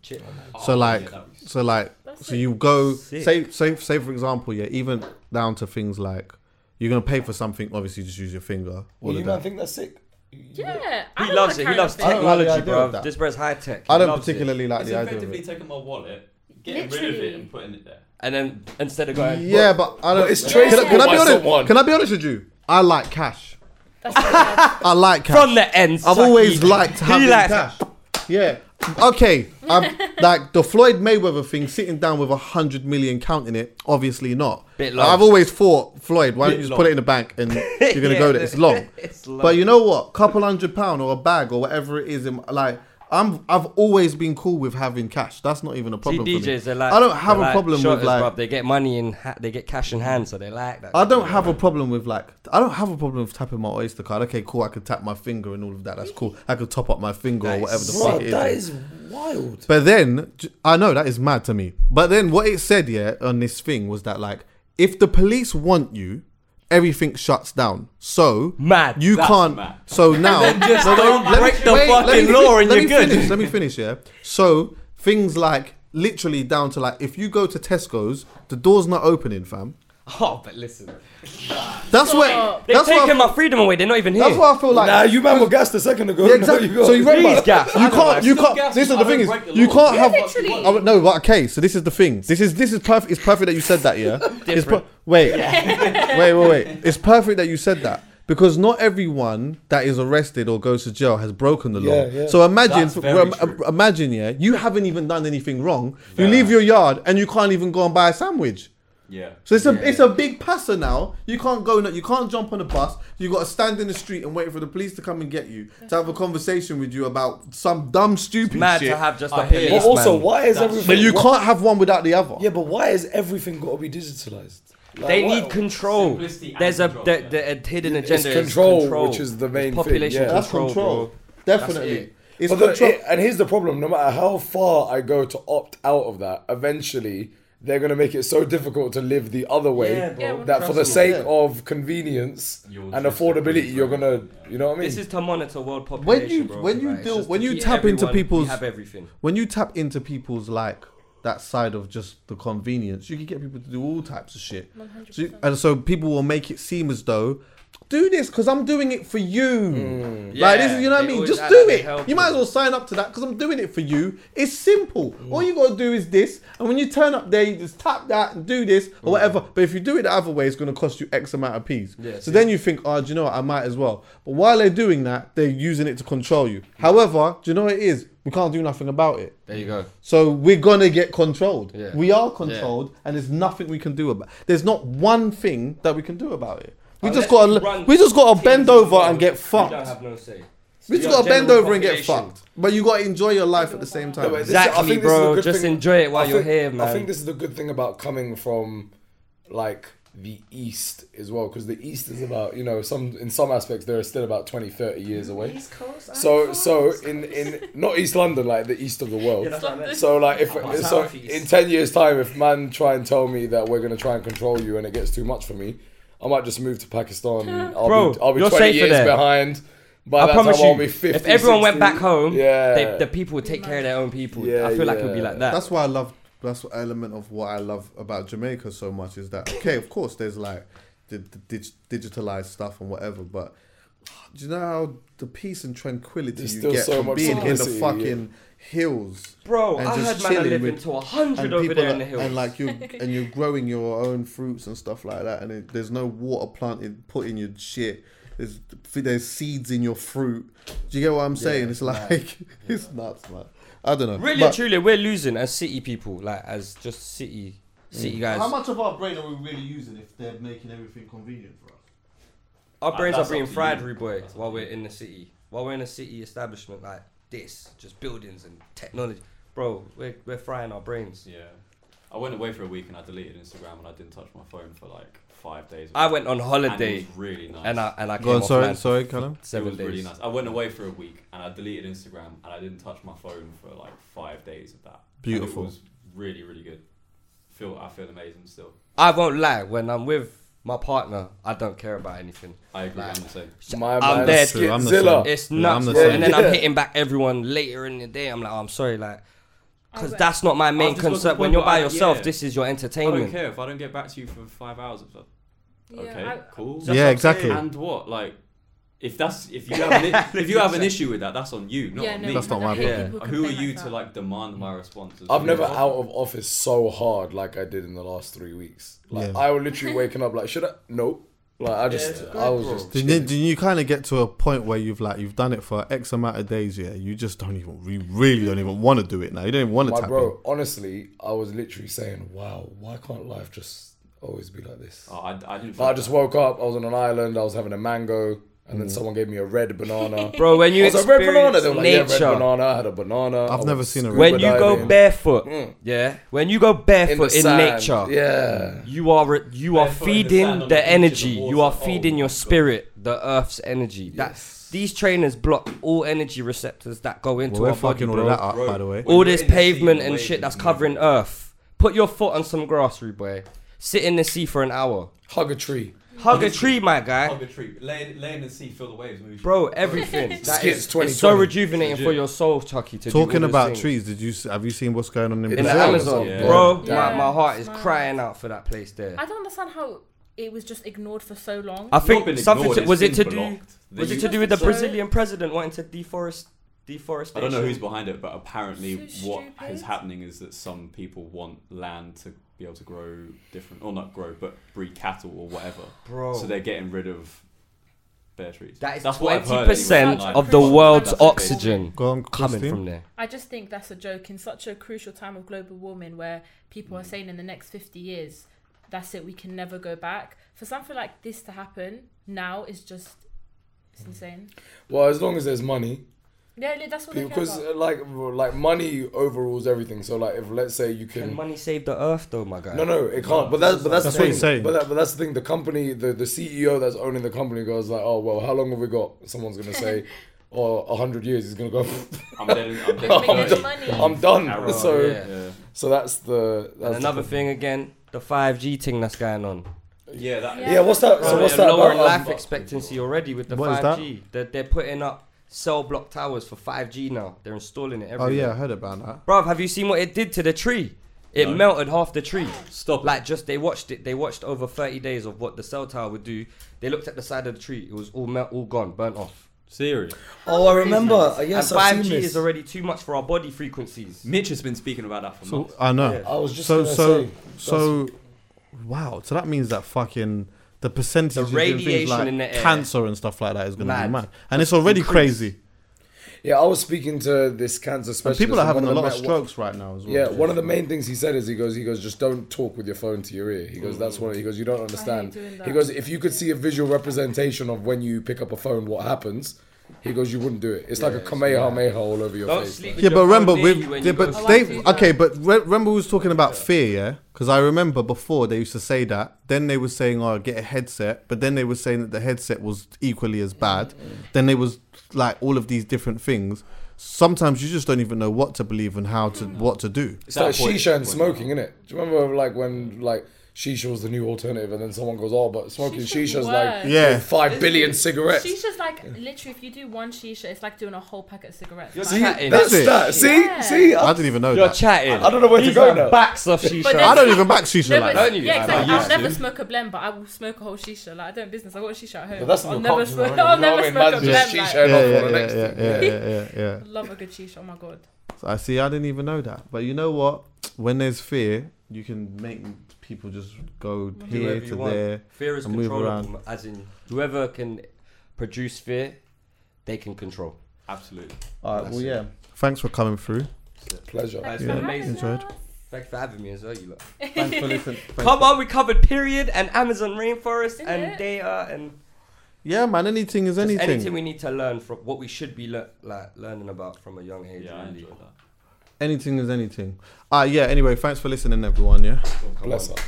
S3: So like, so like, so you go say say say for example, yeah, even down to things like you're gonna pay for something. Obviously, just use your finger. All
S4: You
S3: of
S4: man
S3: that.
S4: think that's sick?
S6: Yeah,
S7: He loves it. He loves
S3: I don't like the
S7: technology,
S3: idea
S7: bro.
S3: of that.
S7: This bro's high tech. He
S3: I don't
S7: loves it.
S3: particularly like
S5: it's
S3: the idea. Of
S5: effectively
S3: it.
S5: taking my wallet, getting rid of it,
S6: Literally.
S5: and putting it there.
S7: And then instead of going,
S3: Yeah, but I don't.
S4: it's
S3: can, I- can I
S4: traceable by
S3: be
S4: someone.
S3: honest? Can I be honest with you? I like cash. I like cash.
S7: from the end.
S3: I've
S7: suck
S3: always
S7: it.
S3: liked having
S7: he likes
S3: cash. Yeah. Okay. I'm, like the Floyd Mayweather thing, sitting down with a hundred million counting it. Obviously not.
S7: Bit
S3: Like,
S7: long.
S3: I've always thought Floyd. Why don't you just put
S7: long.
S3: it in the bank and you're gonna
S7: Yeah,
S3: go there? It's long.
S7: it's long.
S3: But you know what? Couple hundred pound or a bag or whatever it is. In, like I'm. I've always been cool with having cash. That's not even a
S7: See,
S3: problem. for me.
S7: DJs, they're like,
S3: I don't have
S7: they're
S3: a
S7: like
S3: problem with
S7: shotters,
S3: like.
S7: bruv. they get money in, ha- they get cash in hand, so they like that.
S3: I don't have a problem with like I don't have a problem with tapping my Oyster card. Okay, cool. I could tap my finger and all of that. That's cool. I could top up my finger or whatever the fuck it is.
S4: that is wild.
S3: But then j- I know that is mad to me. But then what it said, yeah, on this thing was that like if the police want you, everything shuts down. So
S7: Mad.
S3: you
S5: That's
S3: can't.
S5: mad.
S3: So now
S5: just don't break the
S3: let me
S5: fucking law and
S3: let
S5: you're
S3: me
S5: good.
S3: Finish, let me finish. Yeah. So things like literally down to like if you go to Tesco's, the door's not opening, fam.
S7: Oh, but listen,
S3: That's where.
S7: they're
S3: That's what. I
S7: taking
S3: feel-
S7: my freedom away. They're not even here.
S3: That's what I feel like.
S4: Nah, you man were gassed a second ago.
S3: Yeah,
S4: No,
S3: exactly.
S4: got-
S3: so you remember,
S7: Please, gas. I
S3: you
S7: don't
S3: can't,
S7: like
S3: you
S7: it.
S3: can't.
S5: Gas,
S3: Listen, the
S5: I don't
S3: thing is,
S5: break the
S3: you
S5: law.
S3: can't
S5: Yeah,
S3: have.
S6: literally.
S3: I would- no, but okay. So this is the thing. This is this is perfect. It's perfect that you said that. Yeah. it's per-
S7: Different.
S3: wait, wait, wait, wait. It's perfect that you said that because not everyone that is arrested or goes to jail has broken the law.
S4: Yeah, yeah.
S3: So imagine,
S5: That's very
S3: um,
S5: true.
S3: imagine, yeah, you haven't even done anything wrong. You leave your yard and you can't even go and buy a sandwich.
S5: Yeah.
S3: So it's a it's a big passer now. You can't go. no- You can't jump on a bus. You got to stand in the street and wait for the police to come and get you to have a conversation with you about some dumb stupid
S7: Mad
S3: shit.
S7: to have just a
S5: I hear you.
S7: police
S4: But also,
S7: man.
S4: why is
S5: That's-
S4: everything?
S3: but you
S4: why-
S3: can't have one without the other.
S4: Yeah, but why is everything got to be digitalized? Like,
S7: They
S4: why-
S7: need control.
S5: Simplicity and
S7: There's a
S5: control,
S7: the,
S5: yeah.
S7: the, a hidden
S4: It's
S7: agenda. is
S4: control, which is the
S7: It's
S4: main thing,
S7: population
S4: yeah.
S3: that's
S7: control.
S3: control.
S7: bro.
S3: Definitely,
S7: it.
S3: it's
S4: But the,
S3: control.
S4: it- and here's the problem: no matter how far I go to opt out of that, eventually they're gonna make it so difficult to live the other way
S7: Yeah, bro. Yeah,
S4: that for the
S7: trust
S4: sake
S3: me.
S4: of convenience
S5: You'll
S4: and
S5: just
S4: affordability,
S5: agree,
S4: you're
S5: bro.
S4: gonna, you know what I mean?
S7: This is to monitor world population.
S3: when you
S7: bro.
S3: when you
S7: Like, it's
S3: deal
S7: just
S3: when
S7: to
S3: you
S7: keep
S3: tap into
S7: everyone-
S3: people's
S7: you have everything.
S3: when you tap into people's like that side of just the convenience, you can get people to do all types of shit. So you- and so people will make it seem as though do this because I'm doing it for you. like this
S7: Mm. Yeah,
S3: is you know what I
S7: they
S3: mean.
S7: always
S3: Just
S7: act
S3: do
S7: like they
S3: it.
S7: help
S3: You might as
S7: you.
S3: well sign up to that because I'm doing it for you. It's simple. All you gotta do is this, and when you turn up there, you just tap that and do this or whatever. But if you do it the other way, it's gonna cost you X amount of P's.
S7: Mm. Yeah,
S3: so
S7: see.
S3: then you think, oh, do you know what? I might as well. But while they're doing that, they're using it to control you. However, do you know what it is? We can't do nothing about it.
S7: There you go.
S3: So we're gonna get controlled.
S7: Yeah.
S3: We are controlled, and there's nothing we can do about. There's not one thing that we can do about it. We just
S7: Unless you
S3: gotta
S7: run
S3: we just gotta
S7: teams of
S3: bend over
S7: the
S3: and
S7: world,
S3: get
S7: You don't have
S3: fucked.
S7: no say.
S3: We just
S7: Your
S3: gotta bend
S7: general
S3: over and get
S7: population.
S3: fucked. But you gotta enjoy your life at the same
S4: No, but
S3: time.
S4: this- I
S7: Exactly,
S4: think this is
S7: bro.
S4: a good
S7: Just enjoy it while
S4: I
S7: you're
S4: think-
S7: here,
S4: I
S7: man.
S4: think this is the good thing about coming from, like the East as well, because the East is about you know some in some aspects they're still about 20, 30 years away. so so in in not East London like the East of the world. so like if so in ten years time, if man try and tell me that we're gonna try and control you and it gets too much for me, I might just move to Pakistan. I'll
S7: Bro,
S4: be, I'll be
S7: you're
S4: twenty
S7: safer
S4: years
S7: there.
S4: behind. By
S7: I
S4: that
S7: promise
S4: time,
S7: you,
S4: I'll be 50,
S7: if everyone went
S4: 60.
S7: back home,
S4: yeah,
S7: they, the people would take care of their own people.
S4: Yeah,
S7: I feel like it would be
S4: yeah.
S7: like that.
S3: That's why I love. That's what element of what I love about Jamaica so much is that okay, of course, there's like the, the dig, digitalized stuff and whatever, but Do you know how the peace and tranquility
S4: There's
S3: you
S4: still
S3: get
S4: so
S3: from
S4: much
S3: being in the
S4: privacy,
S3: fucking hills,
S7: Bro,
S3: and
S7: I
S3: just
S7: had man that
S3: chilling
S7: live
S3: with-
S7: into 100
S3: and
S7: over
S3: people
S7: there in
S3: that-
S7: the hills.
S3: and like you and you're growing your own fruits and stuff like that, and it, there's no water planted put in your shit. There's there's seeds in your fruit. Do you get what I'm saying? it's like it's nuts, man. I don't know.
S7: Really,
S3: But-
S7: and truly, we're losing as city people, like as just city,
S3: Mm.
S4: Mm.
S7: city guys.
S8: How much of our brain are we really using if they're making everything convenient for us?
S7: Our brains
S5: that's
S7: are being
S5: up to
S7: fried,
S5: you.
S7: Ruboy, while we're in the city. While we're in a city establishment like this, just buildings and technology. Bro, we're, we're frying our brains.
S5: Yeah. I went away for a week and I deleted Instagram and I didn't touch my phone for like five days.
S7: I went on
S5: and it
S7: holiday
S5: was really nice.
S7: and I and I came
S3: Go on,
S7: off
S3: sorry,
S7: man
S3: sorry,
S7: for
S3: Callum.
S7: Seven
S5: it was
S7: days.
S5: really nice. I went away for a week and I deleted Instagram and I didn't touch my phone for like five days of that. And
S3: Beautiful.
S5: it was really, really good. Feel I feel amazing still.
S7: I won't lie. When I'm with my partner, I don't care about anything.
S5: I agree. I'm the same.
S4: My
S7: I'm
S4: man,
S7: there,
S4: Skip
S7: dude.
S3: I'm the
S4: Zilla.
S3: same.
S7: It's
S3: Yeah, I'm
S7: nuts,
S3: the
S7: bro.
S3: same.
S7: And then I'm
S4: Yeah.
S7: hitting back everyone later in the day. I'm like, oh, I'm sorry, like, because
S6: like-
S7: that's not my
S5: Oh,
S7: main
S5: just got to the
S7: concern. When
S5: point
S7: you're
S5: where
S7: by
S5: I-
S7: yourself,
S5: yeah.
S7: this is your
S5: I don't
S7: entertainment.
S5: care if I don't get back to you for five hours. It's like, okay,
S6: I-
S5: cool.
S3: yeah, exactly.
S5: And what? Like, if that's if you have an, i- if you have an issue with that, that's on you, not on me.
S3: That's not my
S6: I hate
S7: problem.
S6: people
S5: Who are
S6: complain
S5: you
S6: like
S5: to
S6: that.
S5: like demand my responses?
S4: I've never out of office so hard like I did in the last three weeks. Like
S3: Yeah.
S4: I was literally waking up like, should I? Nope. Like I just, I was just.
S3: Then you, then you kind of get to a point where you've like you've done it for X amount of days, yeah. You just don't even, you really don't even want to do it now. You don't even want to
S4: My
S3: tap
S4: bro, honestly, I was literally saying, wow, why can't life just always be like this?
S5: Oh, I, I didn't.
S4: Like, I just woke up. I was on an island. I was having a mango, and
S3: Mm.
S4: then someone gave me a red banana.
S7: Bro, when you
S4: I was like, red banana.
S7: experience
S4: They were like,
S7: nature,
S4: yeah, red banana. I had a banana. I
S3: I've never
S4: was
S3: seen a red
S7: Oh, when
S4: scuba
S7: you go
S4: diving
S7: barefoot, yeah, when you go barefoot in,
S4: sand.
S7: nature,
S4: Yeah.
S7: you are you are
S5: Barefoot in the
S7: feeding
S5: sand
S7: the,
S5: on the beach in the
S7: energy. you are
S5: water.
S7: feeding
S5: Oh
S7: your
S5: my God.
S7: spirit, the earth's energy. That these trainers block all energy receptors that go
S3: Well,
S7: into
S3: we're
S7: our body,
S3: fucking all of
S7: bro.
S3: that up, by the way.
S7: all
S5: We're
S7: this
S5: in the sea
S7: pavement
S5: and
S7: and
S5: waves
S7: shit
S5: is
S7: that's
S5: moving.
S7: covering earth. Put your foot on some grass, Ruboy. Sit in the sea for an hour.
S4: Hug a tree.
S7: Hug a tree, my guy.
S5: Hug a tree. Lay, lay in the sea, feel the waves move.
S7: Bro, everything. That
S4: Skits
S7: is, it's so
S4: 2020.
S7: rejuvenating for your soul, Chucky. To do all
S3: Talking
S7: those
S3: about
S7: things.
S3: trees, did you s- have you seen what's going on in,
S4: In
S7: in the
S3: Brazil?
S7: Amazon,
S4: Yeah.
S7: bro.
S6: Yeah.
S7: My, my heart is
S6: Smart.
S7: crying out for that place there.
S6: I don't understand how it was just ignored for so long.
S7: I
S5: It's not
S7: think
S5: been
S7: something
S5: ignored,
S7: to,
S5: it's
S7: was it to
S5: been
S7: do
S5: blocked. The
S7: was it
S5: youth-
S7: to do with the
S6: So-
S7: Brazilian president wanting to deforest
S5: uh, I
S7: deforestation?
S5: don't know who's behind it, but apparently
S6: So
S5: what
S6: stupid.
S5: is happening is that some people want land to be able to grow different, or not grow, but breed cattle or whatever.
S7: Bro.
S5: So they're getting rid of bare trees.
S7: That is
S5: what I've
S7: twenty
S5: heard anyway,
S7: percent
S5: online.
S7: of the
S6: That's
S7: world's
S5: the case.
S7: oxygen
S3: Go on,
S7: coming
S3: Christine.
S7: from there.
S6: I just think that's a joke in such a crucial time of global warming where people
S4: Mm.
S6: are saying in the next 50 years, that's it, we can never go back. For something like this to happen now is just, it's insane.
S4: Mm. Well, as long as there's money,
S6: Yeah, li- that's what they care
S4: because
S6: about.
S4: uh, like like money overrules everything. So like, if let's say you
S7: Can
S4: can.
S7: money save the earth, though, my guy?
S4: No, no, it can't. But that's but that's,
S3: That's
S4: the
S3: what
S4: thing.
S3: he's saying.
S4: But, that, but that's the thing. The company, the, the CEO that's owning the company goes like, oh well, how long have we got? Someone's gonna say, oh, a hundred years. He's gonna go.
S5: I'm dead. in- I'm dead.
S6: Make
S5: in
S6: it
S5: thirty.
S6: money.
S4: I'm done.
S5: Arrow,
S4: so
S7: yeah.
S5: yeah.
S4: so that's the that's
S7: And
S4: the
S7: another thing again, the five G thing that's going on.
S5: Yeah, that,
S4: Yeah, what's that? So
S7: Bro,
S4: what's
S7: they're
S4: that?
S7: lowering
S4: about, um,
S7: life expectancy already with the
S3: What is
S7: five G. They're, they're putting up cell block towers for five G now. They're installing it
S3: Oh
S7: everywhere.
S3: yeah, I heard about that.
S7: Bruv, have you seen what it did to the tree? It
S5: No.
S7: melted half the tree.
S5: Stop it.
S7: Like just they watched it. They watched over thirty days of what the cell tower would do. They looked at the side of the tree. It was all melt, all gone, burnt off.
S5: Serious.
S4: Oh, I remember. Yes,
S7: and
S4: I've
S7: five
S4: seen
S7: G
S4: this.
S7: is already too much for our body frequencies.
S5: Mitch has been speaking about that for months.
S3: I know.
S4: I was just
S3: so
S4: gonna
S3: so
S4: say,
S3: so. Wow. So that means that fucking the percentage
S7: The
S3: of things
S7: radiation
S3: like
S7: in the air.
S3: cancer and stuff like that is going to be
S7: Mad.
S3: mad, and it's already
S7: Increase.
S3: crazy.
S4: Yeah, I was speaking to this cancer
S3: And
S4: specialist.
S3: people are
S4: and
S3: having a
S4: one
S3: lot of
S4: the ma-
S3: strokes right now as well.
S4: Yeah, one of the main things he said is he goes, he goes, just don't talk with your phone to your ear. He goes, that's one. He goes, you don't understand.
S6: doing
S4: He goes, if you could see a visual representation of when you pick up a phone, what happens? He goes, you wouldn't do it. It's like a kamehameha all over your
S7: Don't
S4: face.
S7: sleep
S4: like.
S7: with
S3: Yeah,
S7: your
S3: but
S7: phone
S3: remember,
S7: near
S3: with,
S7: you when
S3: yeah,
S7: you
S3: but
S7: go
S6: to
S3: they
S6: sleep. I like
S3: okay, but re- remember we was talking about fear, yeah? Because I remember before they used to say that. Then they were saying, "Oh, get a headset," but then they were saying that the headset was equally as bad. Then they was like all of these different things. Sometimes you just don't even know what to believe and how to what to do.
S4: It's like
S5: That point-
S4: shisha and smoking, innit? Do you remember like when like shisha was the new alternative, and then someone goes, "Oh, but smoking
S6: Shisha's
S4: shisha's
S6: worse.
S4: like
S3: Yeah.
S4: five billion cigarettes."
S6: Shisha's like literally, if you do one shisha, it's like doing a whole packet of cigarettes.
S7: You're
S6: Like-
S4: See,
S7: chatting.
S4: that's
S3: That's it.
S4: that. See,
S6: Yeah.
S4: see,
S3: I
S4: I,
S3: didn't even know
S7: You're
S3: that.
S7: chatting.
S4: I don't know where to
S7: He's
S4: go
S7: like
S4: now.
S7: Backs off shisha.
S6: But
S3: I
S6: there's-
S3: don't even back shisha
S6: No,
S3: like
S6: but,
S3: that.
S7: don't you?
S6: Yeah, exactly.
S7: I
S6: I'll
S7: used
S6: never
S7: to.
S6: smoke a blend, but I will smoke a whole shisha. Like I don't business. I got a shisha at home.
S4: But that's not
S6: I'll
S4: your
S6: never
S4: culture,
S6: smoke.
S4: though,
S6: I'll
S4: you know
S6: never
S4: what I mean?
S6: smoke a
S4: Man's
S6: blend.
S4: just
S6: Like,
S4: shisha.
S3: Yeah,
S4: Yeah,
S3: yeah,
S4: yeah,
S3: yeah, yeah, yeah, yeah, yeah, yeah.
S6: love a good shisha. Oh my god.
S3: So I see. I didn't even know that. But you know what? When there's fear, you can make people just go
S7: Do
S3: here
S7: whatever
S3: to
S7: you want.
S3: there.
S7: Fear is
S3: and move
S7: controllable. As in, whoever can produce fear, they can control.
S5: Absolutely.
S3: All right.
S7: That's
S3: Well,
S7: it.
S3: yeah. Thanks for coming through.
S4: pleasure.
S7: That is
S3: Yeah,
S7: amazing.
S3: enjoyed.
S7: Thank you for having me as well, you lot.
S3: Thanks for listening.
S7: Come on, we covered period and Amazon rainforest and
S6: it?
S7: data and
S3: Yeah, man. Anything is
S7: just
S3: anything.
S7: anything. we need to learn from what we should be lear- like learning about from a young age.
S5: Yeah, I
S7: really.
S5: enjoyed that.
S3: Anything is anything. Ah, yeah. Anyway, thanks for listening, everyone. Yeah.
S7: Come
S4: Bless
S7: on.
S4: her.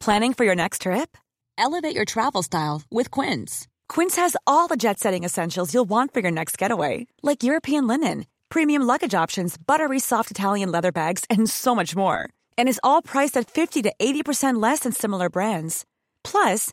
S2: Planning for your next trip? Elevate your travel style with Quince. Quince has all the jet setting essentials you'll want for your next getaway, like European linen, premium luggage options, buttery soft Italian leather bags, and so much more. And is all priced at 50 to 80% less than similar brands. Plus,